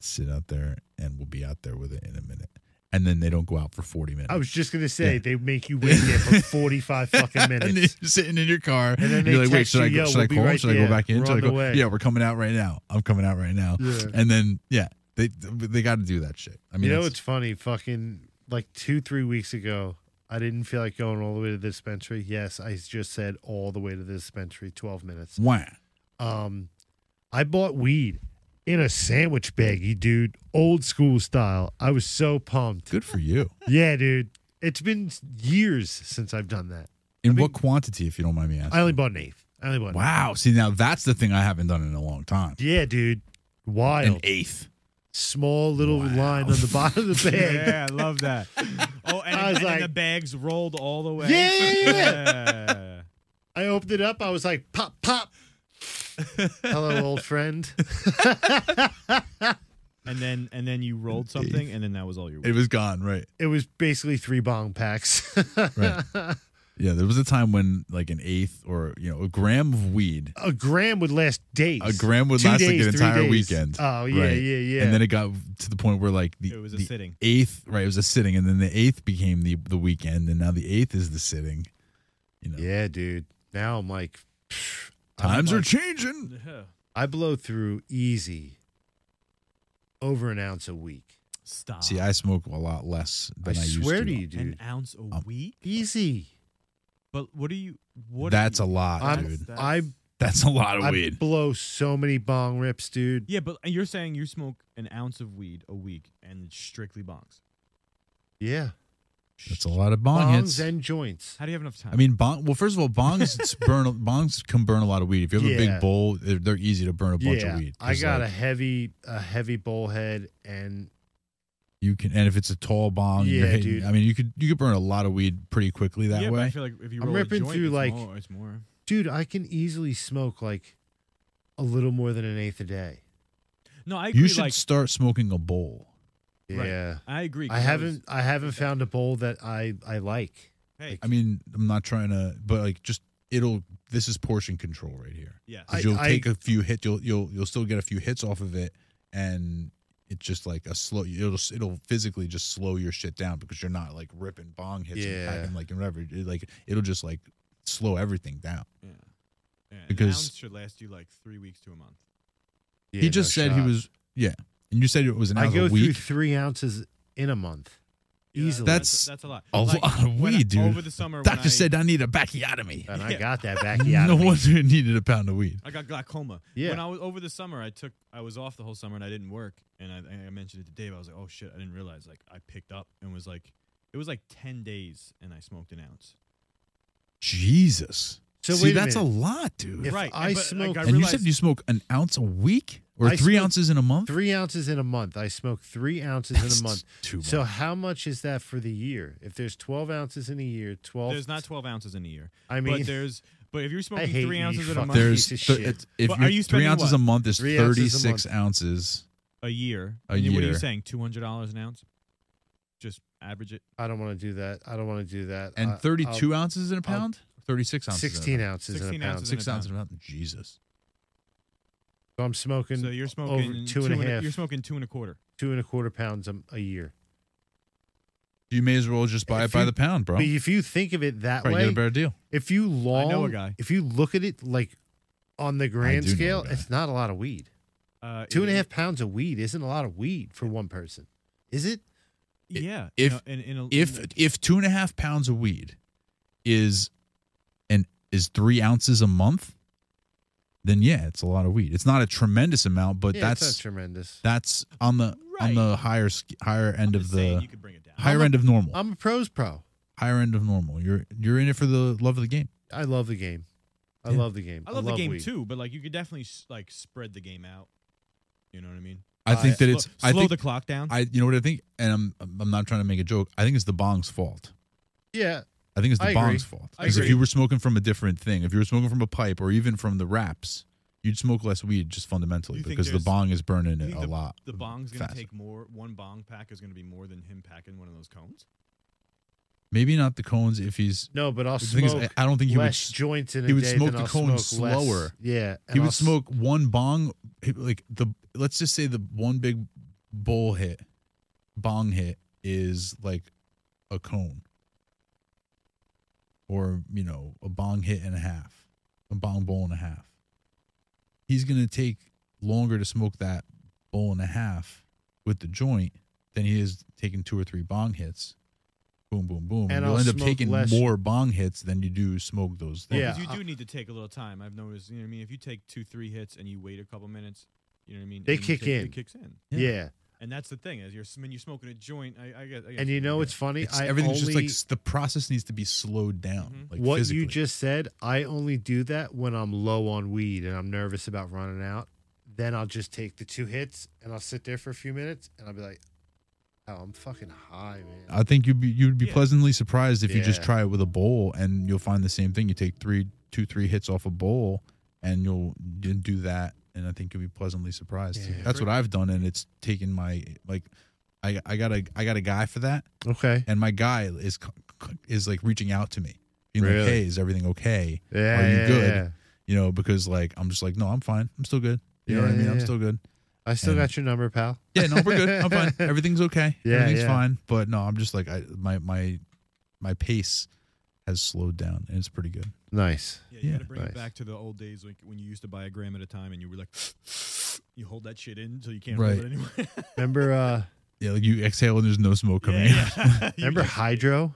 Speaker 1: sit out there and we'll be out there with it in a minute and then they don't go out for 40 minutes.
Speaker 4: I was just gonna say they make you wait there for forty-five Oh, fucking
Speaker 1: and then
Speaker 4: minutes.
Speaker 1: you're sitting in your car, and,
Speaker 4: then they
Speaker 1: you're like, "Wait,
Speaker 4: text
Speaker 1: should I
Speaker 4: you,
Speaker 1: go,
Speaker 4: "Yo,
Speaker 1: should I
Speaker 4: we'll be
Speaker 1: call?
Speaker 4: right
Speaker 1: should I go
Speaker 4: there.
Speaker 1: back in?
Speaker 4: We're
Speaker 1: should I
Speaker 4: on the
Speaker 1: go?
Speaker 4: way."
Speaker 1: Yeah, we're coming out right now. I'm coming out right now."
Speaker 4: Yeah.
Speaker 1: And then yeah, they they got to do that shit. I mean,
Speaker 4: you know,
Speaker 1: it's-
Speaker 4: it's funny. Fucking like two, three weeks ago, I didn't feel like going all the way to the dispensary. Yes, I just said all the way to the dispensary, twelve minutes.
Speaker 1: wah.
Speaker 4: Um, I bought weed in a sandwich baggie, dude, old school style. I was so pumped.
Speaker 1: Good for you.
Speaker 4: Yeah, dude. It's been years since I've done that.
Speaker 1: In what quantity, if you don't mind me asking?
Speaker 4: I only bought an eighth. I only bought. an
Speaker 1: wow. See, now that's the thing I haven't done in a long time.
Speaker 4: eighth. Yeah, dude. Wild.
Speaker 1: An eighth.
Speaker 4: Small little line on the bottom of the bag.
Speaker 3: Yeah, I love that. Oh, and,
Speaker 4: I was
Speaker 3: and
Speaker 4: like-
Speaker 3: the bags rolled all the way.
Speaker 4: Yeah, yeah,
Speaker 3: yeah.
Speaker 4: I opened it up. I was like, pop, pop. Hello, old friend.
Speaker 3: and then and then you rolled something, and then that was all your.
Speaker 1: It was gone, right?
Speaker 4: It was basically three bong packs.
Speaker 1: Right. yeah, there was a time when like an eighth or you know a gram of weed,
Speaker 4: A gram would last days.
Speaker 1: a gram would
Speaker 4: Two
Speaker 1: last
Speaker 4: days,
Speaker 1: like an
Speaker 4: three
Speaker 1: entire
Speaker 4: days.
Speaker 1: weekend.
Speaker 4: Oh, yeah,
Speaker 1: right?
Speaker 4: yeah, yeah.
Speaker 1: And then it got to the point where like the,
Speaker 3: It was a
Speaker 1: the
Speaker 3: sitting.
Speaker 1: eighth, right? It was a sitting, and then the eighth became the the weekend, and now the eighth is the sitting. You know,
Speaker 4: yeah, dude. Now I'm like, pfft, I'm
Speaker 1: times are
Speaker 4: like-
Speaker 1: changing.
Speaker 4: I blow through easy over an ounce a week.
Speaker 3: Stop.
Speaker 1: See, I smoke a lot less than I,
Speaker 4: Ah. I,
Speaker 1: used
Speaker 4: swear
Speaker 1: to.
Speaker 4: to you, dude.
Speaker 3: an ounce a
Speaker 1: Um,
Speaker 3: week.
Speaker 4: easy.
Speaker 3: But what do you? What?
Speaker 1: That's
Speaker 3: are
Speaker 1: a
Speaker 3: you,
Speaker 1: lot,
Speaker 4: I'm-
Speaker 1: dude.
Speaker 3: That's-
Speaker 4: I
Speaker 1: That's a lot of
Speaker 4: I
Speaker 1: weed.
Speaker 4: blow so many bong rips, dude.
Speaker 3: Yeah, but you're saying you smoke an ounce of weed a week and strictly bongs.
Speaker 4: Yeah.
Speaker 1: That's a lot of bong hits.
Speaker 4: Bongs and joints.
Speaker 3: How do you have enough time?
Speaker 1: I mean, bong. Well, first of all, bongs s- burn. Bongs can burn a lot of weed. If you have a
Speaker 4: Yeah.
Speaker 1: big bowl, they're, they're easy to burn a bunch
Speaker 4: yeah,
Speaker 1: of weed.
Speaker 4: I
Speaker 1: 'Cause,
Speaker 4: got a
Speaker 1: like,
Speaker 4: heavy a heavy bowl head and
Speaker 1: You can, and if it's a tall bong, and you're
Speaker 4: Yeah,
Speaker 1: hitting,
Speaker 4: dude.
Speaker 1: I mean, you could you could burn a lot of weed pretty quickly that
Speaker 3: yeah, But I
Speaker 1: way.
Speaker 3: feel like if you
Speaker 4: I'm
Speaker 3: roll
Speaker 4: ripping
Speaker 3: a joint,
Speaker 4: through,
Speaker 3: it's
Speaker 4: like-
Speaker 3: more, it's more.
Speaker 4: dude, I can easily smoke like a little more than an eighth a day.
Speaker 3: No, I agree.
Speaker 1: You should
Speaker 3: like
Speaker 1: start smoking a bowl.
Speaker 3: Right.
Speaker 4: Yeah.
Speaker 3: I agree. 'cause
Speaker 4: I
Speaker 3: was-
Speaker 4: haven't I haven't found a bowl that I I like.
Speaker 3: Hey,
Speaker 1: I mean, I'm not trying to, but like, just it'll. This is portion control right here.
Speaker 3: yes.
Speaker 1: 'Cause
Speaker 4: I-
Speaker 1: you'll take a few hits. You'll you'll you'll still get a few hits off of it, and it's just like a slow. It'll it'll physically just slow your shit down because you're not like ripping bong hits and
Speaker 4: Yeah.
Speaker 1: packing like and whatever. It, like it'll just like slow everything down.
Speaker 3: yeah. Yeah, an
Speaker 1: Because-
Speaker 3: ounce should last you like three weeks to a month.
Speaker 4: Yeah,
Speaker 1: he
Speaker 4: no
Speaker 1: just said
Speaker 4: shot.
Speaker 1: he was yeah, and you said it was an
Speaker 4: I
Speaker 1: hour
Speaker 4: go
Speaker 1: a
Speaker 4: through
Speaker 1: week.
Speaker 4: three ounces in a month.
Speaker 3: Yeah,
Speaker 4: Easily.
Speaker 1: That's
Speaker 3: that's a lot.
Speaker 1: a
Speaker 3: Like,
Speaker 1: lot of
Speaker 3: when I-
Speaker 1: weed, dude.
Speaker 3: Over the summer,
Speaker 1: Doctor
Speaker 3: when I,
Speaker 1: said I need a backiotomy.
Speaker 4: and I
Speaker 3: yeah.
Speaker 4: got that back out
Speaker 1: No
Speaker 4: of me.
Speaker 1: wonder it needed a pound of weed.
Speaker 3: I got glaucoma.
Speaker 4: Yeah.
Speaker 3: When I was over the summer, I took I was off the whole summer and I didn't work. And I, I mentioned it to Dave. I was like, oh shit, I didn't realize. Like I picked up and was like, it was like ten days and I smoked an ounce.
Speaker 1: Jesus.
Speaker 4: So
Speaker 1: See,
Speaker 4: wait a
Speaker 1: that's a
Speaker 4: minute.
Speaker 1: lot, dude.
Speaker 4: If
Speaker 3: right.
Speaker 4: I
Speaker 3: and- but, like,
Speaker 4: smoked-
Speaker 3: I
Speaker 1: and you
Speaker 3: realized,
Speaker 1: said you smoke an ounce a week or
Speaker 4: I
Speaker 1: three
Speaker 4: smoke
Speaker 1: ounces in a month.
Speaker 4: Three ounces in a month. I smoke three ounces
Speaker 1: That's
Speaker 4: in a month.
Speaker 1: Too much.
Speaker 4: So how much is that for the year? If there's twelve ounces in a year, twelve.
Speaker 3: there's not twelve ounces in a year.
Speaker 4: I
Speaker 3: but
Speaker 4: mean,
Speaker 3: there's but if you're smoking
Speaker 4: hate
Speaker 3: three
Speaker 4: you,
Speaker 3: ounces in a
Speaker 4: fuck.
Speaker 3: month
Speaker 1: There's
Speaker 4: piece of
Speaker 1: thir-
Speaker 4: shit.
Speaker 1: it's- if
Speaker 3: But
Speaker 1: you're
Speaker 3: are you
Speaker 1: three
Speaker 3: spending
Speaker 1: ounces
Speaker 3: what?
Speaker 1: a month is
Speaker 4: Three ounces a
Speaker 1: 36 ounces.
Speaker 3: a year,
Speaker 1: A
Speaker 3: and what are you
Speaker 1: year.
Speaker 3: saying? Two hundred dollars an ounce? Just average it.
Speaker 4: I don't want to do that. I don't want to do that.
Speaker 1: And
Speaker 4: I-
Speaker 1: 32 ounces in a pound? 36
Speaker 4: I'll-
Speaker 1: ounces.
Speaker 4: Uh, sixteen
Speaker 1: in a
Speaker 4: ounces in
Speaker 3: 16
Speaker 4: a pound.
Speaker 1: pound.
Speaker 3: ounces.
Speaker 1: Six
Speaker 3: in a
Speaker 1: ounces in a pound. Jesus.
Speaker 4: So I'm smoking
Speaker 3: So you're smoking two
Speaker 4: over two and a half-
Speaker 3: You're smoking two and a quarter.
Speaker 4: two and a quarter pounds a, a year.
Speaker 1: You may as well just buy
Speaker 4: If
Speaker 1: it by
Speaker 4: you-
Speaker 1: the pound, bro.
Speaker 4: But if you think of it that
Speaker 1: Probably get a
Speaker 4: way,
Speaker 1: better deal.
Speaker 4: if you long,
Speaker 3: know a guy.
Speaker 4: if you look at it like on the
Speaker 1: do
Speaker 4: grand
Speaker 1: know a
Speaker 4: scale,
Speaker 1: guy.
Speaker 4: it's not a lot of weed.
Speaker 3: Uh,
Speaker 4: Two and a
Speaker 3: it-
Speaker 4: half pounds of weed isn't a lot of weed for one person, is it?
Speaker 3: Yeah.
Speaker 1: If-
Speaker 3: in a, in a,
Speaker 1: If
Speaker 3: in a-
Speaker 1: if two and a half pounds of weed is and is three ounces a month, then yeah, it's a lot of weed. It's not a tremendous amount, but
Speaker 4: yeah, it's
Speaker 1: that's
Speaker 4: not tremendous.
Speaker 1: that's on the on
Speaker 3: Right.
Speaker 1: the higher sk- higher end of
Speaker 3: I'm just saying
Speaker 1: the
Speaker 3: you could bring it down.
Speaker 1: higher
Speaker 4: I'm a-
Speaker 1: end of normal.
Speaker 4: I'm a pros pro.
Speaker 1: higher end of normal. You're you're in it for the love of the game.
Speaker 4: I love the game. I
Speaker 1: Yeah.
Speaker 4: love the game.
Speaker 3: I love, the game
Speaker 4: weed.
Speaker 3: too, but like you could definitely s- like spread the game out. You know what I mean?
Speaker 1: I think that
Speaker 3: Slow-
Speaker 1: it's
Speaker 3: slow
Speaker 1: I think
Speaker 3: the clock down.
Speaker 1: I you know what I think, and I'm I'm not trying to make a joke. I think it's the bong's fault.
Speaker 4: Yeah,
Speaker 1: I think it's the
Speaker 4: I agree.
Speaker 1: bong's fault.
Speaker 3: I
Speaker 1: Because if
Speaker 3: agree.
Speaker 1: you were smoking from a different thing, if you were smoking from a pipe or even from the wraps, you'd smoke less weed just fundamentally
Speaker 3: You think
Speaker 1: because the
Speaker 3: there's-
Speaker 1: bong is burning
Speaker 3: You
Speaker 1: it
Speaker 3: think
Speaker 1: a
Speaker 3: the,
Speaker 1: lot.
Speaker 3: The bong's gonna
Speaker 1: faster.
Speaker 3: take more. One bong pack is gonna be more than him packing one of those cones.
Speaker 1: Maybe not the cones if he's.
Speaker 4: no, but I'll
Speaker 1: The thing
Speaker 4: smoke.
Speaker 1: is, I- I don't think he would.
Speaker 4: less
Speaker 1: s-
Speaker 4: joints in a
Speaker 1: he would
Speaker 4: day
Speaker 1: smoke
Speaker 4: than
Speaker 1: the
Speaker 4: I'll
Speaker 1: cone
Speaker 4: smoke less-
Speaker 1: slower.
Speaker 4: Yeah, and
Speaker 1: He
Speaker 4: I'll
Speaker 1: would
Speaker 4: s-
Speaker 1: smoke one bong, he- like the let's just say the one big bowl hit, bong hit is like a cone or, you know, a bong hit and a half, a bong bowl and a half. He's going to take longer to smoke that bowl and a half with the joint than he is taking two or three bong hits. Boom, boom, boom.
Speaker 4: And
Speaker 1: You'll
Speaker 4: I'll
Speaker 1: end up
Speaker 4: smoke
Speaker 1: taking
Speaker 4: less-
Speaker 1: more bong hits than you do smoke those things.
Speaker 4: Yeah.
Speaker 3: Because you do need to take a little time. I've noticed. You know what I mean? If you take two, three hits and you wait a couple minutes, you know what I mean.
Speaker 4: They
Speaker 3: and you
Speaker 4: kick
Speaker 3: take-
Speaker 4: in.
Speaker 3: It kicks in,
Speaker 1: Yeah.
Speaker 4: Yeah.
Speaker 3: and that's the thing is you're s- when you're smoking a joint. I, I guess. I guess
Speaker 4: And you know
Speaker 3: yeah.
Speaker 4: it's funny.
Speaker 1: It's,
Speaker 4: I
Speaker 1: everything's
Speaker 4: only,
Speaker 1: just like s- the process needs to be slowed down. Like
Speaker 4: what
Speaker 1: physically.
Speaker 4: you just said. I only do that when I'm low on weed and I'm nervous about running out. Then I'll just take the two hits and I'll sit there for a few minutes and I'll be like, "Oh, I'm fucking high, man."
Speaker 1: I think you'd be you'd be
Speaker 3: Yeah.
Speaker 1: pleasantly surprised if you just
Speaker 4: Yeah.
Speaker 1: try it with a bowl and you'll find the same thing. You take three, two, three hits off a bowl, and you'll d- do that, and I think you'll be pleasantly surprised.
Speaker 4: Yeah.
Speaker 1: That's what I've done, and it's taken my like, I I got a I got a guy for that,
Speaker 4: okay.
Speaker 1: and my guy is c- c- is like reaching out to me, being like,
Speaker 4: Really?
Speaker 1: "Hey, is everything okay?"
Speaker 4: Yeah.
Speaker 1: Are you
Speaker 4: yeah,
Speaker 1: good?
Speaker 4: yeah.
Speaker 1: You know, because like I'm just like, "No, I'm fine. I'm still good." You know what I
Speaker 4: Yeah,
Speaker 1: mean?
Speaker 4: yeah,
Speaker 1: I'm
Speaker 4: yeah.
Speaker 1: still good.
Speaker 4: I still
Speaker 1: And-
Speaker 4: got your number, pal.
Speaker 1: Yeah, no, we're good. I'm fine. Everything's okay.
Speaker 4: Yeah,
Speaker 1: Everything's
Speaker 4: yeah.
Speaker 1: fine. But no, I'm just like I my my my pace has slowed down and it's pretty good.
Speaker 4: Nice.
Speaker 3: Yeah, you
Speaker 1: Yeah.
Speaker 3: gotta bring
Speaker 4: Nice.
Speaker 3: it back to the old days like when you used to buy a gram at a time and you were like, you hold that shit in until you can't
Speaker 1: Right.
Speaker 3: hold it anymore.
Speaker 4: Remember, uh,
Speaker 1: Yeah, like you exhale and there's no smoke coming out.
Speaker 3: yeah. You
Speaker 4: remember
Speaker 3: just-
Speaker 4: Hydro?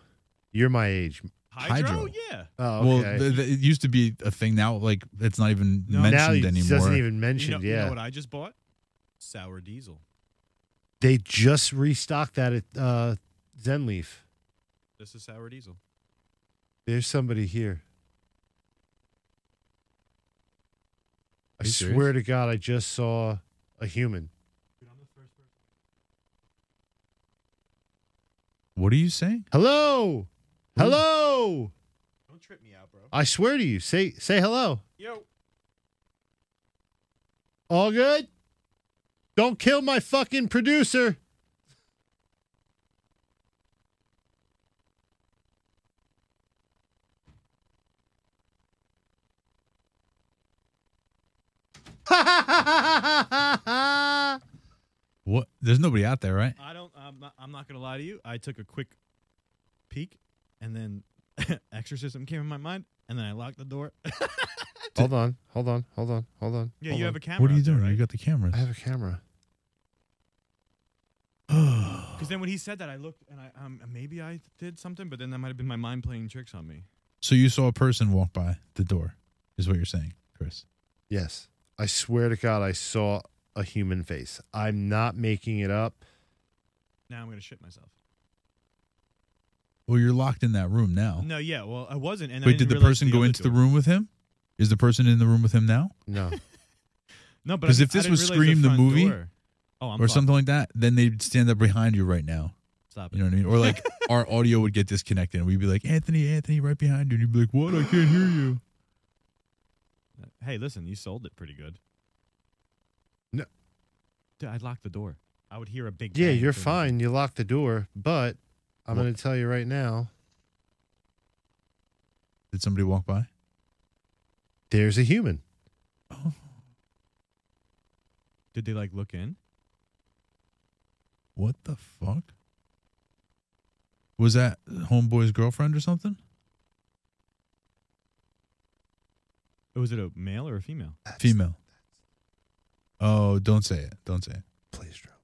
Speaker 4: You're my age.
Speaker 3: hydro?
Speaker 1: Hydro.
Speaker 3: Yeah.
Speaker 4: Oh,
Speaker 1: Well,
Speaker 4: okay.
Speaker 1: th- th- it used to be a thing. Now, like it's not even
Speaker 3: No.
Speaker 1: mentioned
Speaker 4: now it
Speaker 1: anymore.
Speaker 4: doesn't even
Speaker 3: You know,
Speaker 4: mention.
Speaker 3: you know
Speaker 4: yeah,
Speaker 3: what I just bought? Sour diesel.
Speaker 4: they just restocked that at uh, Zen Leaf.
Speaker 3: This is sour diesel.
Speaker 4: There's somebody here. I
Speaker 1: Are you
Speaker 4: swear
Speaker 1: serious?
Speaker 4: to God, I just saw a human.
Speaker 1: what are you saying?
Speaker 4: Hello, hello.
Speaker 3: Don't trip me out, bro.
Speaker 4: I swear to you, say say hello.
Speaker 3: Yo.
Speaker 4: All good. Don't kill my fucking producer.
Speaker 1: What? There's nobody out there, right?
Speaker 3: I don't. I'm not, I'm not gonna lie to you. I took a quick peek, and then exorcism came in my mind, and then I locked the door.
Speaker 4: hold on, hold on, hold on, hold on.
Speaker 3: yeah,
Speaker 4: hold
Speaker 3: you
Speaker 4: on.
Speaker 3: have a camera.
Speaker 1: Oh, What are you
Speaker 3: out there,
Speaker 1: doing? You
Speaker 3: right?
Speaker 1: got the cameras.
Speaker 4: I have a camera.
Speaker 3: Because then when he said that, I looked and I um maybe I did something, but then that might have been my mind playing tricks on me.
Speaker 1: so you saw a person walk by the door, is what you're saying, Chris?
Speaker 4: Yes. I swear to God, I saw a human face. I'm not making it up.
Speaker 3: Now I'm gonna shit myself.
Speaker 1: Well, you're locked in that room now.
Speaker 3: No, yeah, well I wasn't. And
Speaker 1: Oh.
Speaker 3: I
Speaker 1: Wait, did
Speaker 3: didn't
Speaker 1: the
Speaker 3: realize
Speaker 1: person go
Speaker 3: other
Speaker 1: into the
Speaker 3: door-
Speaker 1: room with him? Is the person in the room with him now?
Speaker 4: No.
Speaker 3: No, but
Speaker 1: 'Cause
Speaker 3: I-
Speaker 1: if
Speaker 3: I
Speaker 1: this
Speaker 3: didn't
Speaker 1: was
Speaker 3: realize
Speaker 1: Scream the
Speaker 3: front
Speaker 1: movie
Speaker 3: door. oh I'm
Speaker 1: or
Speaker 3: fucked.
Speaker 1: something like that, then they'd stand up behind you right now.
Speaker 3: Stop
Speaker 1: You
Speaker 3: it.
Speaker 1: know what I mean? Or like our audio would get disconnected and we'd be like, Anthony, Anthony, right behind you. And you'd be like, what? I can't hear you.
Speaker 3: Uh, Hey, listen, you sold it pretty good.
Speaker 4: No.
Speaker 3: Dude, I locked the door. I would hear a big.
Speaker 4: yeah,
Speaker 3: bang
Speaker 4: you're
Speaker 3: from-
Speaker 4: fine. You locked the door, but I'm
Speaker 1: Well-
Speaker 4: going to tell you right now
Speaker 1: Did somebody walk by?
Speaker 4: there's a human.
Speaker 3: Did they like look in?
Speaker 1: What the fuck? Was that homeboy's girlfriend or something?
Speaker 3: Oh, Was it a male or a female?
Speaker 1: Female. Oh, don't say it. Don't say it.
Speaker 4: Plays drum.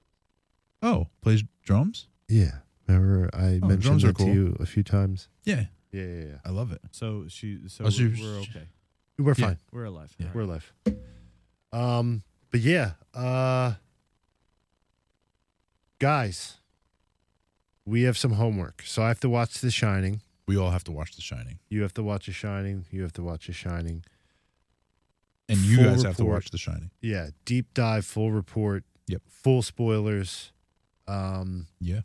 Speaker 1: Oh, plays drums?
Speaker 4: Yeah. Remember, I
Speaker 1: Oh,
Speaker 4: mentioned
Speaker 1: drums are
Speaker 4: that
Speaker 1: cool.
Speaker 4: to you a few times.
Speaker 1: Yeah,
Speaker 4: Yeah, yeah, yeah.
Speaker 1: I love it.
Speaker 3: So she. So
Speaker 1: Oh, she
Speaker 3: we're,
Speaker 1: was-
Speaker 3: we're okay.
Speaker 4: We're
Speaker 1: Yeah.
Speaker 4: fine.
Speaker 3: We're alive.
Speaker 1: Yeah.
Speaker 3: All right.
Speaker 4: We're alive. Um, but yeah, uh, guys, we have some homework. So I have to watch The Shining.
Speaker 1: We all have to watch The Shining.
Speaker 4: You have to watch The Shining. You have to watch The Shining.
Speaker 1: And you
Speaker 4: Full
Speaker 1: guys have to
Speaker 4: report.
Speaker 1: watch The Shining.
Speaker 4: yeah deep dive full report
Speaker 1: Yep.
Speaker 4: full spoilers um
Speaker 1: Yeah.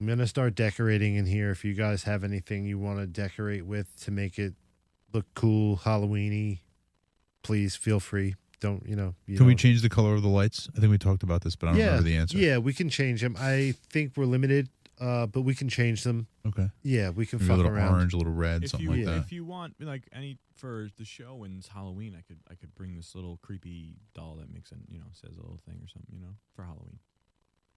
Speaker 4: i'm gonna start decorating in here if you guys have anything you want to decorate with to make it look cool halloweeny please feel free don't you know you
Speaker 1: Can we
Speaker 4: don't-
Speaker 1: change the color of the lights? I think we talked about this, but I don't
Speaker 4: yeah,
Speaker 1: remember the answer.
Speaker 4: yeah we can change them i think we're limited uh but we can change them
Speaker 1: Okay.
Speaker 4: yeah we can
Speaker 1: Maybe a
Speaker 4: fuck
Speaker 1: little
Speaker 4: around
Speaker 1: orange, a little red,
Speaker 3: If
Speaker 1: something
Speaker 3: you
Speaker 1: like
Speaker 4: yeah.
Speaker 1: that.
Speaker 3: if you want like any for the show and it's Halloween, I could I could bring this little creepy doll that makes an you know says a little thing or something you know for Halloween.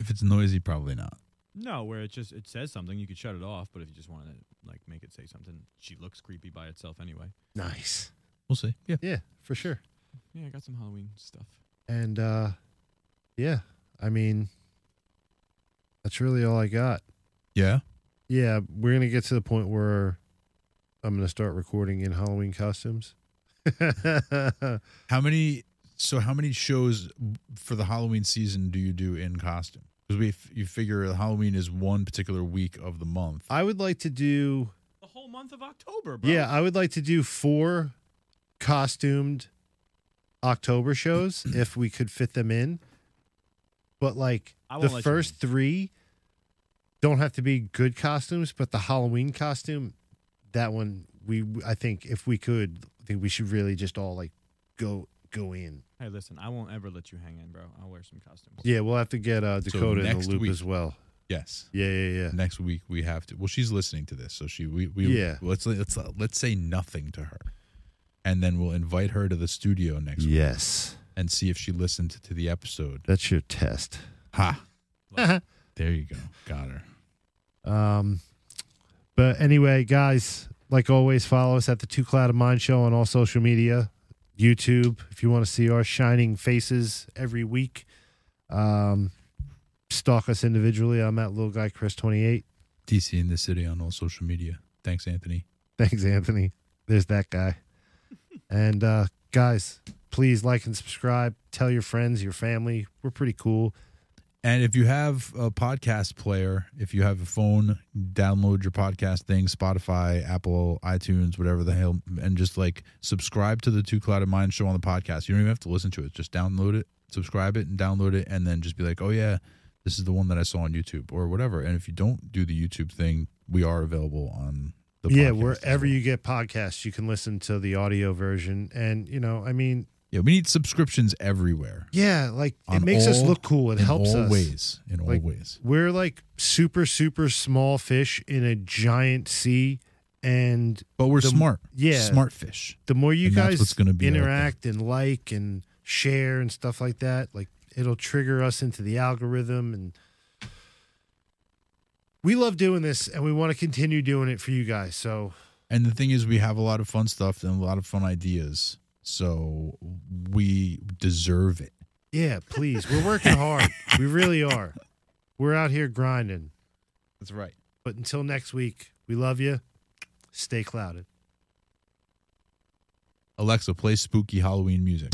Speaker 1: If it's noisy, probably not.
Speaker 3: No, where it just it says something, you could shut it off. But if you just want to like make it say something, she looks creepy by itself anyway.
Speaker 4: Nice.
Speaker 1: We'll see. Yeah.
Speaker 4: Yeah, for sure.
Speaker 3: Yeah, I got some Halloween stuff.
Speaker 4: And uh yeah, I mean that's really all I got.
Speaker 1: Yeah.
Speaker 4: Yeah, we're gonna get to the point where I'm gonna start recording in Halloween costumes.
Speaker 1: How many? So how many shows for the Halloween season do you do in costume? Because we f- you figure Halloween is one particular week of the month.
Speaker 4: I would like to do
Speaker 3: The whole month of October, bro.
Speaker 4: Yeah, I would like to do four costumed October shows if we could fit them in. But like
Speaker 3: I won't
Speaker 4: the
Speaker 3: let you
Speaker 4: first three don't have to be good costumes, but the Halloween costume, that one we I think if we could, I think we should really just all like go go in.
Speaker 3: Hey, listen, I won't ever let you hang in, bro. I'll wear some costumes.
Speaker 4: Yeah, we'll have to get uh, Dakota in the
Speaker 1: next
Speaker 4: loop
Speaker 1: week.
Speaker 4: as well.
Speaker 1: Yes.
Speaker 4: Yeah, yeah, yeah.
Speaker 1: Next week we have to. Well, she's listening to this, so she we we
Speaker 4: Yeah.
Speaker 1: Let's let's let's say nothing to her, and then we'll invite her to the studio next week
Speaker 4: Yes,
Speaker 1: and see if she listened to the episode.
Speaker 4: that's your test.
Speaker 1: Ha! There you go. Got her.
Speaker 4: Um, but anyway, guys, like always, follow us at the Two Cloud of Mind Show on all social media, YouTube, if you want to see our shining faces every week. Um, stalk us individually. I'm at Little Guy Chris 28.
Speaker 1: DC in the city on all social media. Thanks, Anthony.
Speaker 4: Thanks, Anthony. There's that guy. and uh, guys, please like and subscribe. Tell your friends, your family. We're pretty cool.
Speaker 1: And if you have a podcast player, if you have a phone, download your podcast thing, Spotify, Apple, iTunes, whatever the hell, and just like subscribe to the Two Cloud of Mind show on the podcast. You don't even have to listen to it. Just download it, subscribe it, and download it, and then just be like, oh, yeah, this is the one that I saw on YouTube or whatever. And if you don't do the YouTube thing, we are available on the
Speaker 4: yeah,
Speaker 1: podcast as
Speaker 4: wherever
Speaker 1: well.
Speaker 4: you get podcasts, you can listen to the audio version. And, you know, I mean,
Speaker 1: Yeah, we need subscriptions everywhere.
Speaker 4: Yeah, like it
Speaker 1: On
Speaker 4: makes us
Speaker 1: all-
Speaker 4: look cool. It
Speaker 1: in
Speaker 4: helps
Speaker 1: all
Speaker 4: us.
Speaker 1: ways. In all
Speaker 4: Like-
Speaker 1: ways.
Speaker 4: We're like super, super small fish in a giant sea, and
Speaker 1: But we're
Speaker 4: the-
Speaker 1: smart.
Speaker 4: yeah.
Speaker 1: Smart fish.
Speaker 4: the more you
Speaker 1: And that's what's
Speaker 4: guys
Speaker 1: gonna be out there.
Speaker 4: interact and like and share and stuff like that, like it'll trigger us into the algorithm and. We love doing this and we want to continue doing it for you guys. So,
Speaker 1: And the thing is, we have a lot of fun stuff and a lot of fun ideas. So we deserve it.
Speaker 4: yeah, please. We're working hard. we really are. We're out here grinding.
Speaker 1: That's right.
Speaker 4: But until next week, we love you. Stay clouded.
Speaker 1: Alexa, play spooky Halloween music.